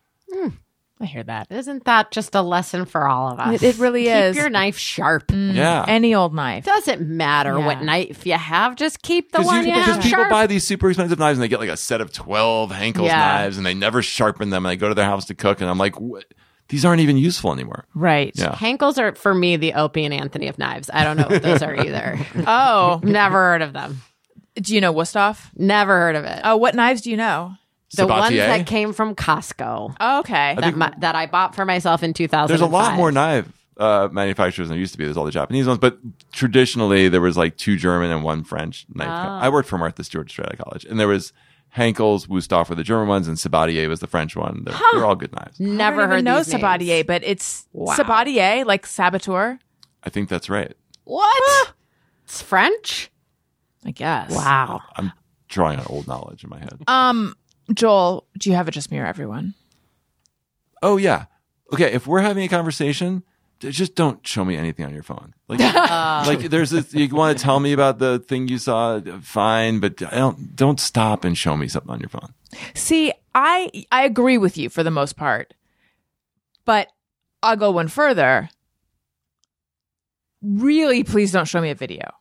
S3: I hear that.
S5: Isn't that just a lesson for all of us?
S3: It, it really is.
S5: Keep your knife sharp.
S4: Yeah,
S3: Any old knife.
S5: Doesn't matter
S3: Yeah.
S5: what knife you have. Just keep the
S4: Because
S5: one
S4: you-
S5: you,
S4: because
S5: have
S4: people
S5: sharp.
S4: buy these super expensive knives and they get like a set of 12 Henkel's
S3: Yeah.
S4: knives and they never sharpen them. And I go to their house to cook and I'm like, what? these aren't even useful anymore.
S3: Right.
S4: Yeah.
S5: Hankles are for me the Opie and Anthony of knives. I don't know what those are either.
S3: Oh,
S4: Mm-hmm.
S5: Never heard of them.
S3: do you know Wusthof?
S5: Never heard of it. Oh,
S3: Oh, what knives do you know? Oh,
S5: The ones
S4: Sabatier?
S5: that came from Costco
S3: Okay.
S5: that, my, that I bought for myself in 2000.
S4: There's a lot more knife uh, manufacturers than there used to be. There's all the Japanese ones, but traditionally there was like two German and one French knife. co- I worked for Martha Stewart straight out of college, and there was Henkel's, Wusthof were the German ones, and Sabatier was the French one. They're, they're all good knives.
S3: I
S5: Never
S3: don't
S5: heard
S3: even know
S5: these names.
S3: Sabatier, but it's
S5: Wow.
S3: Sabatier, like saboteur. Ah!
S4: I think that's right.
S5: What? it's French.
S3: I guess.
S5: Wow.
S4: I'm drawing on old knowledge in my head.
S3: Um, Joel, do you have a just me or everyone?
S4: oh yeah, okay. If we're having a conversation. d- Just don't show me anything on your phone. Like, like there's this, you want to tell me about the thing you saw, fine, but I don't don't stop and show me something on your phone.
S3: See, I I agree with you for the most part, but I'll go one further. Really, please don't show me a video.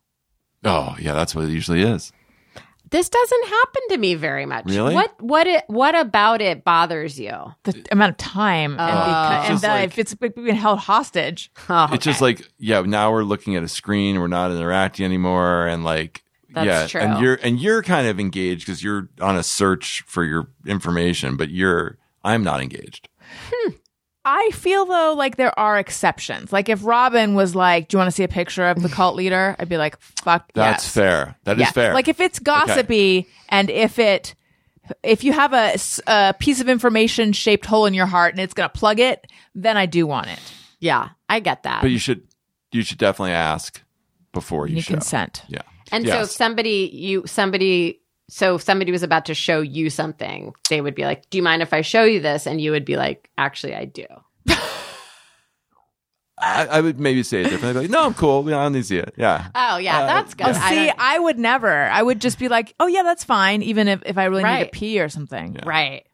S4: Oh yeah, that's what it usually is.
S5: This doesn't happen to me very much.
S4: Really?
S5: What what it what about it bothers you?
S3: The amount of time and,
S5: Oh.
S3: beca-
S4: It's
S3: and
S4: just
S3: that
S4: like-
S3: if it's being held hostage,
S5: Oh,
S4: It's just like, yeah, now we're looking at a screen, we're not interacting anymore, and like,
S5: That's
S4: yeah,
S5: true.
S4: and you're and you're kind of engaged because you're on a search for your information, but you're I'm not engaged.
S3: I feel though like there are exceptions. Like if Robin was like, "Do you want to see a picture of the cult leader?" I'd be like, "Fuck,
S4: That's
S3: yes.
S4: fair. That is
S3: Yeah.
S4: fair.
S3: Like if it's gossipy and if it if you have a, s- a piece of information shaped hole in your heart and it's going to plug it, then I do want it.
S5: yeah, I get that.
S4: but you should you should definitely ask before you,
S3: You
S4: show.
S3: consent.
S4: Yeah,
S5: and so if
S4: Yes.
S5: somebody you somebody so if somebody was about to show you something, they would be like, "Do you mind if I show you this?" And you would be like, "Actually, I do."
S4: I, I would maybe say it differently. But like, no, I'm cool. We don't need to see it. Yeah,
S5: Oh yeah,
S4: Uh,
S5: that's good.
S3: Oh,
S5: I
S3: see,
S5: don't-
S3: I, would never. I would just be like, "Oh yeah, that's fine," even if, if I really need
S5: Right.
S3: to pee or something.
S5: right.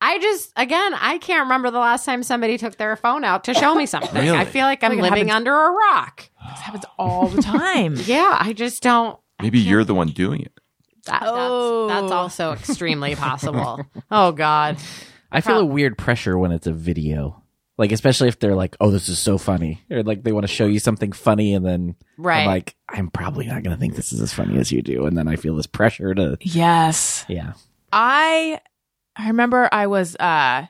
S5: I just again, I can't remember the last time somebody took their phone out to show me something.
S4: Really?
S5: I feel like I'm
S3: Like it
S5: living
S3: happens-
S5: under a rock.
S3: This happens all the time.
S5: Yeah, I just don't.
S4: maybe you're the one doing it.
S5: That,
S3: Oh.
S5: that's, that's also extremely possible. oh God.
S6: I feel a weird pressure when it's a video. Like especially if they're like, "Oh, this is so funny," or like they want to show you something funny, and then
S5: Right.
S6: I'm like, "I'm probably not going to think this is as funny as you do," and then I feel this pressure to,
S3: yes.
S6: yeah,
S3: I I remember I was uh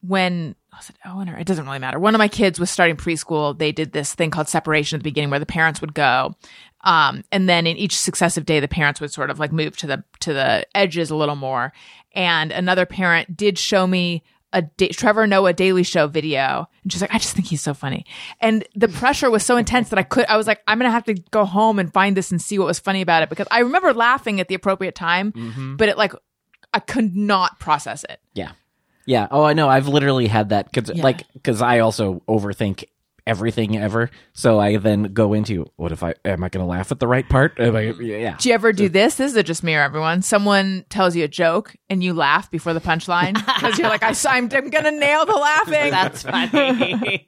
S3: when was it Owen or it doesn't really matter. One of my kids was starting preschool. They did this thing called separation at the beginning where the parents would go. Um, and then in each successive day the parents would sort of like move to the to the edges a little more. And another parent did show me a da- Trevor Noah Daily Show video, and she's like, "I just think he's so funny." And the pressure was so intense that I could, I was like, "I'm gonna have to go home and find this and see what was funny about it," because I remember laughing at the appropriate time, but it like I could not process it.
S6: yeah, yeah. Oh, I know. I've literally had that because, like, because I also overthink everything ever. So I then go into, "What if I am I going to laugh at the right part?" Am I, yeah,
S3: Do you ever do this? This is a just me or everyone. Someone tells you a joke and you laugh before the punchline because you're like, I, am I'm gonna nail the laughing.
S5: That's funny.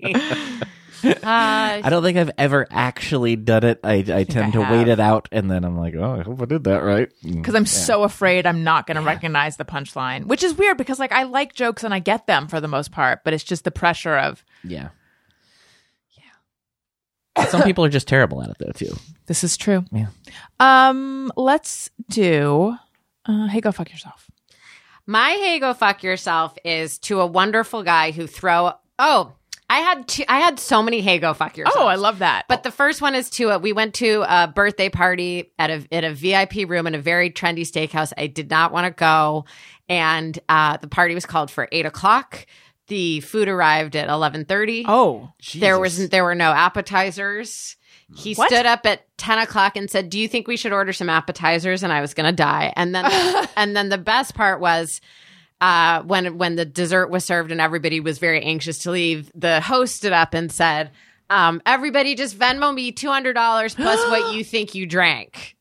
S6: I
S5: uh,
S6: don't think I've ever actually done it. I, I tend to
S3: I
S6: wait
S3: have.
S6: it out, and then I'm like, "Oh, I hope I did that right." Mm.
S3: because I'm so afraid I'm not going to recognize the punchline, which is weird because like I like jokes and I get them for the most part, but it's just the pressure of
S6: Yeah. Yeah. Some people are just terrible at it though too.
S3: this is true.
S6: Yeah.
S3: Um, let's do. Uh, hey, go fuck yourself.
S5: my hey go fuck yourself is to a wonderful guy who throw. Oh, I had two, I had so many hey go fuck yourself.
S3: Oh, I love that.
S5: But the first one is to a, we went to a birthday party at a at a VIP room in a very trendy steakhouse. I did not want to go, and uh, the party was called for eight o'clock. The food arrived at eleven thirty.
S3: oh,
S5: There was there were no appetizers. He
S3: What?
S5: stood up at ten o'clock and said, "Do you think we should order some appetizers?" And I was gonna die. And then and then the best part was uh, when when the dessert was served and everybody was very anxious to leave. The host stood up and said, um, "Everybody, just Venmo me two hundred dollars plus what you think you drank."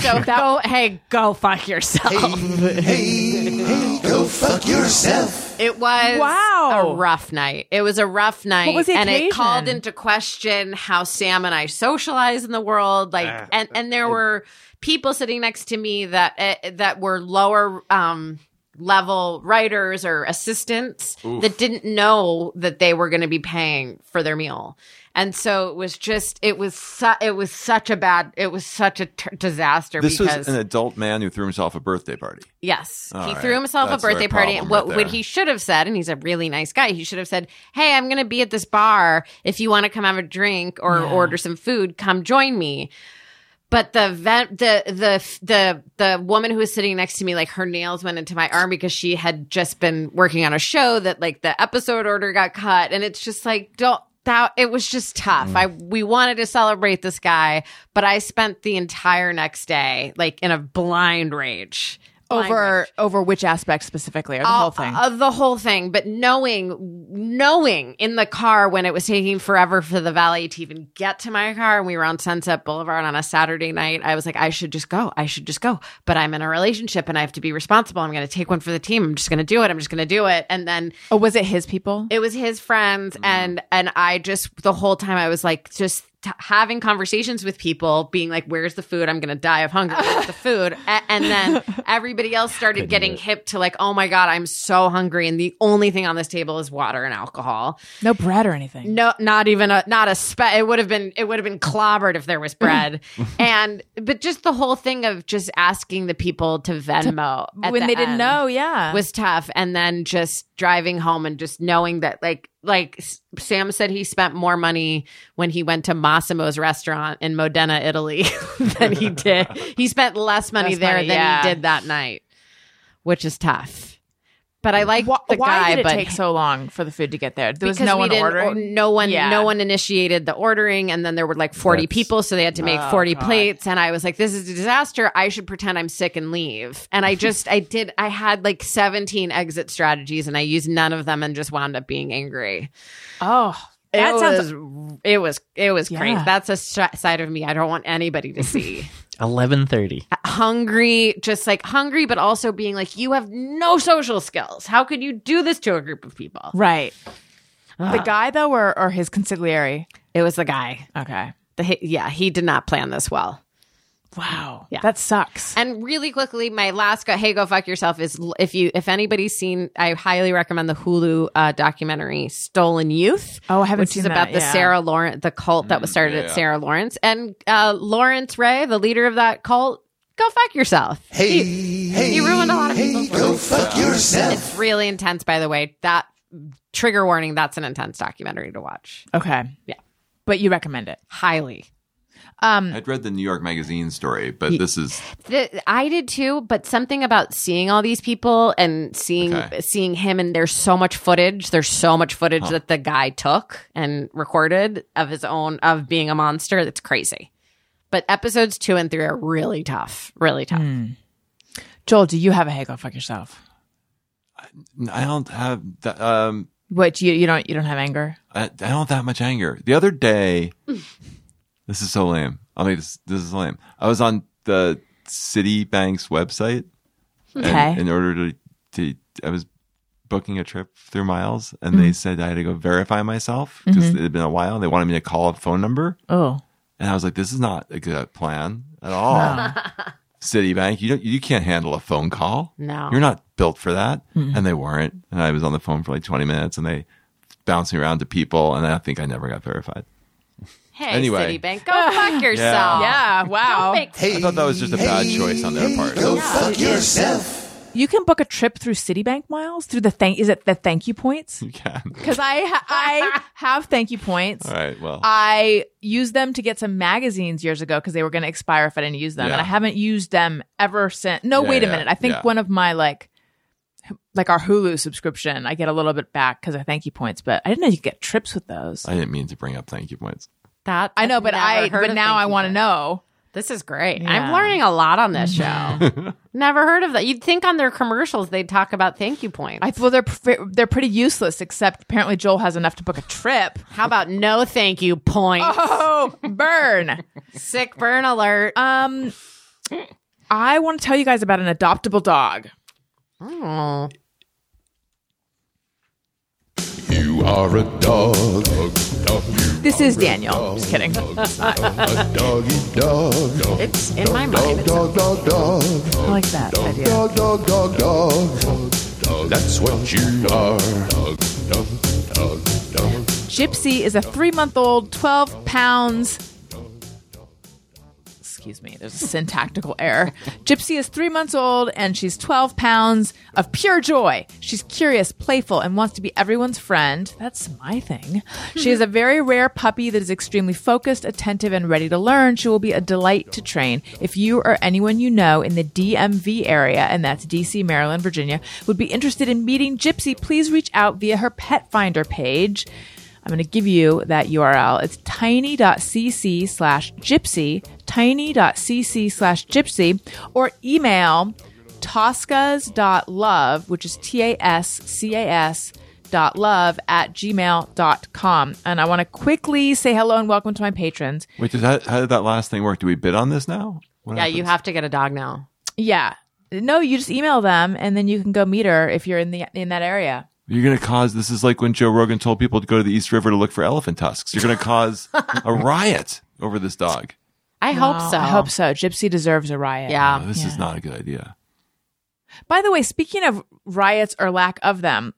S5: So go, hey, go fuck yourself.
S2: Hey, hey, go fuck yourself.
S5: It was
S3: Wow.
S5: a rough night. It was a rough night.
S3: was the
S5: and it
S3: occasion?
S5: called into question how Sam and I socialize in the world. Like
S4: Ah.
S5: and, and there were people sitting next to me that eh, that were lower um level writers or assistants that didn't know that they were going to be paying for their meal. and so it was just it was su- it was such a bad it was such a t- disaster
S4: This
S5: because
S4: was an adult man who threw himself a birthday party.
S5: Yes.
S4: All
S5: he
S4: right.
S5: threw himself
S4: That's
S5: a
S4: their
S5: birthday party.
S4: problem
S5: What
S4: right
S5: what
S4: there.
S5: he should have said, and he's a really nice guy, he should have said, Hey, I'm gonna be at this bar. If you want to come have a drink or order some food, come join me. But the vent, the the the the woman who was sitting next to me, like her nails went into my arm because she had just been working on a show that like the episode order got cut, and it's just like don't that it was just tough.
S4: Mm.
S5: I we wanted to celebrate this guy, but I spent the entire next day like in a blind rage
S3: over over which aspect specifically or the whole thing?
S5: of the whole thing, but knowing, knowing in the car when it was taking forever for the valet to even get to my car, and we were on Sunset Boulevard on a Saturday night, I was like, I should just go. I should just go. But I'm in a relationship and I have to be responsible. I'm going to take one for the team. I'm just going to do it. I'm just going to do it. And then
S3: oh, was it his people?
S5: it was his friends
S3: Mm-hmm.
S5: and and I just the whole time I was like just t- having conversations with people being like where's the food I'm going to die of hunger where's the food A- and then everybody else started getting hip to like oh my god I'm so hungry and the only thing on this table is water and alcohol
S3: no bread or anything.
S5: no, not even a not a spe. It would have been it would have been clobbered if there was bread, and but just the whole thing of just asking the people to Venmo at
S3: when
S5: the
S3: they didn't
S5: end
S3: know, yeah.
S5: was tough, and then just driving home and just knowing that like like S- Sam said he spent more money when he went to Massimo's restaurant in Modena, Italy, than he did. He spent less money
S3: Less
S5: there
S3: money,
S5: than
S3: yeah.
S5: he did that night, which is tough. But I like
S3: Wh-
S5: the
S3: why
S5: guy,
S3: did it
S5: but
S3: take so long for the food to get there? There was
S5: because
S3: no
S5: we
S3: one
S5: didn't or-
S3: ordering.
S5: no one,
S3: Yeah.
S5: no one initiated the ordering, and then there were like forty
S6: That's-
S5: people, so they had to make
S3: Oh,
S5: forty
S3: God.
S5: plates. And I was like, "This is a disaster. I should pretend I'm sick and leave." And I just, I did. I had like seventeen exit strategies, and I used none of them, and just wound up being angry.
S3: oh, that
S5: it
S3: sounds.
S5: was, it was, it was crazy.
S3: Yeah.
S5: That's a stri- side of me I don't want anybody to see.
S6: Eleven thirty.
S5: hungry, just like hungry, but also being like, "You have no social skills. How could you do this to a group of people?"
S3: Right. The guy though, or or his consigliere.
S5: It was the guy.
S3: Okay.
S5: The, hi- yeah, he did not plan this well.
S3: Wow.
S5: Yeah.
S3: That sucks.
S5: And really quickly, my last go, hey, go fuck yourself is l- if you if anybody's seen, I highly recommend the Hulu uh, documentary Stolen Youth.
S3: Oh, I haven't
S5: which
S3: seen
S5: is about
S3: that,
S5: the
S3: yeah.
S5: Sarah Lawrence, the cult
S2: Mm,
S5: that was started
S4: yeah.
S5: at Sarah Lawrence and uh, Lawrence Ray, the leader of that cult. Go fuck yourself.
S2: Hey,
S5: he,
S2: hey,
S5: he ruined a lot of
S2: hey,
S5: people's
S2: go
S5: lives.
S2: fuck yourself.
S5: It's really intense, by the way. That trigger warning. That's an intense documentary to watch.
S3: Okay.
S5: Yeah. Um,
S3: But you recommend it.
S5: Highly.
S4: I'd read the New York Magazine story, but this is
S5: The, I did too, but something about seeing all these people and seeing
S4: Okay.
S5: seeing him, and there's so much footage. There's so much footage that the guy took and recorded of his own of being a monster. That's crazy. But episodes two and three are really tough, really tough.
S3: Hmm. Joel, do you have a hey go fuck yourself?
S4: I don't have that, um
S3: What you you don't you don't have anger?
S4: I, I don't have that much anger. The other day, this is so lame. I mean, this this is lame. I was on the Citibank's website, and
S3: Okay.
S4: in order to, to I was booking a trip through Miles, and they said I had to go verify myself because it had been a while, and they wanted me to call a phone number,
S3: Oh.
S4: and I was like, this is not a good plan at all. Citibank, you don't, you can't handle a phone call.
S5: No.
S4: you're not built for that. And they weren't. And I was on the phone for like 20 minutes, and they bounced me around to people, and I think I never got verified.
S5: Hey,
S4: Anyway.
S5: Citibank, go fuck yourself.
S3: Yeah, wow.
S5: Don't fake-
S4: I thought that was just a bad choice on their part.
S2: Go fuck yourself.
S3: You can book a trip through Citibank miles through the thank is it the thank you points?
S4: You can.
S3: Cuz I ha- I have thank you points.
S4: All right. Well,
S5: Uh,
S3: I used them to get some magazines years ago because they were going to expire if I didn't use them,
S4: Yeah.
S3: and I haven't used them ever since. No,
S4: Yeah,
S3: wait a
S4: yeah,
S3: minute. I think
S4: yeah.
S3: one of my like, like our Hulu subscription, I get a little bit back because of thank you points, but I didn't know you could get trips with those. I,
S4: I didn't mean to bring up thank you points.
S5: That
S3: know, but
S5: I've
S3: I
S5: never heard
S3: but
S5: of
S3: now
S5: Thank
S3: I
S5: You
S3: want to
S5: Book.
S3: know.
S5: This is great.
S3: Yeah.
S5: I'm learning a lot on this show. Never heard of that. You'd think on their commercials they'd talk about thank you points.
S3: I well, they're pre- they're pretty useless, except apparently Joel has enough to book a trip.
S5: How about no thank you points?
S3: Oh, burn!
S5: Sick burn alert.
S3: Um, I want to tell you guys about an adoptable dog.
S5: Oh.
S8: You are a dog, dog, dog. You
S3: This is Daniel. Just kidding.
S8: a doggy dog, dog,
S5: It's in my mind. It's
S8: dog, dog, dog,
S3: I like that idea.
S8: dog, dog, dog, dog, dog. That's what you are, dog, dog, dog, dog.
S3: Gypsy is a three month old, 12 pounds. Excuse me, there's a syntactical error. Gypsy is three months old and she's 12 pounds of pure joy. She's curious, playful, and wants to be everyone's friend. That's my thing. She is a very rare puppy that is extremely focused, attentive, and ready to learn. She will be a delight to train. If you or anyone you know in the DMV area, and that's DC, Maryland, Virginia, would be interested in meeting Gypsy, please reach out via her Pet Finder page. I'm going to give you that URL. It's tiny.cc slash gypsy, tiny.cc slash gypsy, or email toscas.love, which is T A S C A S dot love at gmail.com. And I want to quickly say hello and welcome to my patrons.
S4: Wait, did that, how did that last thing work? Do we bid on this now? What
S5: Yeah, you
S4: happens?
S5: have to get a dog now.
S3: Yeah. No, you just email them and then you can go meet her if you're in the in that area.
S4: You're going to cause this is like when Joe Rogan told people to go to the East River to look for elephant tusks. You're going to cause a riot over this dog.
S5: I hope so.
S3: I hope so. Gypsy deserves a riot.
S5: Yeah.
S4: Oh, this is not a good idea.
S3: By the way, speaking of riots or lack of them,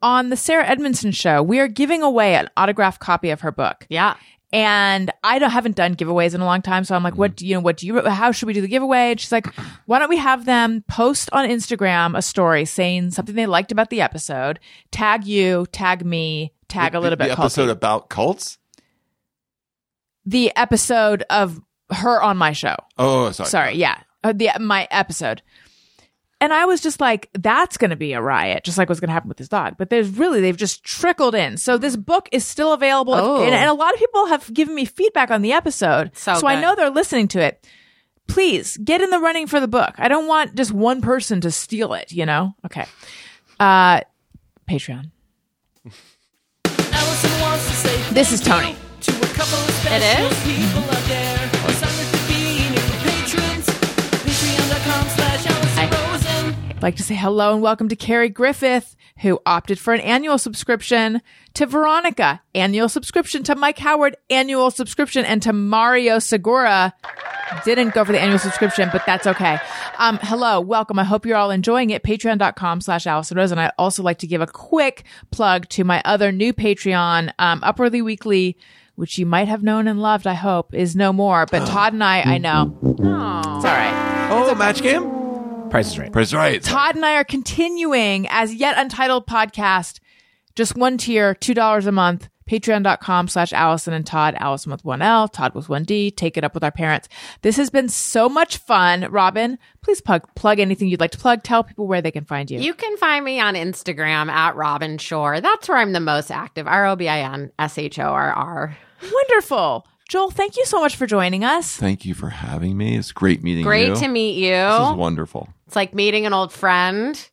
S3: on the Sarah Edmondson show, we are giving away an autographed copy of her book.
S5: Yeah.
S3: And I don't, haven't done giveaways in a long time, so I'm like,
S4: Mm-hmm.
S3: what do you know? What do you? How should we do the giveaway? And she's like, why don't we have them post on Instagram a story saying something they liked about the episode, tag you, tag me, tag a
S4: The-
S3: little
S4: the
S3: bit.
S4: episode
S3: culty.
S4: about cults?
S3: the episode of her on my show.
S4: Oh, sorry.
S3: Sorry, yeah, uh, the my episode. And I was just like, that's going to be a riot, just like what's going to happen with this dog. But there's really, they've just trickled in. So this book is still available. If-
S5: Oh.
S3: and, and a lot of people have given me feedback on the episode.
S5: So
S3: I
S5: good.
S3: know they're listening to it. Please get in the running for the book. I don't want just one person to steal it, you know? Okay. Uh, Patreon. This is Tony.
S5: It is?
S3: I'd like to say hello and welcome to Carrie Griffith, who opted for an annual subscription, to Veronica, annual subscription, to Mike Howard, annual subscription, and to Mario Segura. Didn't go for the annual subscription, but that's okay. Um, hello, welcome. I hope you're all enjoying it. Patreon.com slash Allison Rose. And I also like to give a quick plug to my other new Patreon, um, Upworthy Weekly, which you might have known and loved, I hope, is no more. But Todd and I, I know. It's all right.
S4: Oh, match game?
S6: Price is right.
S4: Press right.
S3: Todd and I are continuing as yet untitled podcast, just one tier, two dollars a month. Patreon.com slash Allison and Todd, Allison with one L, Todd with one D. Take it up with our parents. This has been so much fun. Robin, please plug, plug anything you'd like to plug. Tell people where they can find you.
S5: You can find me on Instagram at Robin Shore. That's where I'm the most active. R O B I N S H O R R.
S3: Wonderful. Joel, thank you so much for joining us.
S4: Thank you for having me. It's great meeting
S5: Great
S4: you.
S5: to meet
S4: This is
S5: you.
S4: wonderful.
S5: It's like meeting an old friend,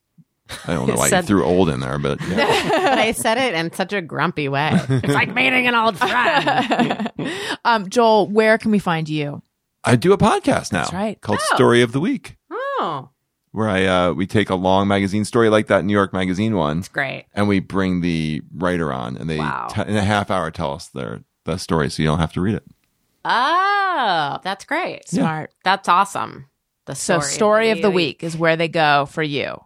S4: I don't know why you
S5: Said-
S4: threw old in there, but yeah.
S5: but I said it in such a grumpy way. It's like meeting an old friend.
S3: Um, Joel, where can we find you?
S4: I do a podcast now.
S3: right.
S4: Called Story of the Week,
S5: Oh,
S4: where I uh, we take a long magazine story like that New York Magazine one,
S5: great.
S4: and we bring the writer on, and they
S5: Wow.
S4: te- in a half hour tell us their the story, so you don't have to read it.
S5: Oh, that's great.
S3: Smart.
S5: That's awesome. The
S3: So,
S5: story
S3: story of the week is where they go for you.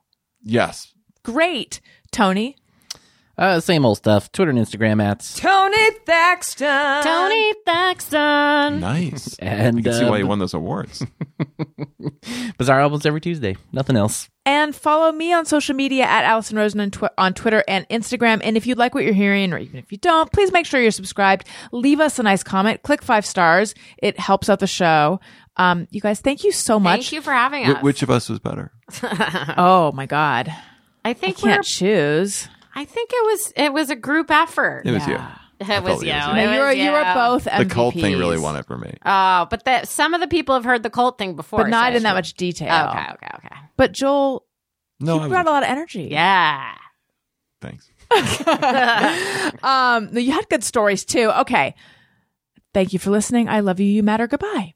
S4: Yes,
S3: Great. Tony,
S6: Uh, same old stuff. Twitter and Instagram at.
S7: Tony Thaxton.
S5: Tony Thaxton.
S4: nice.
S6: And,
S4: you can see
S6: uh,
S4: why you won those awards.
S6: Bizarre albums every Tuesday. Nothing else.
S3: And follow me on social media at Allison Rosen on, tw- on Twitter and Instagram. And if you like what you're hearing, or even if you don't, please make sure you're subscribed. Leave us a nice comment. Click five stars. It helps out the show. Um, you guys, thank you so much.
S5: Thank you for having
S4: Wh-
S5: us.
S4: which of us was better?
S3: Oh my God.
S5: I
S3: I
S5: think we're.
S3: can't choose.
S5: I think it was. It was a group effort.
S4: It was
S5: It was
S4: it
S5: you.
S4: was
S5: It
S4: you.
S3: And you were,
S5: was
S3: you were both
S4: you. The cult thing
S3: MVPs,
S4: really won it for me.
S5: Oh, but that some of the people have heard the cult thing before,
S3: But not
S5: so-
S3: in that much detail.
S5: Okay, okay, okay.
S3: But Joel,
S4: No, I
S3: you
S4: was-
S3: brought a lot of energy.
S5: Yeah.
S4: thanks.
S3: Um, you had good stories too. Okay. Thank you for listening. I love you. You matter. Goodbye.